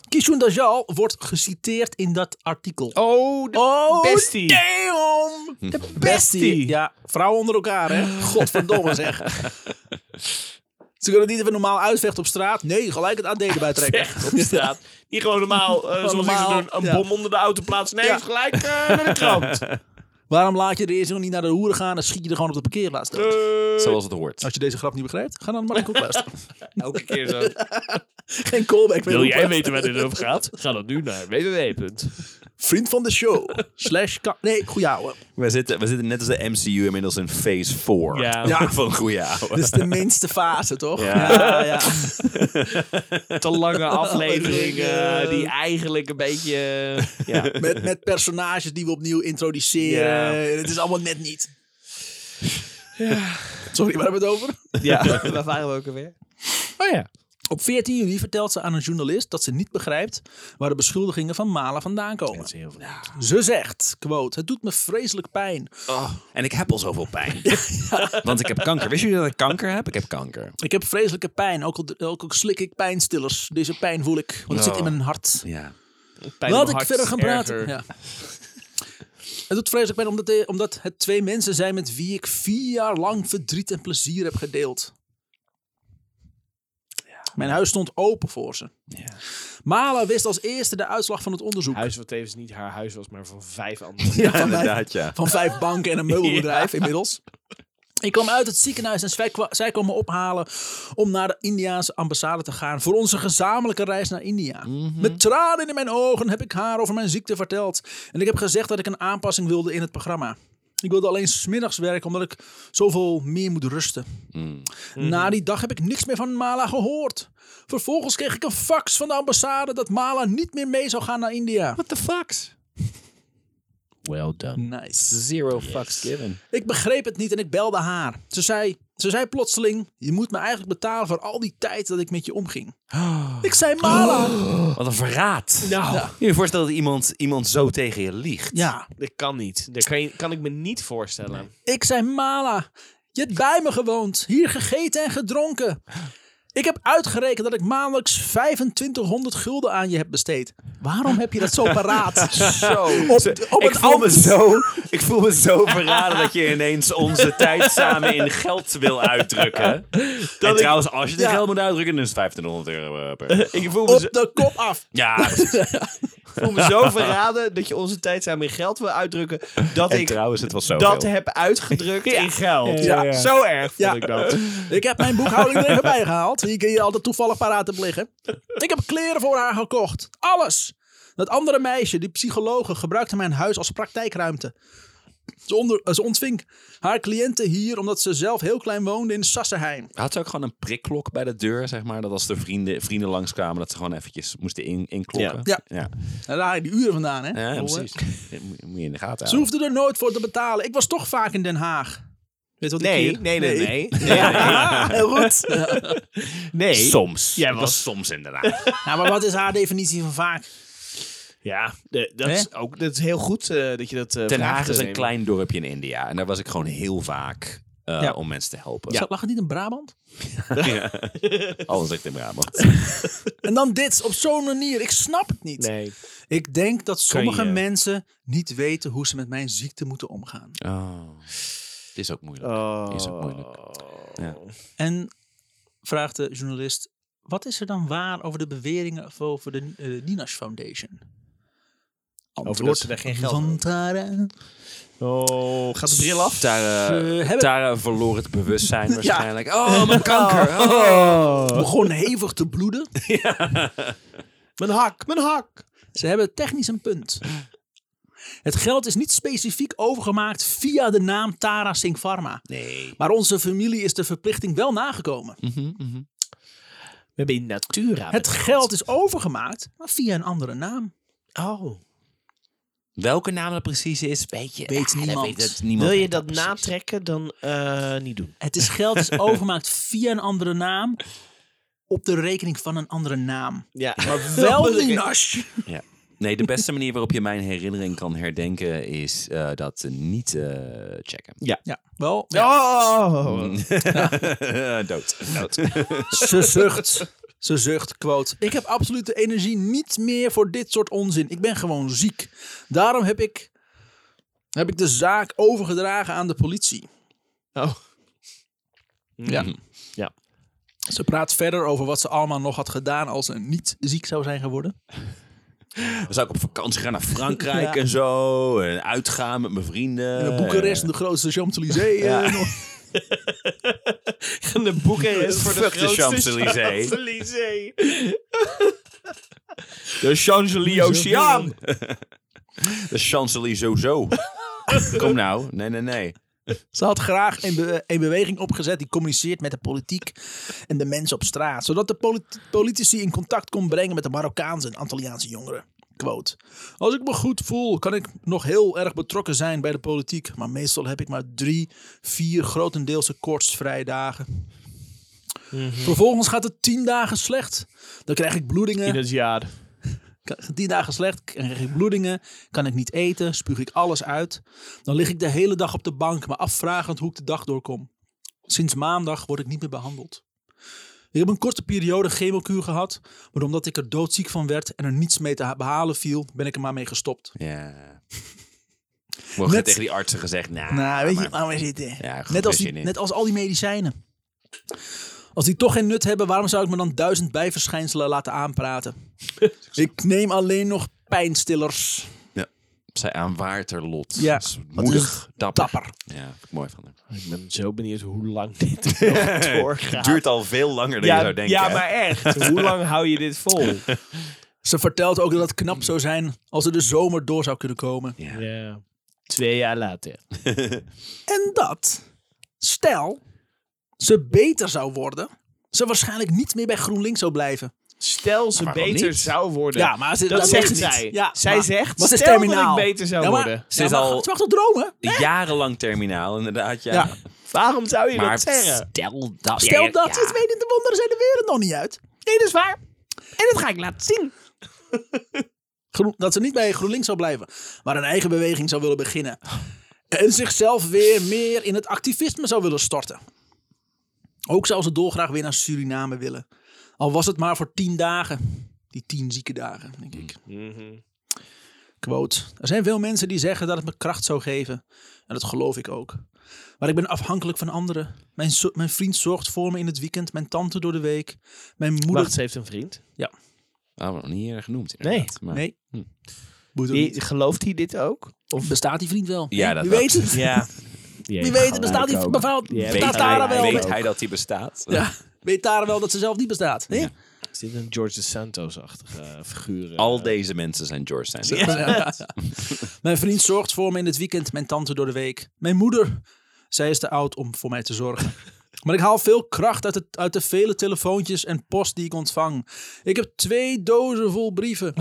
A: Kishun Dajal wordt geciteerd in dat artikel.
B: Oh, de
A: Oh,
B: bestie.
A: damn! De bestie. Ja, vrouwen onder elkaar, hè? Godverdomme, zeg. Ze kunnen het niet even normaal uitvechten op straat. Nee, gelijk het AD erbij trekken.
B: Echt op straat. Niet gewoon normaal, eh, zoals ik ze
A: normaal,
B: doen, een
A: ja.
B: bom onder de auto plaatsen. Nee,
A: Ja.
B: gelijk eh, naar de krant.
A: Waarom laat je de eerste nog niet naar de hoeren gaan en schiet je er gewoon op de parkeerplaats dood?
D: Zoals het hoort.
A: Als je deze grap niet begrijpt, ga dan maar een koek luisteren.
B: Elke keer zo.
A: Geen callback.
B: Wil
A: meer
B: jij
A: roepen.
B: weten waar dit over gaat? Ga dan nu naar www.
A: Vriend van de show. Slash. ka- Nee, goeie ouwe.
D: We zitten, we zitten net als de MCU inmiddels in phase 4.
B: Ja. Dus-
D: Van goeie ouwe.
A: Dit is de minste fase, toch?
D: Ja.
A: Ah, ja. Oh, ja.
B: Te lange afleveringen
A: Afleveringen.
B: die eigenlijk een beetje... eh, ja.
A: Met, met personages die we opnieuw introduceren. Het is allemaal net niet. Sorry, waar hebben we het over?
B: ja, waar waren we ook alweer? Oh ja.
A: Op 14 juli vertelt ze aan een journalist dat ze niet begrijpt waar de beschuldigingen van Malen vandaan komen.
B: heel veel.
A: Ze zegt, quote, het doet me vreselijk pijn.
D: En ik heb al zoveel pijn. Want ik heb kanker. Wist jullie dat ik kanker heb? Ik heb kanker.
A: Ik heb vreselijke pijn, ook al, ook al slik ik pijnstillers. Deze pijn voel ik, want het
D: Oh.
A: zit in mijn hart.
D: Ja.
B: Pijn
A: Laat
B: om
A: ik
B: hart
A: verder gaan praten.
B: erger.
A: Ja. Het doet vreselijk pijn omdat, de- omdat het twee mensen zijn met wie ik vier jaar lang verdriet en plezier heb gedeeld. Mijn huis stond open voor ze. Malen wist als eerste de uitslag van het onderzoek.
B: Huis wat tevens niet haar huis was, maar van vijf anderen.
A: Ja, van, vijf,
D: Inderdaad, ja.
A: van vijf banken en een meubelbedrijf inmiddels. Ik kwam uit het ziekenhuis en zij, kwa- zij kwam me ophalen om naar de Indiaanse ambassade te gaan voor onze gezamenlijke reis naar India. Met tranen in mijn ogen heb ik haar over mijn ziekte verteld. En ik heb gezegd dat ik een aanpassing wilde in het programma. Ik wilde alleen smiddags werken omdat ik zoveel meer moet rusten. Na die dag heb ik niks meer van Mala gehoord. Vervolgens kreeg ik een fax van de ambassade dat Mala niet meer mee zou gaan naar India.
D: What the fucks?
B: Well done.
A: Nice.
D: Zero fucks given.
A: Ik begreep het niet en ik belde haar. Ze zei, ze zei plotseling: Je moet me eigenlijk betalen voor al die tijd dat ik met je omging. Ik zei: Mala.
D: Wat een verraad.
B: Nou,
D: Kun je je voorstellen dat iemand, iemand zo tegen je liegt?
A: Ja,
B: dat kan niet. Dat kan, je- kan ik me niet voorstellen.
A: ik zei: Mala. Je hebt bij me gewoond, hier gegeten en gedronken. Ik heb uitgerekend dat ik maandelijks 2500 gulden aan je heb besteed. Waarom heb je dat zo paraat? zo. Op, op
D: ik,
A: het
D: voel me
A: album.
D: zo, ik voel me zo verraden dat je ineens onze tijd samen in geld wil uitdrukken. en trouwens, als je het in
A: Ja.
D: geld moet uitdrukken, dan is het 2500 euro eh, per.
B: Ik voel me,
A: Op
B: zo,
A: de kop af.
D: Ja, precies.
B: voel me zo verraden dat je onze tijd samen in geld wil uitdrukken. Dat
D: en
B: ik
D: trouwens, het was zo.
B: dat heb uitgedrukt in geld.
A: Ja, ja.
B: Zo erg
A: Ja.
B: vond ik dat.
A: Ik heb mijn boekhouding er even bij gehaald. Die kun je altijd toevallig paraat hebt liggen. Ik heb kleren voor haar gekocht. Alles. Dat andere meisje, die psychologe, gebruikte mijn huis als praktijkruimte. Ze, onder, eh, ze ontving haar cliënten hier omdat ze zelf heel klein woonde in Sassenheim.
D: Had ze ook gewoon een prikklok bij de deur, zeg maar? Dat als de vrienden, vrienden langskwamen, dat ze gewoon eventjes moesten in, inklokken.
A: Ja.
D: ja.
A: En daar haal je die uren vandaan, hè?
D: Ja,
A: Hoe,
D: precies. Dat moet je- moet je in de gaten
A: Ze
D: houden.
A: hoefde er nooit voor te betalen. Ik was toch vaak in Den Haag. Weet je wat
B: Nee,
A: ik hier-
B: nee, nee, nee. Ja, heel goed. Nee.
E: Soms.
B: Jij
E: Ik
B: was-
E: soms inderdaad.
A: Nou, maar wat is haar definitie van vaak?
B: Ja, de- dat,
A: Hè?
B: is ook, dat is heel goed eh, dat je dat eh
D: Ten
B: vraagt,
D: Haag is een
B: Remy.
D: klein dorpje in India. En daar was ik gewoon heel vaak eh, om mensen te helpen.
A: Zat- Lag het niet in Brabant?
D: Alles echt in Brabant.
A: En dan dit, op zo'n manier. Ik snap het niet.
B: Nee.
A: Ik denk dat sommige
B: je-
A: mensen niet weten hoe ze met mijn ziekte moeten omgaan.
D: Oh. Het is ook moeilijk.
B: Oh.
D: Is ook moeilijk. Ja.
A: En vraagt de journalist: wat is er dan waar over de beweringen of over de eh, Ninas Foundation?
B: Over dat ze daar geen geld aan
A: van
B: doen.
A: Tara.
B: Oh, gaat de bril af?
D: Tara,
A: Ze hebben-
D: Tara verloor het bewustzijn waarschijnlijk. Oh, mijn kanker. Oh.
A: begon hevig te bloeden.
B: Mijn hak, mijn hak.
A: Ze hebben technisch een punt. Het geld is niet specifiek overgemaakt via de naam Tara Singh Pharma.
D: Nee.
A: Maar onze familie is de verplichting wel nagekomen.
D: Mhm,
B: We hebben in Natura.
A: Het geld is overgemaakt, maar via een andere naam.
B: Oh.
D: Welke naam dat precies is, weet je.
A: Weet
D: ja, dat
A: niemand.
D: Weet, dat niemand
B: Wil je
D: weet
B: dat
D: precies.
B: natrekken, dan eh, niet doen.
A: Het is geld is overgemaakt via een andere naam. Op de rekening van een andere naam.
B: Ja, maar
A: Wel Ninash.
D: Ja. Nee, de beste manier waarop je mijn herinnering kan herdenken is eh, dat niet eh, checken.
A: Ja, wel.
B: Oh.
D: Mm. Dood. Dood.
A: Ze zucht. Ze zucht, quote. Ik heb absoluut de energie niet meer voor dit soort onzin. Ik ben gewoon ziek. Daarom heb ik, heb ik de zaak overgedragen aan de politie.
B: Oh.
A: Mm. Ja.
B: Ja.
A: Ze praat verder over wat ze allemaal nog had gedaan als ze niet ziek zou zijn geworden.
D: Dan zou ik op vakantie gaan naar Frankrijk
A: Ja.
D: en zo. En uitgaan met mijn vrienden.
A: In Eh, Boekarest, de grootste Champs-Élysées. eh, nog.
B: De boeken is voor de
D: Fuck de
B: grootste
D: Champs-Élysées.
B: Champs-Élysées.
D: De Champs-Élysées-Oceaan. De Champs-Élysées zo. Kom nou. Nee, nee, nee.
A: Ze had graag een, be- een beweging opgezet die communiceert met de politiek en de mensen op straat. Zodat de polit- politici in contact kon brengen met de Marokkaanse en Antilliaanse jongeren. Quote. Als ik me goed voel, kan ik nog heel erg betrokken zijn bij de politiek. Maar meestal heb ik maar drie, vier grotendeels kortsvrije dagen. Vervolgens gaat het tien dagen slecht. Dan krijg ik bloedingen.
B: In het jaar.
A: K- Tien dagen slecht, krijg ik bloedingen, kan ik niet eten, spuug ik alles uit. Dan lig ik de hele dag op de bank, me afvragend hoe ik de dag doorkom. Sinds maandag word ik niet meer behandeld. Ik heb een korte periode chemokuur gehad, maar omdat ik er doodziek van werd en er niets mee te ha- behalen viel, ben ik er maar mee gestopt.
D: Ja. Mocht je
A: Net-
D: tegen die artsen gezegd, nou,
A: Nou, weet je,
D: maar-
A: laat maar zitten.
D: Ja, goed,
A: net, als
D: zin
A: die,
D: in.
A: net als al die medicijnen. Als die toch geen nut hebben, waarom zou ik me dan duizend bijverschijnselen laten aanpraten? ik neem alleen nog pijnstillers.
D: Zij aanvaardt haar lot.
A: Ja.
D: Ze is
A: Wat is
D: Moedig, dapper.
A: Tapper.
D: Ja, vind ik mooi van haar.
B: Ik ben zo benieuwd hoe lang dit nog doorgaat.
E: Duurt al veel langer dan je zou denken.
B: ja
E: hè?
B: maar echt. Hoe lang hou je dit vol?
A: Ze vertelt ook dat het knap zou zijn als ze de zomer door zou kunnen komen.
B: Ja. Twee jaar later.
A: En dat, stel, ze beter zou worden, ze waarschijnlijk niet meer bij GroenLinks zou blijven.
B: Stel ze
D: waarom
B: beter
D: niet?
B: zou worden.
A: Ja, maar ze,
B: dat,
A: zegt
B: zegt
A: ze niet.
B: zij.
A: Ja,
B: zij
A: maar-
B: zegt,
A: maar ze is
B: stel dat
A: terminaal.
B: ik beter zou
A: Ja, maar-
B: worden.
D: Ze is
A: ja, maar
D: al-
A: Ze mag toch dromen?
D: Jarenlang terminaal, inderdaad. Ja.
A: Ja.
B: Waarom zou je
D: Maar
B: dat zeggen?
D: stel dat...
A: Stel dat,
D: Ja.
A: het weet de wonderen zijn de wereld nog niet uit.
B: Nee, dat is waar. En dat ga ik laten zien.
A: Groen- dat ze niet bij GroenLinks zou blijven, maar een eigen beweging zou willen beginnen. En zichzelf weer meer in het activisme zou willen storten. Ook zou ze dolgraag weer naar Suriname willen. Al was het maar voor tien dagen. Die tien zieke dagen, denk ik.
E: Mhm.
A: Quote. Er zijn veel mensen die zeggen dat het me kracht zou geven. En dat geloof ik ook. Maar ik ben afhankelijk van anderen. Mijn, zo- mijn vriend zorgt voor me in het weekend. Mijn tante door de week. Mijn moeder...
B: Wacht, ze heeft een vriend.
D: Oh, nog niet eerder genoemd.
B: Nee.
D: inderdaad, maar-
A: Nee.
D: Hm.
A: Boeit ook niet.
B: Die, gelooft hij dit ook?
A: Of bestaat die vriend wel?
D: Ja, dat
A: Wie
D: dat-
A: weet het?
D: Ja.
A: Wie weet het, bestaat die mevrouw,
B: Ja,
A: bestaat
B: weet
A: Tara
B: hij-
A: wel?
D: weet
A: Weet,
D: hij dat hij bestaat?
A: ja, weet Tara wel dat ze zelf niet bestaat? Nee?
B: Is dit een George de Santos-achtige eh, figuur? eh?
D: Al deze mensen zijn George Sanders.
A: Mijn vriend zorgt voor me in het weekend, mijn tante door de week. Mijn moeder, zij is te oud om voor mij te zorgen. Maar ik haal veel kracht uit, het, uit de vele telefoontjes en post die ik ontvang. Ik heb twee dozen vol brieven.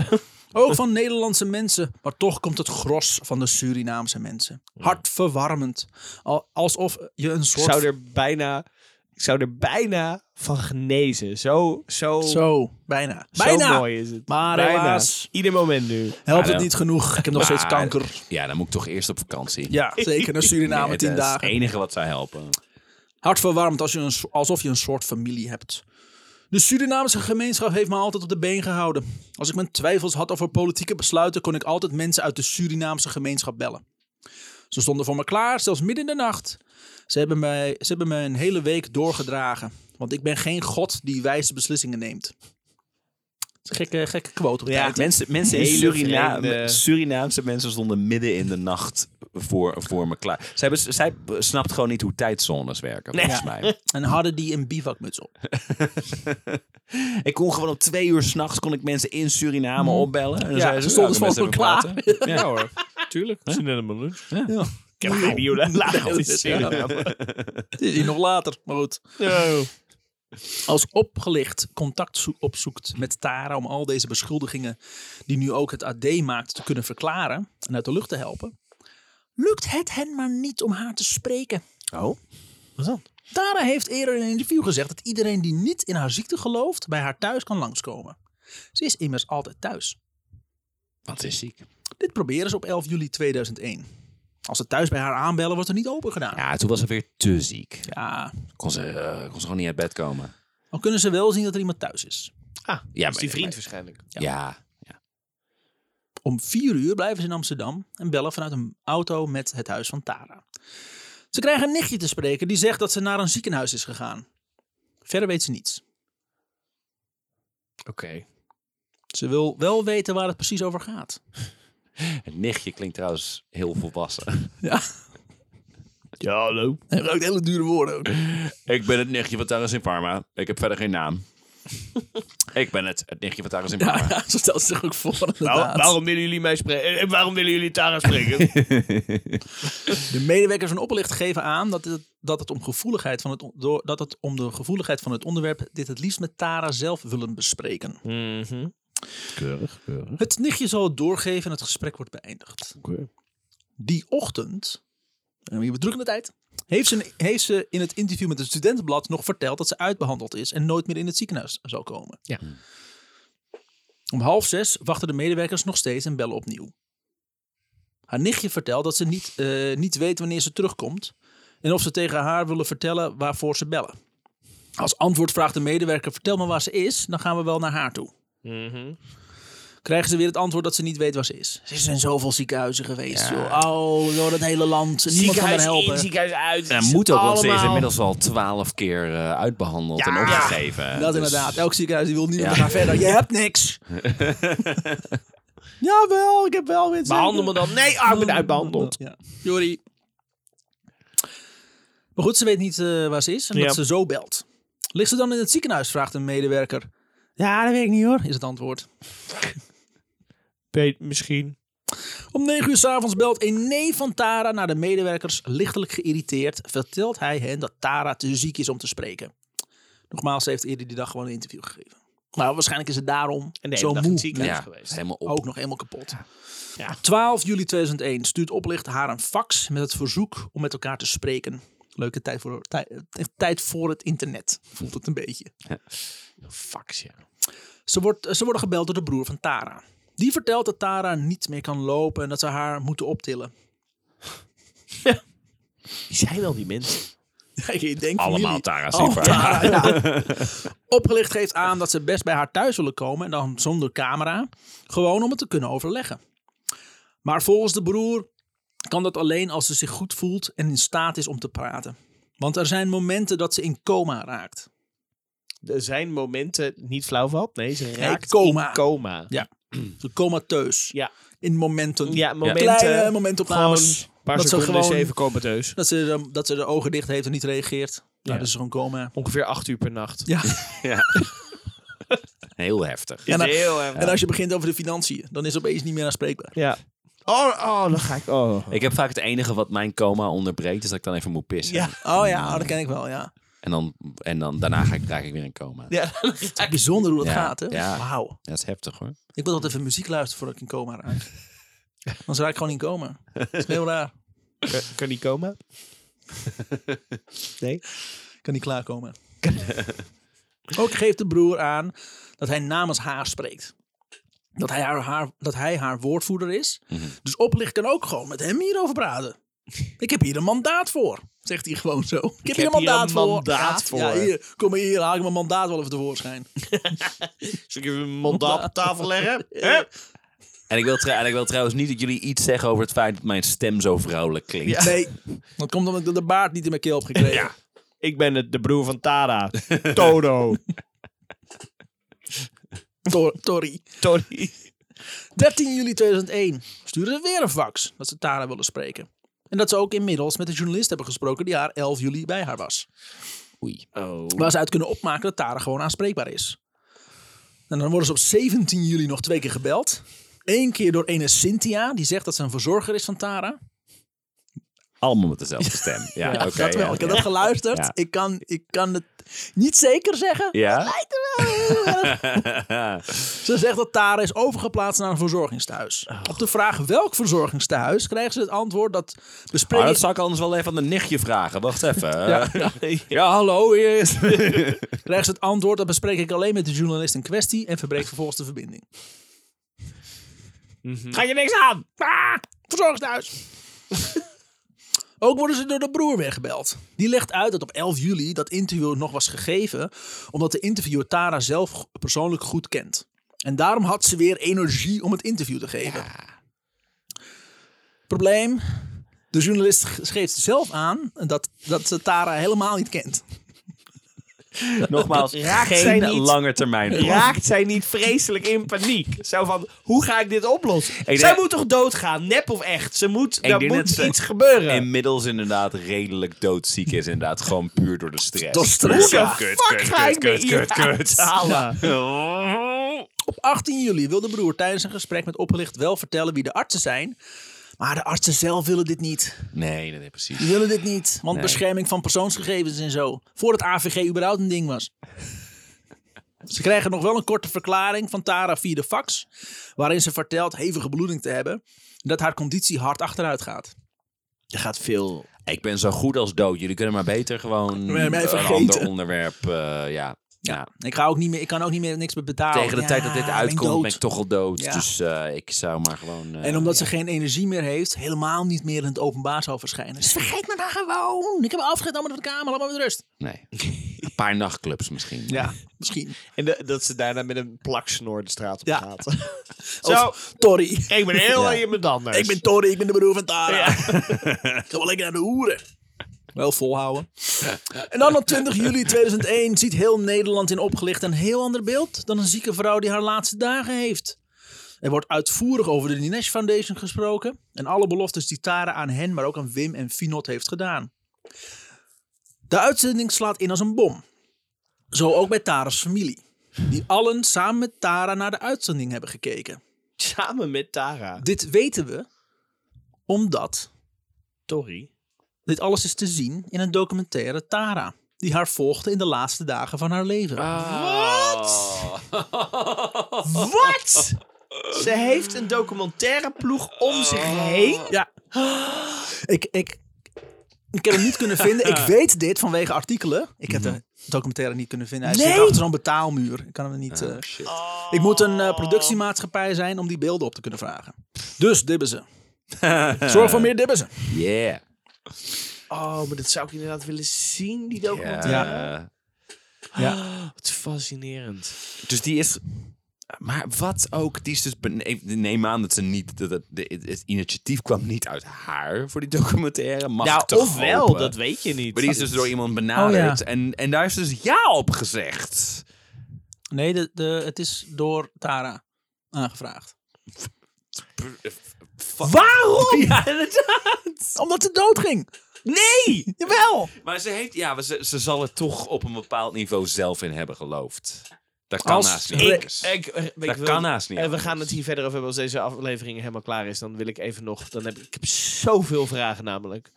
A: Ook van Nederlandse mensen, maar toch komt het gros van de Surinaamse mensen. Hartverwarmend. Al, alsof je een
B: Ik
A: soort...
B: zou er bijna, ik zou er bijna van genezen. Zo, zo, zo,
A: Zo, bijna. bijna.
B: mooi is het.
A: Maar
B: bijna.
A: helaas.
B: Ieder moment nu.
A: Helpt
D: Ja,
A: het niet genoeg. Ik heb nog steeds
D: Maar-
A: kanker.
D: Ja, dan moet ik toch eerst op vakantie.
A: Ja, zeker. Naar Suriname,
D: Nee,
A: tien
D: dat is het
A: dagen.
D: enige wat zou helpen.
A: Hartverwarmend als je een, so- alsof je een soort familie hebt. De Surinaamse gemeenschap heeft me altijd op de been gehouden. Als ik mijn twijfels had over politieke besluiten, kon ik altijd mensen uit de Surinaamse gemeenschap bellen. Ze stonden voor me klaar, zelfs midden in de nacht. Ze hebben mij, ze hebben mij een hele week doorgedragen. Want ik ben geen god die wijze beslissingen neemt. Dat is een gekke, gekke quote op het
B: Ja.
A: eind.
D: Mensen, mensen in
B: Hele
D: Surina-
B: vreemde-
D: Surinaamse mensen stonden midden in de nacht voor, voor me klaar. Zij, bes- zij b- snapt gewoon niet hoe tijdzones werken, volgens mij.
A: En hadden die een bivakmuts op.
D: Ik kon gewoon om twee uur s'nachts kon ik mensen in Suriname opbellen. En dan
A: Ja,
D: zeiden
A: ze
D: ze
A: stonden
D: Mhm. "Ja, ik
A: voor me
D: ben met
A: klaar.
D: ze even praten."
B: Ja hoor, tuurlijk. Ze nemen me lunch. Ik heb geen
A: Het is hier nog later, maar goed. Als opgelicht contact zo- opzoekt met Tara om al deze beschuldigingen, die nu ook het AD maakt, te kunnen verklaren en uit de lucht te helpen, lukt het hen maar niet om haar te spreken.
B: Oh, wat dan?
A: Tara heeft eerder in een interview gezegd dat iedereen die niet in haar ziekte gelooft, bij haar thuis kan langskomen. Ze is immers altijd thuis.
D: Wat is ziek.
A: Dit proberen ze op 11 juli 2001. Als ze thuis bij haar aanbellen, wordt er niet open gedaan.
D: Ja, toen was ze weer te ziek.
A: Ja,
D: Kon ze, eh, kon ze gewoon niet uit bed komen.
A: dan kunnen ze wel zien dat er iemand thuis is.
D: Ja,
B: Dat is die vriend waarschijnlijk.
D: maar- Ja.
A: Om vier uur blijven ze in Amsterdam en bellen vanuit een auto met het huis van Tara. Ze krijgen een nichtje te spreken die zegt dat ze naar een ziekenhuis is gegaan. Verder weet ze niets.
B: Oké.
A: Ze wil wel weten waar het precies over gaat.
D: Het nichtje klinkt trouwens heel volwassen.
B: Ja, hallo.
A: Hij gebruikt hele dure woorden ook.
D: Ik ben het nichtje van Taris in Parma. Ik heb verder geen naam. ik ben het, het nichtje van Taris in
A: Ja, ja, zo stelt ze zich ook voor inderdaad.
B: waarom willen jullie mij spreken? Eh, Waarom willen jullie Tara spreken?
A: De medewerkers van Oplicht geven aan dat het, dat, het om gevoeligheid van het, on- door, dat het om de gevoeligheid van het onderwerp dit het liefst met Tara zelf willen bespreken.
B: Mhm.
E: Keurig, keurig.
A: Het nichtje zal het doorgeven en het gesprek wordt beëindigd. Die ochtend, en we hebben druk in de tijd, heeft ze, heeft ze in het interview met het studentenblad nog verteld dat ze uitbehandeld is en nooit meer in het ziekenhuis zal komen.
B: Ja.
A: Om half zes wachten de medewerkers nog steeds en bellen opnieuw. Haar nichtje vertelt dat ze niet, eh, niet weet wanneer ze terugkomt en of ze tegen haar willen vertellen waarvoor ze bellen. Als antwoord vraagt de medewerker: vertel me waar ze is, dan gaan we wel naar haar toe
B: Mhm.
A: krijgen ze weer het antwoord dat ze niet weet waar ze is. Ze is in zoveel ziekenhuizen geweest, joh. Oh, door het hele land. Niemand kan haar
B: Ziekenhuis
A: helpen.
B: in, ziekenhuis uit.
D: En moet ook, want ze is
B: Allemaal.
D: inmiddels al twaalf keer eh, uitbehandeld en
B: Ja.
D: opgegeven.
A: dat
D: Dus-
A: inderdaad. Elk ziekenhuis die wil niet meer gaan verder. Je hebt niks. Jawel, ik heb wel weer
B: Behandel me dan. Nee, ah, ik ben uitbehandeld.
A: Nou, Ja. Sorry. Maar goed, ze weet niet eh, waar ze is en
B: Ja.
A: dat ze zo belt. Ligt ze dan in het ziekenhuis, vraagt een medewerker. Ja, dat weet ik niet hoor, is het antwoord.
B: Eh, Weet misschien.
A: Om 9 uur s'avonds belt een neef van Tara naar de medewerkers. Lichtelijk geïrriteerd vertelt hij hen dat Tara te ziek is om te spreken. Nogmaals, ze heeft eerder die dag gewoon een interview gegeven. Maar waarschijnlijk is het daarom
B: En de hele
A: zo
B: dag
A: moe.
B: in het ziekenhuis.
D: Ja,
B: geweest.
D: is helemaal op.
A: Ook nog helemaal kapot.
B: Ja.
A: 12 juli 2001 stuurt Oplicht haar een fax met het verzoek om met elkaar te spreken. Leuke tijd voor, tij- eh, tijd voor het internet, voelt het een beetje.
B: Fax, ja.
A: Ze, wordt, ze worden gebeld door de broer van Tara. Die vertelt dat Tara niet meer kan lopen en dat ze haar moeten optillen.
B: Wie zijn wel die mensen?
A: Ja, je denkt
D: Allemaal
A: familie.
D: Tara
A: Oh,
D: Sipa.
A: Tara, ja. Opgelicht geeft aan dat ze best bij haar thuis willen komen en dan zonder camera, gewoon om het te kunnen overleggen. Maar volgens de broer kan dat alleen als ze zich goed voelt en in staat is om te praten. Want er zijn momenten dat ze in coma raakt.
B: Er zijn momenten, niet flauw valt. Nee, ze raakt in
A: coma.
B: coma.
A: Ze comateus.
B: Ja.
A: In momenten.
B: Ja, momenten.
A: Kleine momentopnames.
B: Gewoon een paar
A: Dat ze
B: seconden
A: gewoon-
B: is even comateus.
A: Dat ze, de, dat ze de ogen dicht heeft en niet reageert. Nou,
B: Ja.
A: dat is gewoon coma.
B: Ongeveer acht uur per nacht.
A: Ja.
D: Heel heftig.
A: En, dan-
B: heel erg.
A: en als je begint over de financiën, dan is opeens niet meer aanspreekbaar.
B: Ja. Oh, oh, dan ga ik. Oh.
D: Ik heb vaak het enige wat mijn coma onderbreekt, is dat ik dan even moet pissen.
A: eh.
B: Ja.
A: Oh ja, oh, dat ken ik wel, ja.
D: En, dan, en dan, daarna ga ik, raak ik weer in coma.
B: Ja,
A: Het is bijzonder hoe dat
D: Ja,
A: gaat, hè?
D: ja.
A: Wauw.
D: Dat is heftig hoor.
A: Ik wil altijd even muziek luisteren voordat ik in coma raak. Anders raak ik gewoon in coma. Dat is heel raar.
B: kan, kan die komen? nee?
A: Ik kan niet klaarkomen. Ook geeft de broer aan dat hij namens haar spreekt. Dat hij haar, haar- dat hij haar woordvoerder is. Dus oplicht kan ook gewoon met hem hierover praten. Ik heb hier een mandaat voor, zegt hij gewoon zo. Ik heb, hier een
B: heb hier
A: mandaat,
B: een
A: voor.
B: mandaat
A: Ja,
B: voor.
A: hier, kom maar hier, haal ik mijn mandaat wel even tevoorschijn.
B: Zal ik even mijn mandaat op tafel leggen?
D: En ik, wil trouw- en ik wil trouwens niet dat jullie iets zeggen over het feit dat mijn stem zo vrouwelijk klinkt.
A: Nee, dat komt omdat ik de- de baard niet in mijn keel heb gekregen.
B: Ik ben het, de broer van Tara. Toto.
A: Tor- Torrie.
B: Tony.
A: 13 juli 2001 sturen ze weer een fax dat ze Tara willen spreken. En dat ze ook inmiddels met een journalist hebben gesproken die haar 11 juli bij haar was.
D: Oei.
A: Waar ze uit kunnen opmaken dat Tara gewoon aanspreekbaar is. En dan worden ze op 17 juli nog twee keer gebeld. Eén keer door ene Cynthia, die zegt dat ze een verzorger is van Tara.
D: Allemaal met dezelfde stem. Ja, oké.
A: dat wel.
D: ja,
A: ik heb
D: ja.
A: dat geluisterd.
D: Ja.
A: Ik, kan, ik kan het niet zeker zeggen.
D: Ja?
A: Lijkt er wel heel erg Ze zegt dat Tara is overgeplaatst naar een verzorgingstehuis.
D: Oh.
A: Op de vraag welk verzorgingstehuis krijgen ze het antwoord dat
D: Maar
A: bespreking...
D: Oh, dat zou ik anders wel even aan de nichtje vragen. Wacht even.
A: Ja.
D: Ja, hallo. Hier is...
A: krijgt ze het antwoord dat bespreek ik alleen met de journalist in kwestie en verbreekt vervolgens de verbinding.
B: Ga je niks aan?
A: Ah, verzorgingstehuis. Ook worden ze door de broer weer gebeld. Die legt uit dat op 11 juli dat interview nog was gegeven, omdat de interviewer Tara zelf go- persoonlijk goed kent. En daarom had ze weer energie om het interview te geven. Probleem, de journalist g- geeft zelf aan dat, dat ze Tara helemaal niet kent.
D: Nogmaals,
B: Raakt zij
D: geen
B: niet.
D: lange termijn. plan.
B: Raakt zij niet vreselijk in paniek? Zo van, hoe ga ik dit oplossen?
D: denk-
B: zij moet toch doodgaan, nep of echt? Ze moet,
D: denk
B: daar
D: dat
B: moet
D: ze-
B: iets gebeuren.
D: Inmiddels inderdaad redelijk doodziek is. Inderdaad, gewoon puur door de stress.
A: Door stress,
B: Hoe
A: ja.
B: de fuck ga ik me hier uit halen?
A: Op 18 juli wil de broer tijdens een gesprek met Opgelicht wel vertellen wie de artsen zijn. Maar de artsen zelf willen dit niet.
D: Nee, dat is precies.
A: Die willen dit niet, want bescherming van persoonsgegevens en zo. Voordat AVG überhaupt een ding was. Ze krijgen nog wel een korte verklaring van Tara via de fax. Waarin ze vertelt hevige bloeding te hebben. En dat haar conditie hard achteruit gaat.
B: Er gaat veel...
D: Ik ben zo goed als dood. Jullie kunnen maar beter gewoon
A: mij
D: een
A: vergeten.
D: ander onderwerp. eh, ja. Ja.
A: Ik, ga ook niet meer, ik kan ook niet meer niks meer betalen.
D: Tegen
A: Oh,
D: de
A: Ja,
D: tijd dat dit
A: ik
D: uitkomt ben,
A: dood.
D: ik toch al dood.
A: Ja.
D: Dus eh, ik zou maar gewoon... eh,
A: En omdat
D: ja.
A: ze geen energie meer heeft, helemaal niet meer in het openbaar zal verschijnen. Dus vergeet me daar gewoon. Ik heb afscheid allemaal van de kamer, laat me met rust.
D: Nee. Een paar nachtclubs misschien.
A: Ja, misschien.
B: En de- dat ze daarna met een plaksnoor de straat op
A: Ja.
B: gaat.
A: Zo,
B: Zo.
A: Tori.
B: ik ben heel en je bent anders.
A: Ik ben Tori, ik ben de broer van Tara. Ik ga wel lekker naar de hoeren. Wel volhouden. En dan op 20 juli 2001 ziet heel Nederland in opgelicht een heel ander beeld dan een zieke vrouw die haar laatste dagen heeft. Er wordt uitvoerig over de Dinesh Foundation gesproken en alle beloftes die Tara aan hen, maar ook aan Wim en Finot heeft gedaan. De uitzending slaat in als een bom. Zo ook bij Tara's familie, die allen samen met Tara naar de uitzending hebben gekeken.
B: Samen met Tara.
A: Dit weten we omdat
B: Tori.
A: dit alles is te zien in een documentaire Tara. Die haar volgde in de laatste dagen van haar leven.
B: Wat? Ze heeft een documentaire ploeg om zich heen.
A: Ja. Ik, ik, ik heb hem niet kunnen vinden. Ik weet dit vanwege artikelen. Ik heb de documentaire niet kunnen vinden. Hij zit achter zo'n betaalmuur. Ik kan hem niet... eh, Ik moet een eh, productiemaatschappij zijn om die beelden op te kunnen vragen. Dus dibben ze. Zorg voor meer dibben ze.
D: Yeah.
B: Oh, maar dat zou ik inderdaad willen zien, die documentaire.
A: Ja.
D: Eh,
B: Wat fascinerend.
D: Dus die is... Maar wat ook, die is dus... bene- ik Neem aan dat ze niet... Dat het, de- het initiatief kwam niet uit haar voor die documentaire. Mag
B: Ja,
D: ik toch
B: Nou, ofwel,
D: hopen.
B: dat weet je niet.
D: Maar die is dus door iemand benaderd.
A: Oh,
D: en, en daar is dus ja op gezegd.
A: Nee, de, de, het is door Tara aangevraagd.
B: Waarom? Oh, Ja, inderdaad.
A: Omdat ze dood ging.
B: Nee!
A: Jawel.
D: Maar ze, heeft, ja, ze, ze zal het toch op een bepaald niveau zelf in hebben geloofd. Dat kan
A: Als
D: haast niet.
A: ik-
D: anders.
B: Ik, eh, ik
D: Dat
B: wil-
D: kan haast niet
B: eh, we
D: anders.
B: gaan het hier verder over hebben als deze aflevering helemaal klaar is. Dan wil ik even nog... Dan heb, ik- ik heb zoveel vragen namelijk.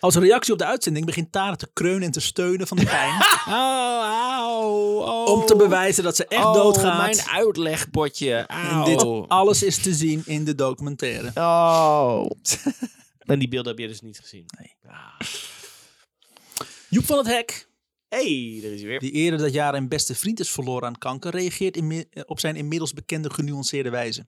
A: Als reactie op de uitzending begint Tara te kreunen en te steunen van de pijn. om te bewijzen dat ze echt doodgaat.
B: Mijn uitlegbotje.
A: En dit alles is te zien in de documentaire.
B: Oh. en die beelden heb je dus niet gezien.
A: Joep van het Hek,
B: hey, daar is hij weer.
A: die eerder dat jaar een beste vriend is verloren aan kanker, reageert inmi- eh, op zijn inmiddels bekende genuanceerde wijze.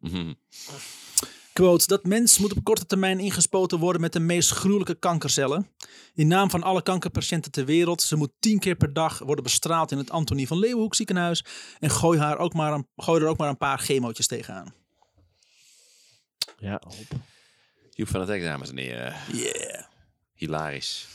A: Quote, dat mens moet op korte termijn ingespoten worden met de meest gruwelijke kankercellen. In naam van alle kankerpatiënten ter wereld. Ze moet tien keer per dag worden bestraald in het Antonie van Leeuwenhoek ziekenhuis. En gooi, haar ook maar een, gooi er ook maar een paar chemootjes tegenaan.
B: Ja, hop.
D: Joep van het Hek, dames en heren.
A: Yeah.
D: Hilarisch.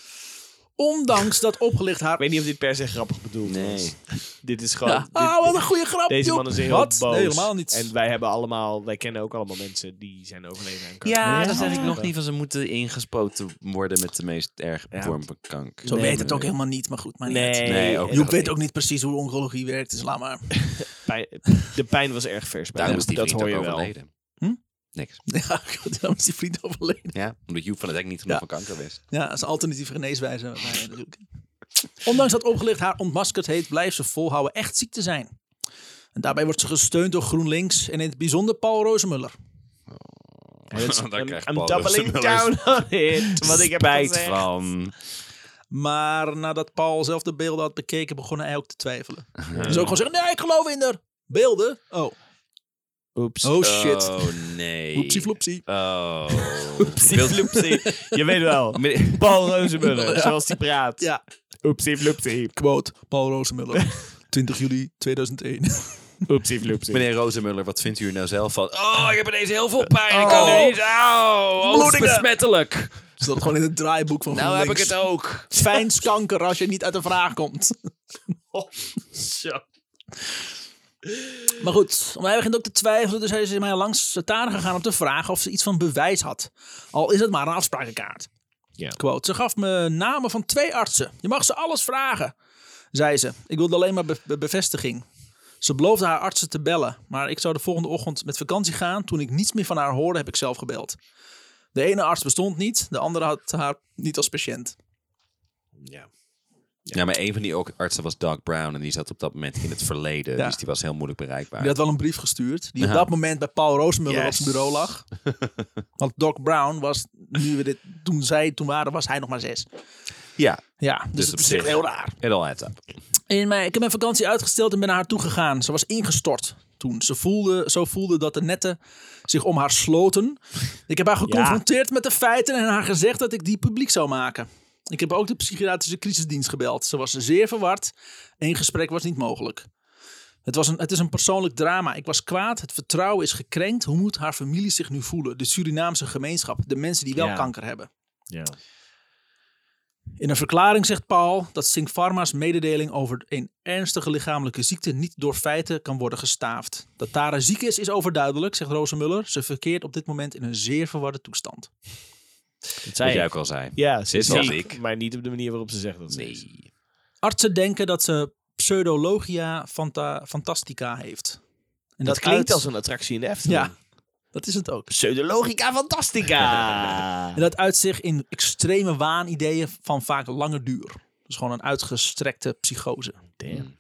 A: Ondanks dat opgelicht haar...
B: Ik weet niet of dit per se grappig bedoeld
D: Nee.
B: was. Dit is gewoon... dit-
A: Ah, wat een goede grap,
B: deze
A: Joep.
B: man is heel
A: Wat?
B: boos.
A: Nee, helemaal niet.
B: En wij hebben allemaal... Wij kennen ook allemaal mensen die zijn overleden aan kanker.
D: Ja, dat zeg ik nog niet. Van ze moeten ingespoten worden met de meest erg
B: Ja.
D: vorm van kanker.
A: Zo
B: Nee,
A: weet het ook helemaal niet, maar goed. Maar niet.
B: Nee.
D: Nee, ook
A: Joep weet ook niet precies hoe oncologie werkt, dus laat maar.
B: Pijn- de pijn was erg vers bij hem.
D: Daarom is die
B: Dat
D: vriend
B: hoor
D: ook
B: je wel.
D: overleden.
A: Hm?
D: Niks.
A: Ja, goed, daarom is die vriend overleden.
D: Ja, omdat Joep van het Hek niet genoeg
A: Ja.
D: van kanker wist.
A: Ja, dat is een alternatieve geneeswijze. waarbij je dat doet. Ondanks dat opgelicht haar ontmaskerd heeft, blijft ze volhouden echt ziek te zijn. En daarbij wordt ze gesteund door GroenLinks en in het bijzonder Paul Rozemuller.
D: Daar krijgt
B: I'm
D: Paul
B: doubling
D: Rozemuller
B: down on it. Wat ik heb
D: spijt
B: gezegd.
D: van.
A: Maar nadat Paul zelf de beelden had bekeken, begonnen hij ook te twijfelen. Dus ook gewoon zeggen, nee, ik geloof in haar. Beelden? Oh,
B: Oeps.
A: oh shit.
D: Oh nee.
A: Oepsie floepsie.
D: Oh.
B: Oepsie floepsie. Je weet wel. Paul Rozenmuller,
A: Ja.
B: zoals die praat.
A: Ja.
B: Oepsie floepsie.
A: Quote, Paul Rozemuller. 20 juli 2001.
B: Oepsie floepsie.
D: Meneer Rozenmuller, wat vindt u er nou zelf van? Oh, ik heb ineens heel veel pijn. Ik
B: Oh.
D: kan er niet. Au, alles
A: Bloedingen.
D: besmettelijk.
A: Zodat gewoon in het draaiboek van
D: Nou heb ik het ook.
A: Fijns kanker als je niet uit de vraag komt.
B: Zo.
A: Maar goed, maar hij begint ook te twijfelen, dus hij is mij langs Tara gegaan om te vragen of ze iets van bewijs had. Al is het maar een afsprakenkaart.
B: Ja.
A: Quote, ze gaf me namen van twee artsen. Je mag ze alles vragen, zei ze. Ik wilde alleen maar be- be- bevestiging. Ze beloofde haar artsen te bellen, maar ik zou de volgende ochtend met vakantie gaan. Toen ik niets meer van haar hoorde, heb ik zelf gebeld. De ene arts bestond niet, de andere had haar niet als patiënt.
D: Ja, maar een van die ook artsen was Doug Brown. En die zat op dat moment in het verleden.
A: Ja.
D: Dus die was heel moeilijk bereikbaar.
A: Die had wel een brief gestuurd, die op dat moment bij Paul Roosmuller op
D: Yes.
A: zijn bureau lag. Want Doc Brown was, nu we dit, toen zij toen waren, was hij nog maar zes.
D: Ja,
A: Ja, dus,
D: Dus
A: het
D: op
A: is echt
D: zich.
A: heel raar.
D: it all adds up.
A: In mijn, ik heb mijn vakantie uitgesteld en ben naar haar toegegaan. Ze was ingestort toen. Ze voelde, zo voelde dat de netten zich om haar sloten. Ik heb haar geconfronteerd met de feiten en haar gezegd dat ik die publiek zou maken. Ik heb ook de psychiatrische crisisdienst gebeld. Ze was zeer verward. Eén gesprek was niet mogelijk. Het, was een, het is een persoonlijk drama. Ik was kwaad. Het vertrouwen is gekrenkt. Hoe moet haar familie zich nu voelen? De Surinaamse gemeenschap. De mensen die wel
B: Ja.
A: kanker hebben.
B: Ja.
A: In een verklaring zegt Paul dat Sink Pharma's mededeling over een ernstige lichamelijke ziekte niet door feiten kan worden gestaafd. Dat Tara ziek is, is overduidelijk, zegt Rozenmuller. Ze verkeert op dit moment in een zeer verwarde toestand.
B: Dat
D: Wat
B: zei
D: jij
B: ik.
D: ook al zei.
B: Ja, ze is
D: Dit was
B: ziek,
D: ik.
B: Maar niet op de manier waarop ze zegt dat ze is.
D: Nee.
A: Artsen denken dat ze pseudologia fanta- fantastica heeft. En
B: Dat, klinkt
A: uit-
B: als een attractie in de Efteling.
A: Ja, dat is het ook.
B: Pseudologica fantastica.
A: En dat uit zich in extreme waanideeën van vaak lange duur. Dus gewoon een uitgestrekte psychose.
B: Damn.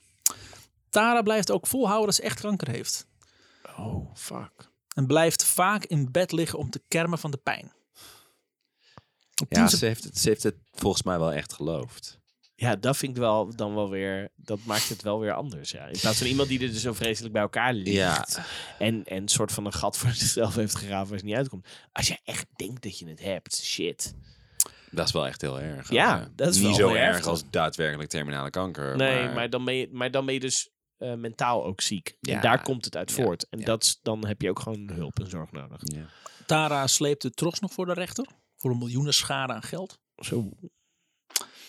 A: Tara blijft ook volhouden dat ze echt kanker heeft.
B: Oh, fuck.
A: En blijft vaak in bed liggen om te kermen van de pijn.
D: Ja, ze heeft, het, ze heeft het volgens mij wel echt geloofd.
B: Ja, dat vind ik wel dan wel weer... Dat maakt het wel weer anders, ja. In plaats van iemand die er dus zo vreselijk bij elkaar ligt.
D: Ja.
B: En, en een soort van een gat voor zichzelf heeft gegraven waar ze niet uitkomt. Als je echt denkt dat je het hebt, shit.
D: Dat is wel echt heel erg.
B: Ja, dat is
D: Niet
B: wel
D: zo
B: heel
D: erg
B: erg.
D: als daadwerkelijk terminale kanker.
B: Nee, maar,
D: maar...
B: dan, ben je, maar dan ben je dus eh, mentaal ook ziek.
D: Ja.
B: En daar komt het uit
D: Ja.
B: voort. En
D: Ja.
B: dat is- dan heb je ook gewoon hulp en zorg nodig.
D: Ja.
A: Tara sleepte trots nog voor de rechter. Voor een miljoenen schade aan geld.
B: Zo.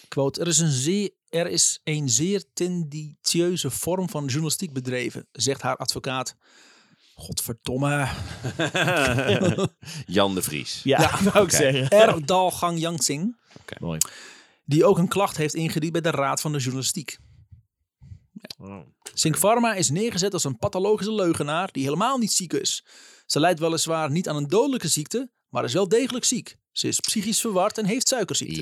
A: Quote, er is een zeer, er is een zeer tendentieuze vorm van journalistiek bedreven, zegt haar advocaat. Godverdomme.
D: Jan de Vries.
B: Ja, wou ik zeggen.
A: Erdal Gang Yangsing.
B: Mooi.
A: Die ook een klacht heeft ingediend bij de Raad van de Journalistiek.
D: Oh.
A: Sink Pharma is neergezet als een pathologische leugenaar die helemaal niet ziek is. Ze lijdt weliswaar niet aan een dodelijke ziekte, maar is wel degelijk ziek. Ze is psychisch verward en heeft suikerziekte.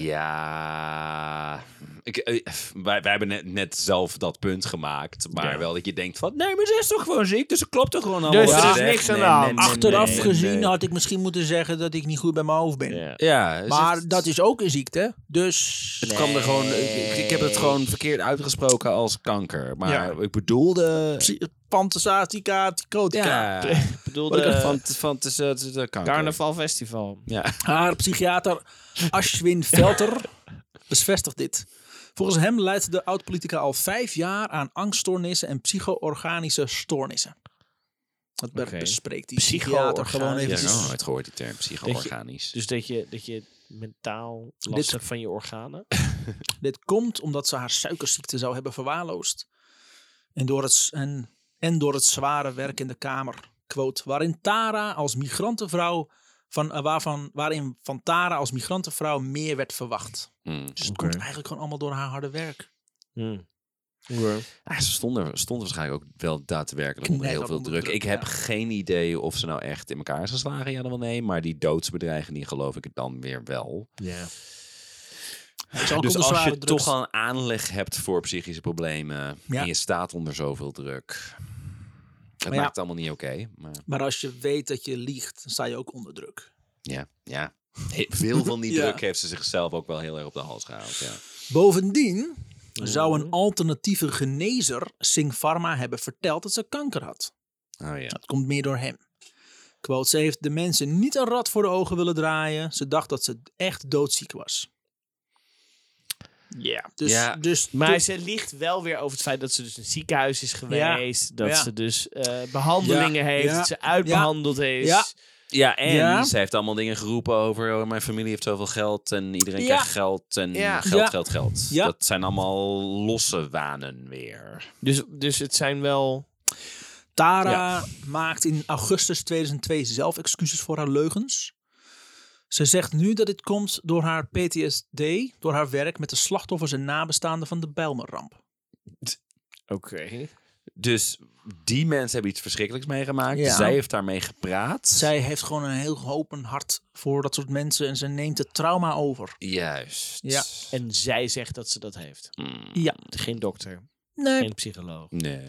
D: Ja, ik, eh, wij, wij hebben net, net zelf dat punt gemaakt. Maar wel dat je denkt van, nee, maar ze is toch gewoon ziek, dus ze klopt toch gewoon allemaal.
B: Dus
D: wat
B: er
D: ze
B: is
D: zegt?
B: niks aan
D: Nee,
B: de hand.
D: nee, nee,
A: Achteraf
D: nee,
A: gezien
D: nee.
A: had ik misschien moeten zeggen dat ik niet goed bij mijn hoofd ben.
D: Ja, dus ze-
A: Maar dat is ook een ziekte, dus...
D: het kwam er gewoon, ik, ik heb het gewoon verkeerd uitgesproken als kanker. Maar
A: Ja.
D: ik bedoelde...
A: Psy- Pantasatica, ticotica.
D: Ja,
B: Ik bedoel, de
D: van, van het is, eh, het is, eh, kanker.
B: Carnaval Festival.
D: Ja.
A: Haar psychiater Ashwin Velter bevestigt dit. Volgens hem leidt de oud-politica al vijf jaar aan angststoornissen en psycho-organische stoornissen. Dat be-
B: Oké.
A: bespreekt die psychiater gewoon
B: Psycho-organisch.
D: Ja, ik
A: eventjes.
D: heb nog nooit gehoord die term, psycho-organisch.
B: Dus dat je, dat je mentaal last
A: Dit-
B: hebt van je organen.
A: Dit komt omdat ze haar suikerziekte zou hebben verwaarloosd. En door het, s- en, en door het zware werk in de Kamer. Quote, waarin Tara als migrantenvrouw van, eh, waarvan, waarin van Tara als migrantenvrouw meer werd verwacht.
D: Hmm.
A: Dus het komt eigenlijk gewoon allemaal door haar harde werk.
B: Hm.
D: Ah, ze stonden, stonden waarschijnlijk ook wel daadwerkelijk onder heel
A: Knijter
D: veel
A: onder
D: druk.
A: druk,
D: Ik heb
A: ja.
D: geen idee of ze nou echt in elkaar is geslagen, ja dan wel nee. Maar die doodsbedreigen, die geloof ik het dan weer wel.
B: Ja.
A: Het is ook
D: dus
A: onder
D: als je
A: zware drugs.
D: toch al een aanleg hebt voor psychische problemen
A: Ja.
D: en je staat onder zoveel druk. Het
A: ja.
D: maakt het allemaal niet oké, maar
A: Maar als je weet dat je liegt, dan sta je ook onder druk.
D: ja, ja. Heel Veel van die
A: Ja.
D: druk heeft ze zichzelf ook wel heel erg op de hals gehaald. Ja.
A: Bovendien zou
D: Mhm.
A: een alternatieve genezer Singh Pharma hebben verteld dat ze kanker had.
D: Oh ja.
A: Dat komt meer door hem. Quote, ze heeft de mensen niet een rat voor de ogen willen draaien. Ze dacht dat ze echt doodziek was. Ja. Dus,
D: Ja.
A: dus
B: Maar
A: dus-
B: ze liegt wel weer over het feit dat ze dus in het ziekenhuis is geweest. Dat
A: Ja.
B: ze dus eh,
A: Ja.
B: behandelingen heeft.
A: Ja.
B: Dat ze uitbehandeld is.
A: Ja.
D: ja, en
A: Ja.
D: ze heeft allemaal dingen geroepen over oh, mijn familie heeft zoveel geld en iedereen
A: Ja.
D: krijgt geld en
B: Ja.
D: geld,
A: Ja.
D: geld, geld.
A: Ja.
D: Dat zijn allemaal losse wanen weer.
B: Dus, dus het zijn wel...
A: Tara maakt in augustus 2002 zelf excuses voor haar leugens. Ze zegt nu dat dit komt door haar PTSD, door haar werk met de slachtoffers en nabestaanden van de Bijlmerramp.
B: Oké.
D: Dus die mensen hebben iets verschrikkelijks meegemaakt.
A: Ja.
D: Zij heeft daarmee gepraat.
A: Zij heeft gewoon een heel open hart voor dat soort mensen en ze neemt het trauma over.
D: Juist.
A: Ja.
B: En zij zegt dat ze dat heeft.
D: Mm,
A: Ja.
B: Geen dokter.
A: Nee.
B: Geen psycholoog.
D: Nee.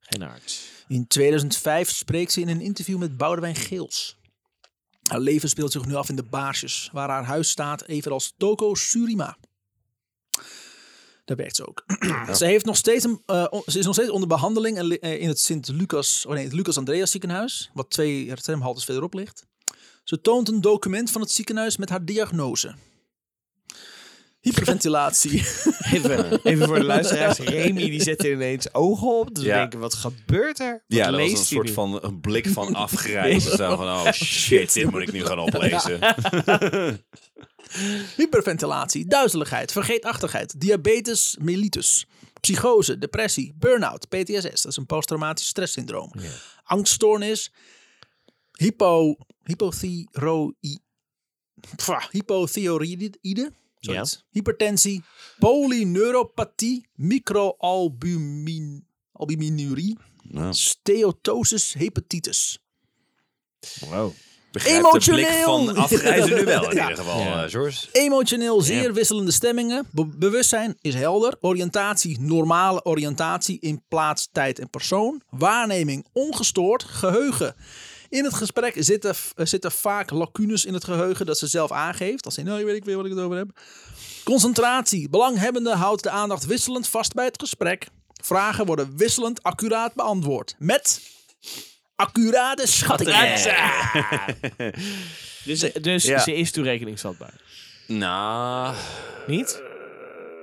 B: Geen arts.
A: In 2005 spreekt ze in een interview met Boudewijn Geels. Haar leven speelt zich nu af in de baarsjes, waar haar huis staat, evenals Toko Surima. Daar werkt ze ook. Ze, heeft nog steeds een, eh, on- ze is nog steeds onder behandeling en li- eh, in het Sint-Lucas, oh nee, het Lucas-Andreas ziekenhuis, wat twee tramhaltes verderop ligt. Ze toont een document van het ziekenhuis met haar diagnose. Hyperventilatie.
B: Even, even voor de luisteraars. Remy die zet er ineens ogen op. Dus we
D: Ja.
B: denken, wat gebeurt er? Wat
D: Ja, dat was
B: leest
D: een
B: hij
D: soort
B: nu?
D: van een blik van afgrijzen. Zo van, oh shit, dit moet ik nu gaan oplezen.
A: Hyperventilatie, duizeligheid, vergeetachtigheid, diabetes mellitus, psychose, depressie, burn-out, PTSS, dat is een posttraumatisch stresssyndroom, angststoornis, hypo, hypothyroïde, hypothyroïde, zoiets, hypertensie, polyneuropathie, microalbumin, albuminurie,
D: Nou,
A: steatosis, hepatitis.
D: begrijp de blik
A: Emotioneel!
D: van afgrijzen nu wel in
A: Ja.
D: ieder geval, eh, George.
A: Emotioneel zeer wisselende stemmingen. Be- bewustzijn is helder. Oriëntatie, normale oriëntatie in plaats, tijd en persoon. Waarneming ongestoord. Geheugen. In het gesprek zitten, v- eh, zitten vaak lacunes in het geheugen dat ze zelf aangeeft. Als ze, nou, weet ik weer wat ik het over heb. Concentratie. Belanghebbende houdt de aandacht wisselend vast bij het gesprek. Vragen worden wisselend accuraat beantwoord. Met accurate schattingen.
B: Dus, dus
D: Ja.
B: ze is toerekeningsvatbaar.
D: Nou,
B: Niet?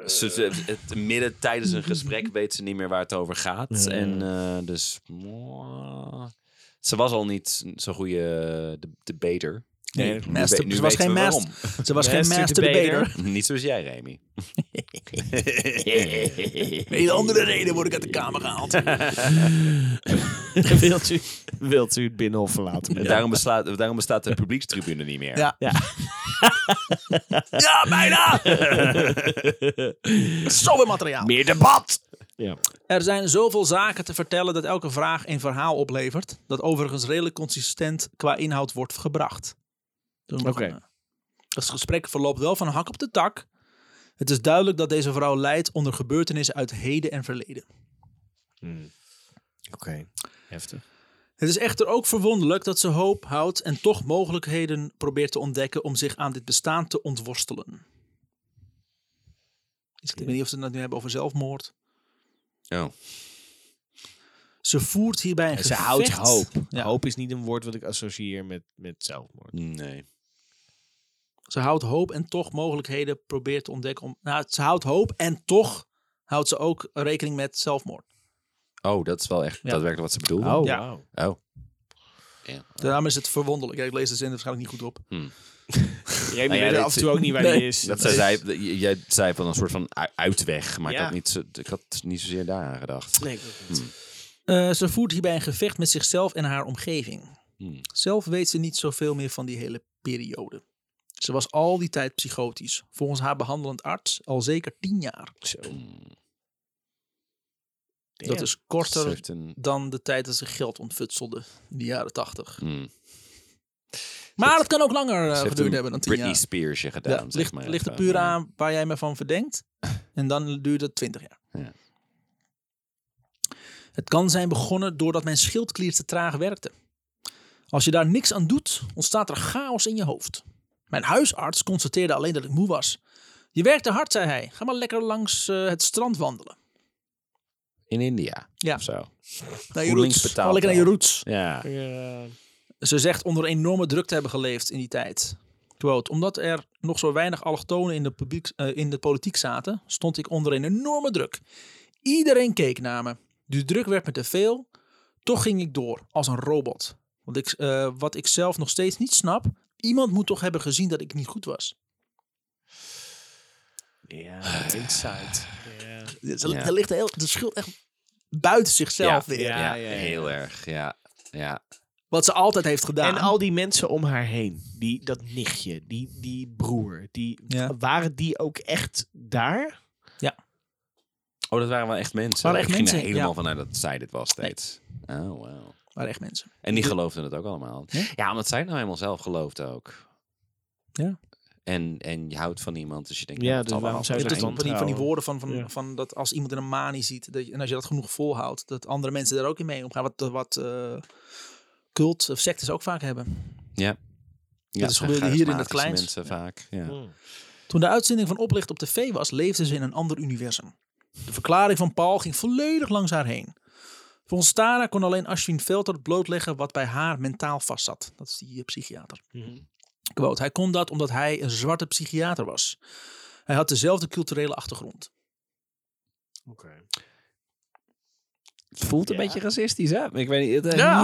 D: ze, ze- het, midden tijdens een gesprek weet ze niet meer waar het over gaat. En eh, dus... mwah. Ze was al niet zo'n goede de debater.
A: Nee,
D: nu
A: master-
D: we- nu
A: ze was
D: weten
A: geen
D: we
A: master-
D: waarom.
A: Ze was geen
B: Master
A: master
B: debater.
A: debater.
D: Niet zoals jij, Remy.
A: Een hele andere reden word ik uit de kamer gehaald.
B: wilt, u, Eh. wilt u het binnenhof verlaten?
D: En daarom, beslaat, daarom bestaat de publiekstribune niet meer.
A: Ja.
B: Ja.
A: Ja, bijna! Zoveel materiaal.
B: Meer debat! Ja.
A: Er zijn zoveel zaken te vertellen dat elke vraag een verhaal oplevert. Dat overigens redelijk consistent qua inhoud wordt gebracht. Oké.
B: Oké.
A: eh. Het gesprek verloopt wel van hak op de tak. Het is duidelijk dat deze vrouw leidt onder gebeurtenissen uit heden en verleden.
B: Hmm. Oké. Heftig.
A: Het is echter ook verwonderlijk dat ze hoop houdt en toch mogelijkheden probeert te ontdekken om zich aan dit bestaan te ontworstelen. Dus ik weet niet of ze het nu hebben over zelfmoord.
D: Ja.
A: Ze voert hierbij een
B: Ze
A: gevecht.
B: houdt hoop.
A: Ja.
B: Hoop is niet een woord wat ik associeer met, met zelfmoord.
D: Nee.
A: Ze houdt hoop en toch mogelijkheden probeert te ontdekken. Om, nou, ze houdt hoop en toch houdt ze ook rekening met zelfmoord.
D: Oh, dat is wel echt
A: Ja.
D: daadwerkelijk wat ze bedoelde.
A: Ja.
B: wauw.
D: Oh.
A: Daarom is het verwonderlijk. Ja, ik lees de zin waarschijnlijk niet goed op.
B: Jij
D: ja,
B: weet
D: dit-
B: af en toe ook niet waar
A: Nee.
B: die is.
D: Dat zij,
A: dus-
D: zei, j- jij zei van een soort van u- uitweg, maar ik,
B: Ja.
D: had niet, zo- ik had niet zozeer daar aan gedacht.
B: Nee, ik weet het niet.
A: Eh, ze voert hierbij een gevecht met zichzelf en haar omgeving.
D: Hmm.
A: Zelf weet ze niet zoveel meer van die hele periode. Ze was al die tijd psychotisch. Volgens haar behandelend arts al zeker tien jaar. Dat
B: Damn.
A: is
D: Ze
A: korter
D: heeft een-
A: dan de tijd dat ze geld ontfutselde in de jaren tachtig.
D: hmm.
A: Maar het kan ook langer eh,
D: Ze heeft
A: geduurd
D: een
A: hebben dan tien
D: Britney
A: jaar.
D: Spearsje
A: Ja,
D: gedaan,
A: ligt,
D: zeg maar. eh,
A: ligt er
D: Gewoon,
A: puur
D: ja.
A: aan waar jij me van verdenkt. En dan duurt het twintig jaar.
D: Ja.
A: Het kan zijn begonnen doordat mijn schildklier te traag werkte. Als je daar niks aan doet, ontstaat er chaos in je hoofd. Mijn huisarts constateerde alleen dat ik moe was. Je werkte hard, zei hij. Ga maar lekker langs eh, het strand wandelen.
D: In India,
A: Ja.
D: of zo.
A: Naar je
D: Hoe links
A: roots.
D: betaald
A: Ga lekker naar je
D: wel.
A: roots.
D: Ja.
A: Ze zegt onder enorme druk te hebben geleefd in die tijd. Quote, omdat er nog zo weinig allochtonen in de, publiek, eh, in de politiek zaten, stond ik onder een enorme druk. Iedereen keek naar me. Die druk werd me te veel. Toch ging ik door, als een robot. Want ik, eh, wat ik zelf nog steeds niet snap, iemand moet toch hebben gezien dat ik niet goed was.
B: Ja, inside. Ja.
A: Ze,
D: Ja.
A: er ligt heel, de schuld echt buiten zichzelf weer.
B: Ja,
D: Ja,
B: ja, ja.
D: heel erg, ja. Ja,
A: Wat ze altijd heeft gedaan.
B: En al die mensen om haar heen. Die, dat nichtje, die, die broer. Die,
A: Ja.
B: Waren die ook echt daar?
D: Oh, dat waren wel echt mensen.
A: Waren echt
D: ik ging er
A: mensen,
D: helemaal
A: ja.
D: vanuit dat zij dit was steeds. Oh, wow.
A: Maar echt mensen.
D: En die geloofden het ook allemaal.
A: Ja?
D: Ja, omdat zij het nou helemaal zelf gelooft ook.
A: Ja.
D: En, en je houdt van iemand, dus je denkt...
B: Ja,
D: nou, het
B: dus
D: zal wel
B: waarom zou
A: Je
B: je
D: zijn.
A: hebt
B: dat
A: dus van die, van die woorden
B: trouwen.
A: van, van,
B: Ja.
A: van dat als iemand in een manie ziet, dat je, en als je dat genoeg volhoudt, dat andere mensen daar ook in mee omgaan. Wat, wat eh, cult of sectes ook vaak hebben.
D: Ja,
A: dat is
D: het zijn
A: gebeurde hier in het
D: charismatische
A: kleinst.
D: mensen vaak, ja.
B: Hmm.
A: Toen de uitzending van Oplicht op tv was, leefde ze in een ander universum. De verklaring van Paul ging volledig langs haar heen. Volgens Tara kon alleen Ashwin Velter blootleggen wat bij haar mentaal vastzat. Dat is die eh, psychiater. Quote, hij kon dat omdat hij een zwarte psychiater was. Hij had dezelfde culturele achtergrond.
D: Het voelt een
B: Ja.
D: beetje racistisch, hè? Ik weet niet... Het,
A: Ja.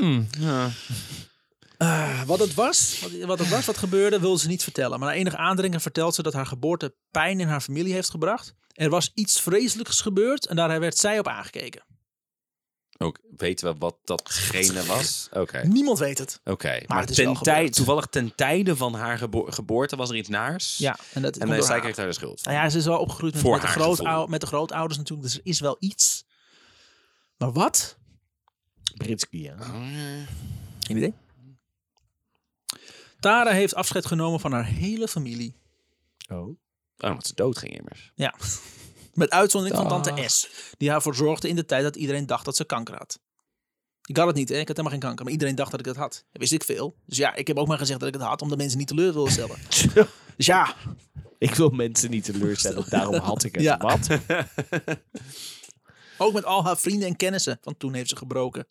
D: Mm, ja.
A: Ah, wat het was, wat, wat het was, wat gebeurde, wilde ze niet vertellen. Maar na enig aandringen vertelt ze dat haar geboorte pijn in haar familie heeft gebracht. Er was iets vreselijks gebeurd en daar werd zij op aangekeken.
D: Ook weten we wat datgene was? Oké.
A: Niemand weet het.
D: Oké, maar,
A: het is wel
D: ten
A: gebeurd.
D: tij- toevallig ten tijde van haar gebo- geboorte was er iets naars.
A: Ja, en dat
D: En
A: komt door
D: hij zij
A: haar.
D: kreeg daar de schuld van.
A: Nou ja, ze is wel opgegroeid met,
D: Voor
A: met, de,
D: haar
A: grootou-
D: gevoel.
A: met de grootouders natuurlijk, dus er is wel iets. Maar wat?
B: Britski, ja.
D: Oh,
A: Geen idee. Tara heeft afscheid genomen van haar hele familie.
B: Oh.
D: Oh, want ze dood ging immers.
A: Ja. Met uitzondering van tante S. Die haar voor zorgde in de tijd dat iedereen dacht dat ze kanker had. Ik had het niet, hè? ik had helemaal geen kanker. Maar iedereen dacht dat ik dat had. Dat wist ik veel. Dus ja, ik heb ook maar gezegd dat ik het had, om de mensen niet teleur te willen stellen. dus ja,
B: Ik wil mensen niet teleurstellen, daarom had ik het.
A: Ja.
B: Wat?
A: ook met al haar vrienden en kennissen. Want toen heeft ze gebroken.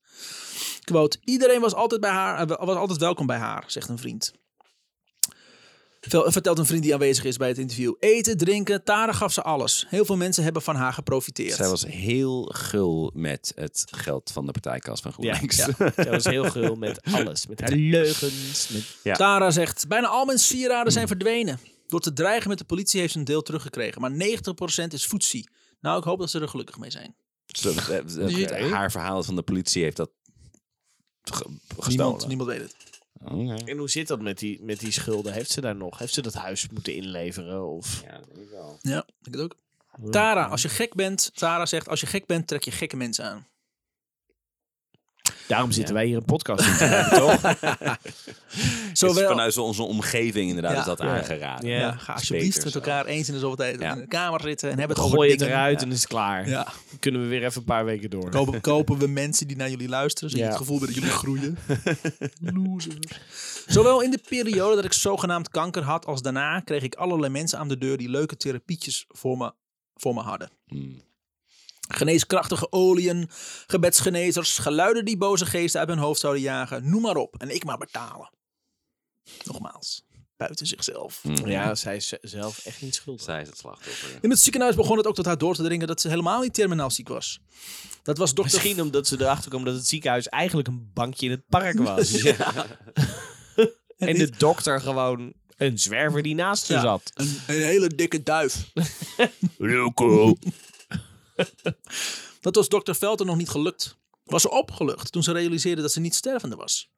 A: Quote, iedereen was altijd, bij haar, eh, was altijd welkom bij haar, zegt een vriend. Vel- Vertelt een vriend die aanwezig is bij het interview. Eten, drinken, Tara gaf ze alles. Heel veel mensen hebben van haar geprofiteerd.
D: Zij was heel gul met het geld van de partijkas van GroenLinks.
B: Ja. Zij was heel gul met alles. Met haar leugens. Met...
D: Ja.
A: Tara zegt, bijna al mijn sieraden zijn verdwenen. Door te dreigen met de politie heeft ze een deel teruggekregen. Maar 90% is voetsie. Nou, ik hoop dat ze er gelukkig mee zijn.
D: Zodat, eh, dat Haar verhaal van de politie heeft dat ge-
A: Niemand,
D: gestolen.
A: niemand weet het.
D: Oké.
B: En hoe zit dat met die, met die schulden? Heeft ze daar nog? Heeft ze dat huis moeten inleveren? Of...
A: Ja, ik denk het ook. Tara, als je gek bent, Tara zegt, als je gek bent, trek je gekke mensen aan.
B: Daarom zitten wij hier een podcast in te maken, toch?
D: Is
A: Zowel-
D: vanuit onze omgeving inderdaad
A: Ja.
D: is dat
A: Ja.
D: aangeraden.
B: Ja.
A: Ja, ga alsjeblieft
D: Beter
A: met
D: zo.
A: elkaar eens in de zoveel tijd
D: Ja.
A: in de kamer zitten en hebben het over
B: Gooi het
A: dingen.
B: eruit en is het klaar.
A: Ja.
B: Dan kunnen we weer even een paar weken door.
A: Kopen, kopen we mensen die naar jullie luisteren, zodat
B: Ja.
A: je het gevoel hebt dat jullie groeien. Losers. Zowel in de periode dat ik zogenaamd kanker had als daarna kreeg ik allerlei mensen aan de deur die leuke therapietjes voor me, voor me hadden.
D: Hmm.
A: Geneeskrachtige oliën, gebedsgenezers, geluiden die boze geesten uit hun hoofd zouden jagen, noem maar op. En ik maar betalen. Nogmaals, buiten zichzelf.
D: Hm. Mm.
B: Ja, zij is zelf echt niet schuldig.
D: Zij is het slachtoffer. ja.
A: In het ziekenhuis begon het ook tot haar door te dringen dat ze helemaal niet terminaal ziek was. Dat was dokter
B: Misschien omdat ze erachter kwam dat het ziekenhuis eigenlijk een bankje in het park was. en de dokter gewoon een zwerver die naast haar
A: Ja.
B: zat.
A: Een, een hele dikke duif.
F: Loco.
A: Dat was dokter Velter nog niet gelukt. Was ze opgelucht toen ze realiseerde dat ze niet stervende was.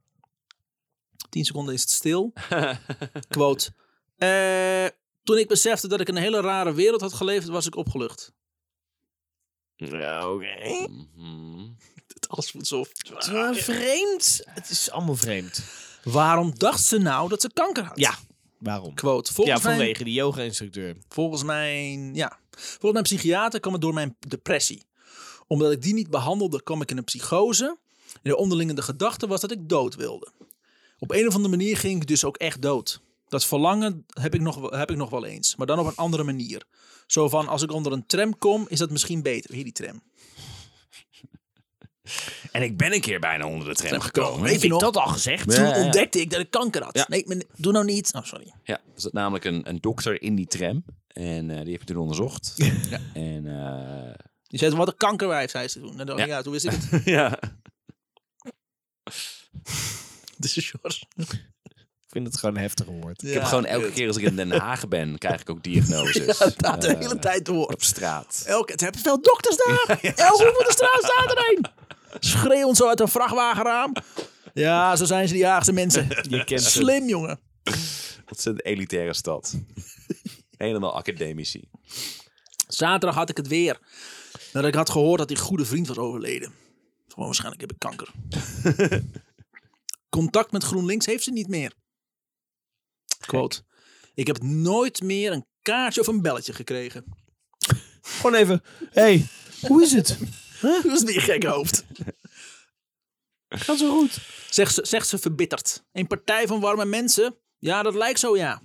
A: Tien seconden is het stil. Quote. Eh, toen ik besefte dat ik in een hele rare wereld had geleefd, was ik opgelucht.
B: Ja, oké.
D: Mhm.
A: Het alles voelt zo...
B: vreemd. Het is allemaal vreemd.
A: Waarom dacht ze nou dat ze kanker had?
B: Ja. Waarom?
A: Quote.
B: Ja,
A: Volgens, mij,
B: vanwege die yoga-instructeur.
A: volgens mijn... Ja. Volgens mijn psychiater kwam het door mijn depressie. Omdat ik die niet behandelde, kwam ik in een psychose. En de onderliggende gedachte was dat ik dood wilde. Op een of andere manier ging ik dus ook echt dood. Dat verlangen heb ik nog, wel- heb ik nog wel eens, maar dan op een andere manier. Zo van, als ik onder een tram kom, is dat misschien beter. Hier die tram.
F: En ik ben een keer bijna onder de tram gekomen.
A: Weet je nog?
B: al gezegd?
A: Toen ontdekte ik dat ik kanker had.
D: Ja.
A: Nee, men- doe nou niet. Oh, sorry.
D: Ja, er zat namelijk een, een dokter in die tram. En eh, die heb je toen onderzocht. En eh,
A: Die zei, wat een kankerwijf, zei ze toen. En dan, ja.
D: Ja.
A: toen wist ik het.
D: ja,
A: Dit is George.
B: Ik vind het gewoon een heftig woord.
D: Dus- ik heb gewoon elke keer als ik in Den Haag ben, krijg ik ook
B: Dus,
D: diagnoses.
A: Ja, dat de
D: Eh,
A: hele tijd door.
D: Op straat.
A: Elke, het hebben veel dokters daar. Elke hoek van de straat staat er een. Schreeuwend zo uit een vrachtwagenraam. Ja, zo zijn ze die Haagse mensen.
B: Je kent ze.
A: Slim, jongen.
D: Dat is een elitaire stad. Helemaal academici.
A: Zaterdag had ik het weer. Nadat ik had gehoord dat die goede vriend was overleden. Gewoon waarschijnlijk heb ik kanker. Contact met GroenLinks heeft ze niet meer. Quote. Ik heb nooit meer een kaartje of een belletje gekregen.
B: Gewoon even. hey, hoe is het?
A: Dat is niet gek hoofd.
B: Gaat zo goed?
A: Zegt ze, zegt ze verbitterd. Een partij van warme mensen? Ja, dat lijkt zo, ja.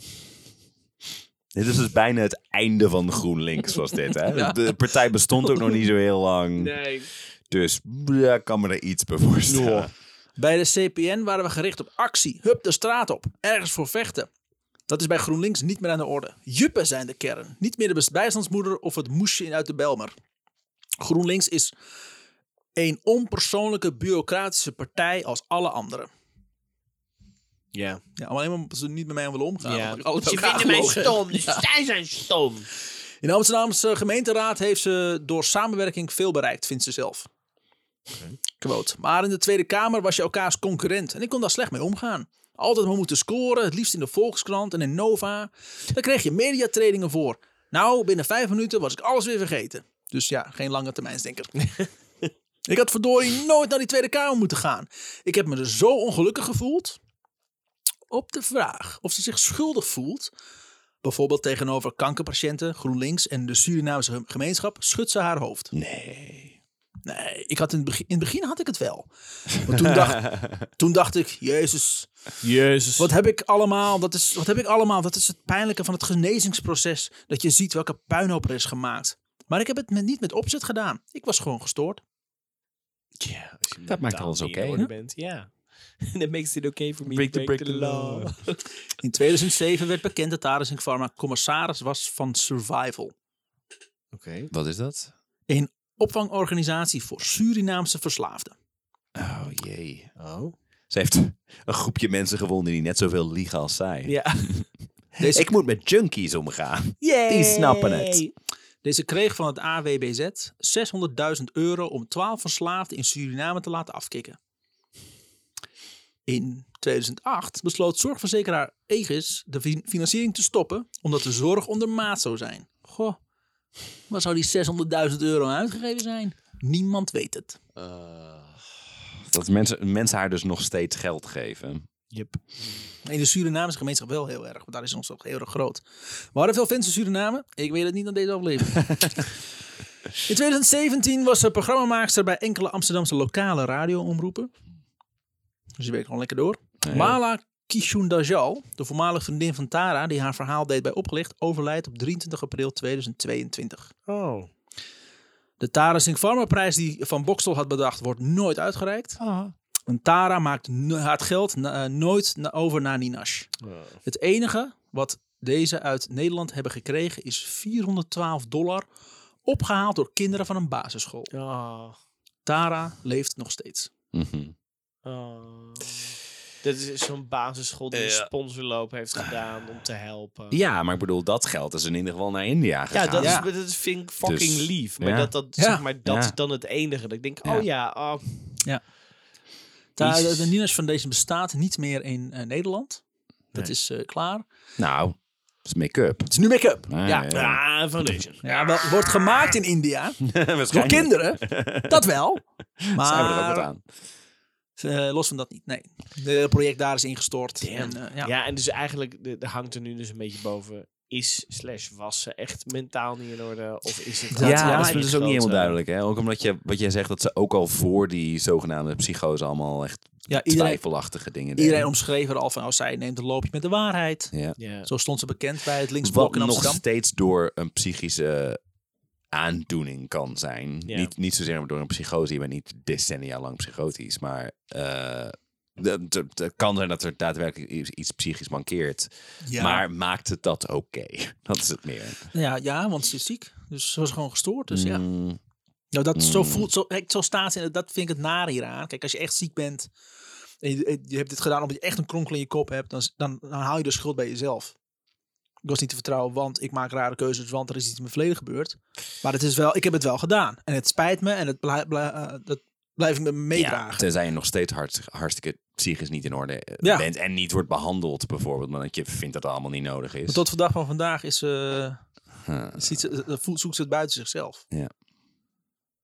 D: Dit is dus bijna het einde van GroenLinks, was dit. Hè? De partij bestond ook nog niet zo heel lang.
B: Nee.
D: Dus ja, ik kan me er iets bij voorstellen.
A: Bij de CPN waren we gericht op actie. Hup de straat op. Ergens voor vechten. Dat is bij GroenLinks niet meer aan de orde. Juppen zijn de kern. Niet meer de bes- bijstandsmoeder of het moesje in uit de Belmer. GroenLinks is een onpersoonlijke bureaucratische partij als alle anderen.
B: Ja.
A: Ja, alleen maar omdat ze niet met mij om willen omgaan.
B: ja.
A: omdat ik alles
B: Ze
A: elkaar
B: vinden mij
A: geloof heb.
B: stom, dus zij zijn stom.
A: In de Amsterdamse gemeenteraad heeft ze door samenwerking veel bereikt, vindt ze zelf. Quote. Maar in de Tweede Kamer was je elkaars concurrent en ik kon daar slecht mee omgaan. Altijd maar moeten scoren, het liefst in de Volkskrant en in Nova. Daar kreeg je mediatrainingen voor. Nou, binnen vijf minuten was ik alles weer vergeten. Dus ja, geen lange termijnsdenker. ik had verdorie nooit naar die Tweede Kamer moeten gaan. Ik heb me er zo ongelukkig gevoeld. Op de vraag of ze zich schuldig voelt Bijvoorbeeld tegenover kankerpatiënten, GroenLinks en de Surinaamse gem- gemeenschap schudt ze haar hoofd.
D: Nee.
A: Nee, ik had in, het begin, in het begin had ik het wel. Maar toen dacht, toen dacht ik, jezus,
B: Jezus.
A: wat heb ik allemaal? Dat is, wat heb ik allemaal? Dat is het pijnlijke van het genezingsproces. Dat je ziet welke puinhoop er is gemaakt. Maar ik heb het met, niet met opzet gedaan. Ik was gewoon gestoord.
B: Ja, als je
D: Dat maakt alles
B: mentaal niet
D: oké,
B: in
D: hè?
B: orde Bent, ja. That makes it okay for me
D: Break
B: to
D: the-
B: break
D: break
B: the
D: the
B: law.
A: In 2007 werd bekend dat Tarisink Pharma commissaris was van Survival.
B: Oké.
D: Wat is dat?
A: Een opvangorganisatie voor Surinaamse verslaafden.
D: Oh jee.
B: Oh.
D: Ze heeft een groepje mensen gewonnen die net zoveel liegen als zij.
B: Ja. Dus
A: Deze
D: Ik moet met junkies omgaan. Die snappen het.
A: Deze kreeg van het AWBZ 600.000 euro om 12 verslaafden in Suriname te laten afkicken. In 2008 besloot zorgverzekeraar Egis de fin- financiering te stoppen omdat de zorg ondermaat zou zijn. Goh, waar zou die 600.000 euro aan uitgegeven zijn? Niemand weet het.
D: Eh, Dat mensen, mensen haar dus nog steeds geld geven.
A: In de Surinaamse gemeenschap wel heel erg, want daar is ons toch heel erg groot. Waren er veel fans in Suriname? Ik weet het niet aan deze aflevering. in 2017 was ze programmamaakster bij enkele Amsterdamse lokale radioomroepen. Dus je werkt gewoon lekker door. Mala Kishundajal, de voormalige vriendin van Tara, die haar verhaal deed bij Opgelicht, overlijdt op 23 april 2022.
B: Oh.
A: De Tara Singh Pharma prijs die Van Bokstel had bedacht, wordt nooit uitgereikt. En Tara maakt no- haar geld na- eh, nooit na- over naar Ninash.
B: Oh.
A: Het enige wat deze uit Nederland hebben gekregen is 412 dollar, opgehaald door kinderen van een basisschool.
B: Oh.
A: Tara leeft nog steeds.
D: Mhm.
B: Oh. Dat is zo'n basisschool die een sponsorloop heeft gedaan om te helpen.
D: Ja, maar ik bedoel, dat geld is in ieder geval naar India gegaan.
B: Ja, dat,
A: Ja.
B: Is, dat vind ik fucking
D: Dus,
B: lief. Maar
D: ja.
B: dat, dat,
A: Ja.
B: zeg maar, dat
D: Ja.
B: is dan het enige. Dat ik denk,
D: Ja.
B: oh ja, oh,
A: Ta-
D: Jezus.
A: de Ninash Foundation bestaat niet meer in eh, Nederland. Dat is eh, klaar.
D: Nou, dat is make-up.
A: Het is nu make-up.
D: Ah,
A: ja.
D: ja.
B: ah, Foundation.
A: Ja, wel, wordt gemaakt in India door kinderen. Ah. Dat wel. Maar
D: Zijn we er ook wat aan.
A: eh, los van dat niet. Nee. Het project daar is ingestort. En, eh,
B: Ja.
A: ja.
B: en dus eigenlijk de, de hangt er nu dus een beetje boven. Is slash was ze echt mentaal niet in orde? Of is het
D: Ja,
A: Ja,
D: maar
A: maar
D: dat is dus ook niet helemaal duidelijk. Hè? Ook omdat je, wat jij zegt, dat ze ook al voor die zogenaamde psychose allemaal echt
A: Ja, iedereen,
D: twijfelachtige dingen deden.
A: iedereen omschreef er al van, als zij neemt een loopje met de waarheid.
D: ja.
B: Ja.
A: Zo stond ze bekend bij het
D: Wat
A: linksblok in
D: nog
A: Amsterdam.
D: steeds door een psychische aandoening kan zijn.
B: Ja.
D: Niet, niet zozeer door een psychose, je bent niet decennia lang psychotisch, maar eh, de- de- het kan zijn dat er daadwerkelijk iets, iets psychisch mankeert.
A: Ja.
D: Maar maakt het dat oké? Dat is het meer.
A: Ja, ja, want ze is ziek. Dus ze was gewoon gestoord. Dus ja.
D: Oh. Mm,
A: Nou, dat zo
D: Mm.
A: voelt, zo, kijk, zo staat ze. in het- Dat vind ik het naar hieraan. Kijk, als je echt ziek bent. En je, je hebt dit gedaan omdat je echt een kronkel in je kop hebt. Dan, is- dan, dan haal je de schuld bij jezelf. Ik was niet te vertrouwen, want ik maak rare keuzes. Want er is iets in mijn verleden gebeurd. Maar het is wel, ik heb het wel gedaan. En het spijt me. En het blij- blij- eh, dat blijf ik me meedragen.
D: ja, tenzij je nog steeds hart, hartstikke psychisch niet in orde eh,
A: Ja.
D: bent en niet wordt behandeld bijvoorbeeld, maar dat je vindt dat dat allemaal niet nodig is.
A: Maar tot de dag van vandaag is, eh,
D: Huh.
A: ziet ze, eh, voelt- zoekt ze het buiten zichzelf.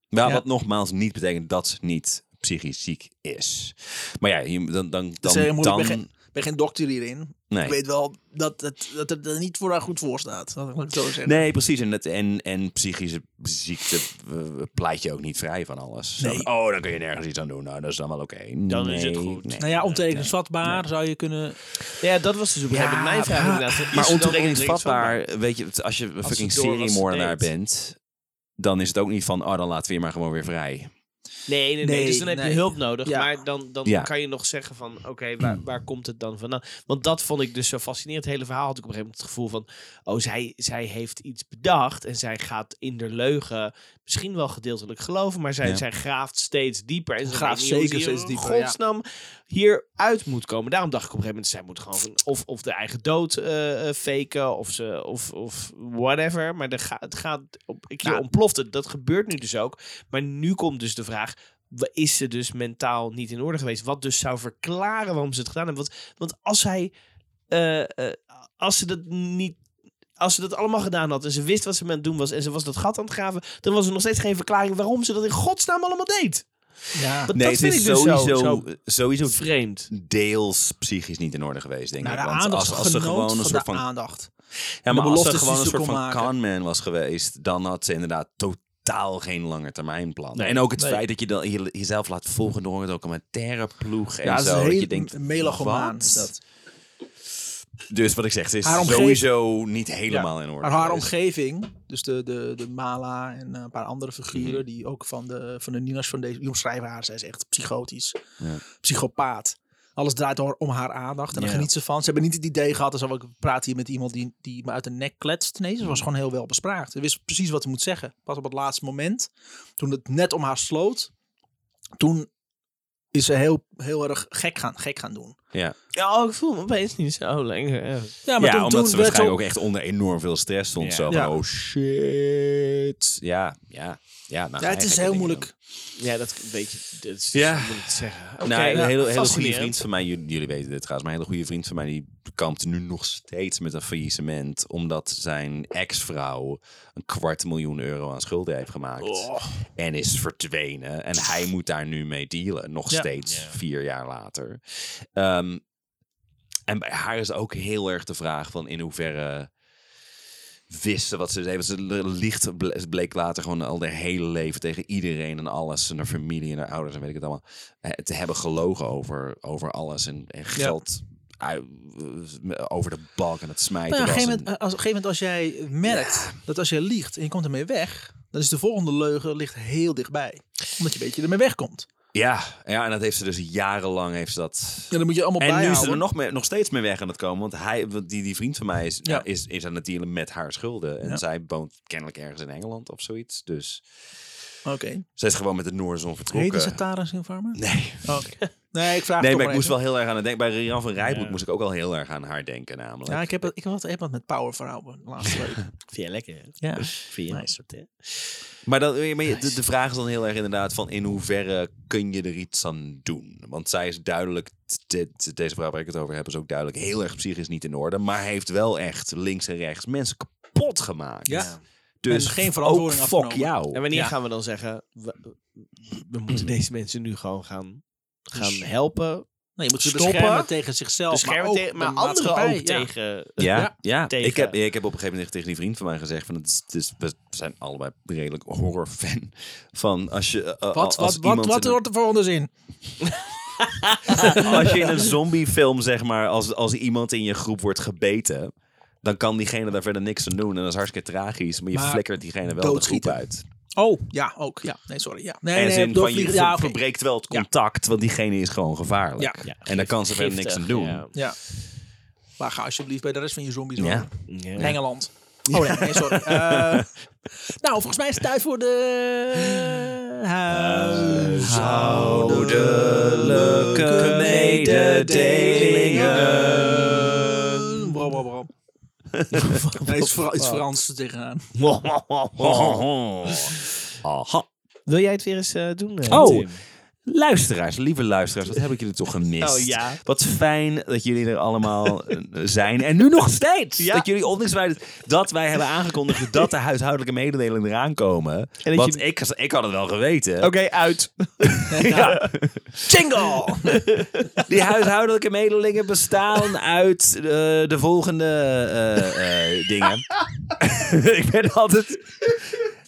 D: Maar
A: Ja.
D: wat nogmaals niet betekent dat ze niet psychisch ziek is. Maar ja, je- dan... dan,
A: is
D: dan,
B: eh,
A: heel moeilijk.
D: dan
A: Ik geen- Ik ben geen dokter hierin.
D: nee.
A: Ik weet wel dat het, dat het er niet voor haar goed voor staat. Dat ik het zo zeggen.
D: nee, precies. En, dat, en, en psychische ziekte eh, pleit je ook niet vrij van alles. Zo,
A: Nee.
D: oh, dan kun je nergens iets aan doen. Nou, dat is dan wel oké.
B: Dan is het
D: Nee,
B: goed.
D: nee.
A: Nou ja, omtekeningsvatbaar zou je kunnen...
B: ja, dat was dus op een gegeven moment mijn vraag. inderdaad. Is
D: Maar
B: ze dan
D: ontoerekeningsvatbaar, weet je, als je een
B: ze
D: fucking
B: door wat ze
D: seriemoordenaar
B: deed.
D: bent, dan is het ook niet van, oh, dan laten we je maar gewoon weer vrij.
B: Nee, nee, nee,
A: Nee,
B: Dus dan heb je
A: nee.
B: hulp nodig.
A: Ja.
B: Maar dan, dan
D: Ja. Hmm.
B: kan je nog zeggen van... Oké, waar, waar komt het dan vandaan? Want dat vond ik dus zo fascinerend. Het hele verhaal had ik op een gegeven moment het gevoel van... Oh, zij, zij heeft iets bedacht. En zij gaat in de leugen misschien wel gedeeltelijk geloven. Maar zij,
D: Ja.
B: zij graaft steeds dieper. En ze
A: Graaft
B: weet niet hoe
A: zeker
B: ze hier
A: steeds dieper,
B: in godsnaam hieruit moet komen. Daarom dacht ik op een gegeven moment... Zij moet gewoon van- of, of de eigen dood eh, eh, faken. Of, ze, of, of whatever. Maar er ga, het gaat... Op, een keer
A: Nou.
B: ontploft het. Dat gebeurt nu dus ook. Maar nu komt dus de vraag: wa- is ze dus mentaal niet in orde geweest? Wat dus zou verklaren waarom ze het gedaan hebben? Want, want als hij, eh, eh, als ze dat niet. Als ze dat allemaal gedaan had en ze wist wat ze aan het doen was en ze was dat gat aan het graven, dan was er nog steeds geen verklaring waarom ze dat in godsnaam allemaal deed.
A: Ja.
B: Want
D: Nee,
B: dat
D: het
B: vind
D: is
B: ik dus zo,
D: sowieso,
B: zo
D: sowieso
B: vreemd.
D: deels psychisch niet in orde geweest, denk
A: Nou, de
D: ik. Want
A: aandacht
D: als, als ze gewoon een soort van,
A: aandacht.
D: ja, maar
A: de
D: als ze
A: beloftes
D: gewoon
A: die
D: een
A: ze
D: soort
A: kon
D: van
A: maken.
D: conman was geweest, dan had ze inderdaad totaal geen langetermijnplan.
B: Nee.
D: En ook het
A: Nee.
D: feit dat je dan je- jezelf laat volgen door een documentaire ploeg en
A: Ja, dat is
D: zo.
A: een
D: dat
A: hele
D: je denkt,
A: melogomaan.
D: wat?
A: is dat.
D: Dus wat ik zeg, ze is
A: Haar omgeving-
D: sowieso niet helemaal in orde.
A: Maar haar
D: geweest.
A: omgeving, dus de, de, de Mala en eh, een paar andere figuren,
D: Mhm.
A: die ook van de, van de Nina's van deze, die omschrijven haar, zij is echt psychotisch,
D: Ja.
A: psychopaat. Alles draait om- om haar aandacht en daar
D: Ja.
A: geniet ze van. Ze hebben niet het idee gehad, alsof ik praat hier met iemand die, die me uit de nek kletst. Nee,
D: Mhm.
A: ze was gewoon heel wel bespraakt. Ze wist precies wat ze moet zeggen. Pas op het laatste moment, toen het net om haar sloot, toen is ze heel, heel erg gek gaan, gek gaan doen.
D: Ja,
B: Ja, oh, ik voel me opeens niet zo lekker. Ja.
A: Ja, maar
D: ja
A: toen, toen
D: omdat ze
A: werd zo...
D: waarschijnlijk ook echt onder enorm veel stress stond. Zo van,
A: Ja.
D: oh shit. Ja, ja. Ja, nou,
A: Ja, het is heel moeilijk.
B: Ja, dat weet je. Dat is dus
D: Ja.
B: ja. moeilijk te zeggen. Oké,
D: nou,
B: ja,
D: een hele, hele goede
B: fascinerend.
D: vriend van mij, jullie, jullie weten dit trouwens, maar een hele goede vriend van mij die kampt nu nog steeds met een faillissement. Omdat zijn ex-vrouw een kwart miljoen euro aan schulden heeft gemaakt.
B: Oh.
D: En is verdwenen. En hij moet daar nu mee dealen. Nog steeds vier jaar later. Ehm, en bij haar is ook heel erg de vraag van in hoeverre wisten wat ze deed. Ze licht bleek later gewoon al de hele leven tegen iedereen en alles. En haar familie en haar ouders en weet ik het allemaal. eh, Te hebben gelogen over, over alles en, en geld ui- eh, over de balk en het smijten.
A: Nou ja, op, een
D: was
A: gegeven
D: en-
A: moment, als, op een gegeven moment als jij merkt dat als jij liegt en je komt ermee weg, dan is de volgende leugen ligt heel dichtbij. Omdat je weet je ermee wegkomt.
D: ja, ja, en dat heeft ze dus jarenlang heeft ze dat
A: En dan moet je allemaal
D: En nu is
A: bijhouden.
D: ze er nog, mee, nog steeds mee weg aan het komen. Want hij, want die, die vriend van mij is,
A: Ja.
D: is, is aan het dealen met haar schulden. En
A: Ja.
D: zij woont kennelijk ergens in Engeland of zoiets. Dus
A: Oké.
D: ze is gewoon met de Noorzon
A: Heet
D: vertrokken.
A: die sectaris in Farmer?
D: Nee,
A: Oké. Nee, ik vraag
D: nee
A: toch
D: maar ik moest
A: even.
D: wel heel erg aan het denken. Bij Rian van Rijbroek moest ik ook al heel erg aan haar denken namelijk.
A: Ja, ik heb, ik heb, wat, ik heb wat met power vrouwen laatst week.
B: Vind je lekker? hè?
A: Ja.
B: Vind je nice. hè?
D: Maar, dan, maar je- de, de vraag is dan heel erg inderdaad van in hoeverre kun je er iets aan doen? Want zij is duidelijk, dit, deze vrouw waar ik het over heb, is ook duidelijk heel erg psychisch niet in orde. Maar heeft wel echt links en rechts mensen kapot gemaakt.
A: Ja.
D: Dus
A: En geen verantwoording
D: ook fuck
A: afgenomen.
D: jou.
B: En wanneer gaan we dan zeggen, we, we moeten deze mensen nu gewoon gaan,
D: Dus
B: gaan helpen?
A: Nee, Nou, je moet ze
B: Stoppen.
A: beschermen tegen zichzelf,
B: Beschermen
A: maar ook
B: tegen, maar
A: de
B: anderen
A: maatschappij,
B: ook
A: ja.
B: tegen...
D: Ja, ja.
A: Ja,
B: tegen-
D: Ik, heb, ik heb op een gegeven moment tegen die vriend van mij gezegd: van, het is, het is- we zijn allebei redelijk horrorfan. Van als je. eh, eh,
A: Wat,
D: als
A: wat, wat,
D: iemand
A: wat
D: in een-
A: wordt er volgende zin?
D: als je in een zombiefilm, zeg maar, als, als iemand in je groep wordt gebeten. dan kan diegene daar verder niks aan doen. En dat is hartstikke tragisch. Maar je
A: Maar
D: flikkert diegene wel de groep
A: doodschieten.
D: uit.
A: Oh, ja, ook. Ja, nee, sorry. Ja. Nee,
D: En
A: nee,
D: zin van je
A: doorvliegen. Ja,
D: ver-
A: oké.
D: verbreekt wel het contact. want diegene is gewoon gevaarlijk.
A: Ja.
D: en daar kan ze verder niks aan doen.
B: Ja.
A: Ja. Maar ga alsjeblieft bij de rest van je zombies
D: Ja.
A: wonen.
B: Ja.
A: In Engeland. Oh nee, nee, sorry. Eh, nou, volgens mij is het tijd voor de...
D: Huishoudelijke mededelingen.
A: Bram, bram, bram. Nee, iets, Fra- iets Frans er tegenaan.
D: Aha.
B: Wil jij het weer eens eh, doen, eh,
D: Oh.
B: Tim?
D: Luisteraars, lieve luisteraars, wat heb ik jullie toch gemist?
B: Oh, ja.
D: Wat fijn dat jullie er allemaal eh, zijn. En nu nog steeds.
B: Ja.
D: Dat jullie ondanks wij- dat wij hebben aangekondigd dat de huishoudelijke mededelingen eraan komen.
B: dat
D: Want
B: je-
D: ik, ik had het wel geweten.
B: Oké, uit.
D: Ja.
A: Jingle!
D: Die huishoudelijke medelingen bestaan uit eh, de volgende eh, eh, dingen. ik, ben altijd,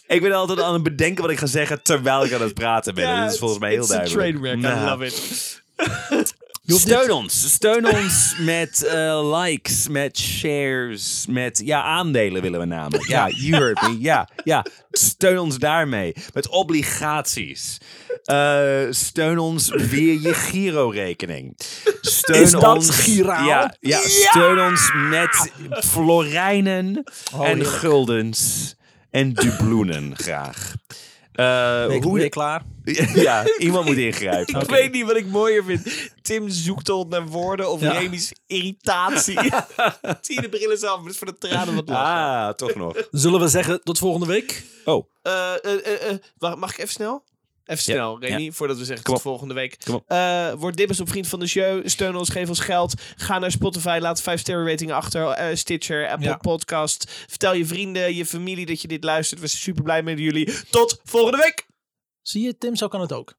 D: ik ben altijd aan het bedenken wat ik ga zeggen terwijl ik aan het praten ben. dat is volgens mij heel duidelijk. Nou.
B: it.
D: Steun ons. Steun ons met eh, likes, met shares, met ja, aandelen willen we namelijk. Ja, you heard me. Ja, ja. Steun ons daarmee. Met obligaties. Eh, steun ons via je Giro-rekening. Steun
A: Is dat
D: ons,
A: giraal?
D: Ja, ja, steun ons met florijnen en guldens en dubloenen graag. Eh,
A: Ik
D: hoe
A: ben klaar.
D: ja, iemand moet ingrijpen.
B: Ik weet niet wat ik mooier vind. Tim zoekt al naar woorden of Remy's irritatie. Zie je de brillen zelf, maar het is voor de tranen wat laag.
D: Ah, toch nog.
A: Zullen we zeggen tot volgende week?
D: Oh.
B: Eh, eh, eh, eh, wacht, mag ik even snel? Even
D: Ja,
B: snel, Remy, voordat we zeggen
D: Kom
B: tot volgende week.
D: Kom op.
B: Eh, word dibbers op Vriend van de Show. Steun ons, geef ons geld. Ga naar Spotify, laat 5 sterren rating achter. eh, Stitcher, Apple
A: Ja.
B: Podcast. Vertel je vrienden, je familie dat je dit luistert. We zijn super blij met jullie. Tot volgende week!
A: Zie je, Tim, zo kan het ook.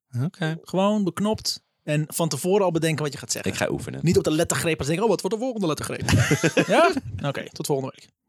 A: Gewoon beknopt en van tevoren al bedenken wat je gaat zeggen.
D: Ik ga oefenen.
A: Niet op de lettergreep als denken, oh, wat wordt de volgende lettergreep? ja? Oké, tot volgende week.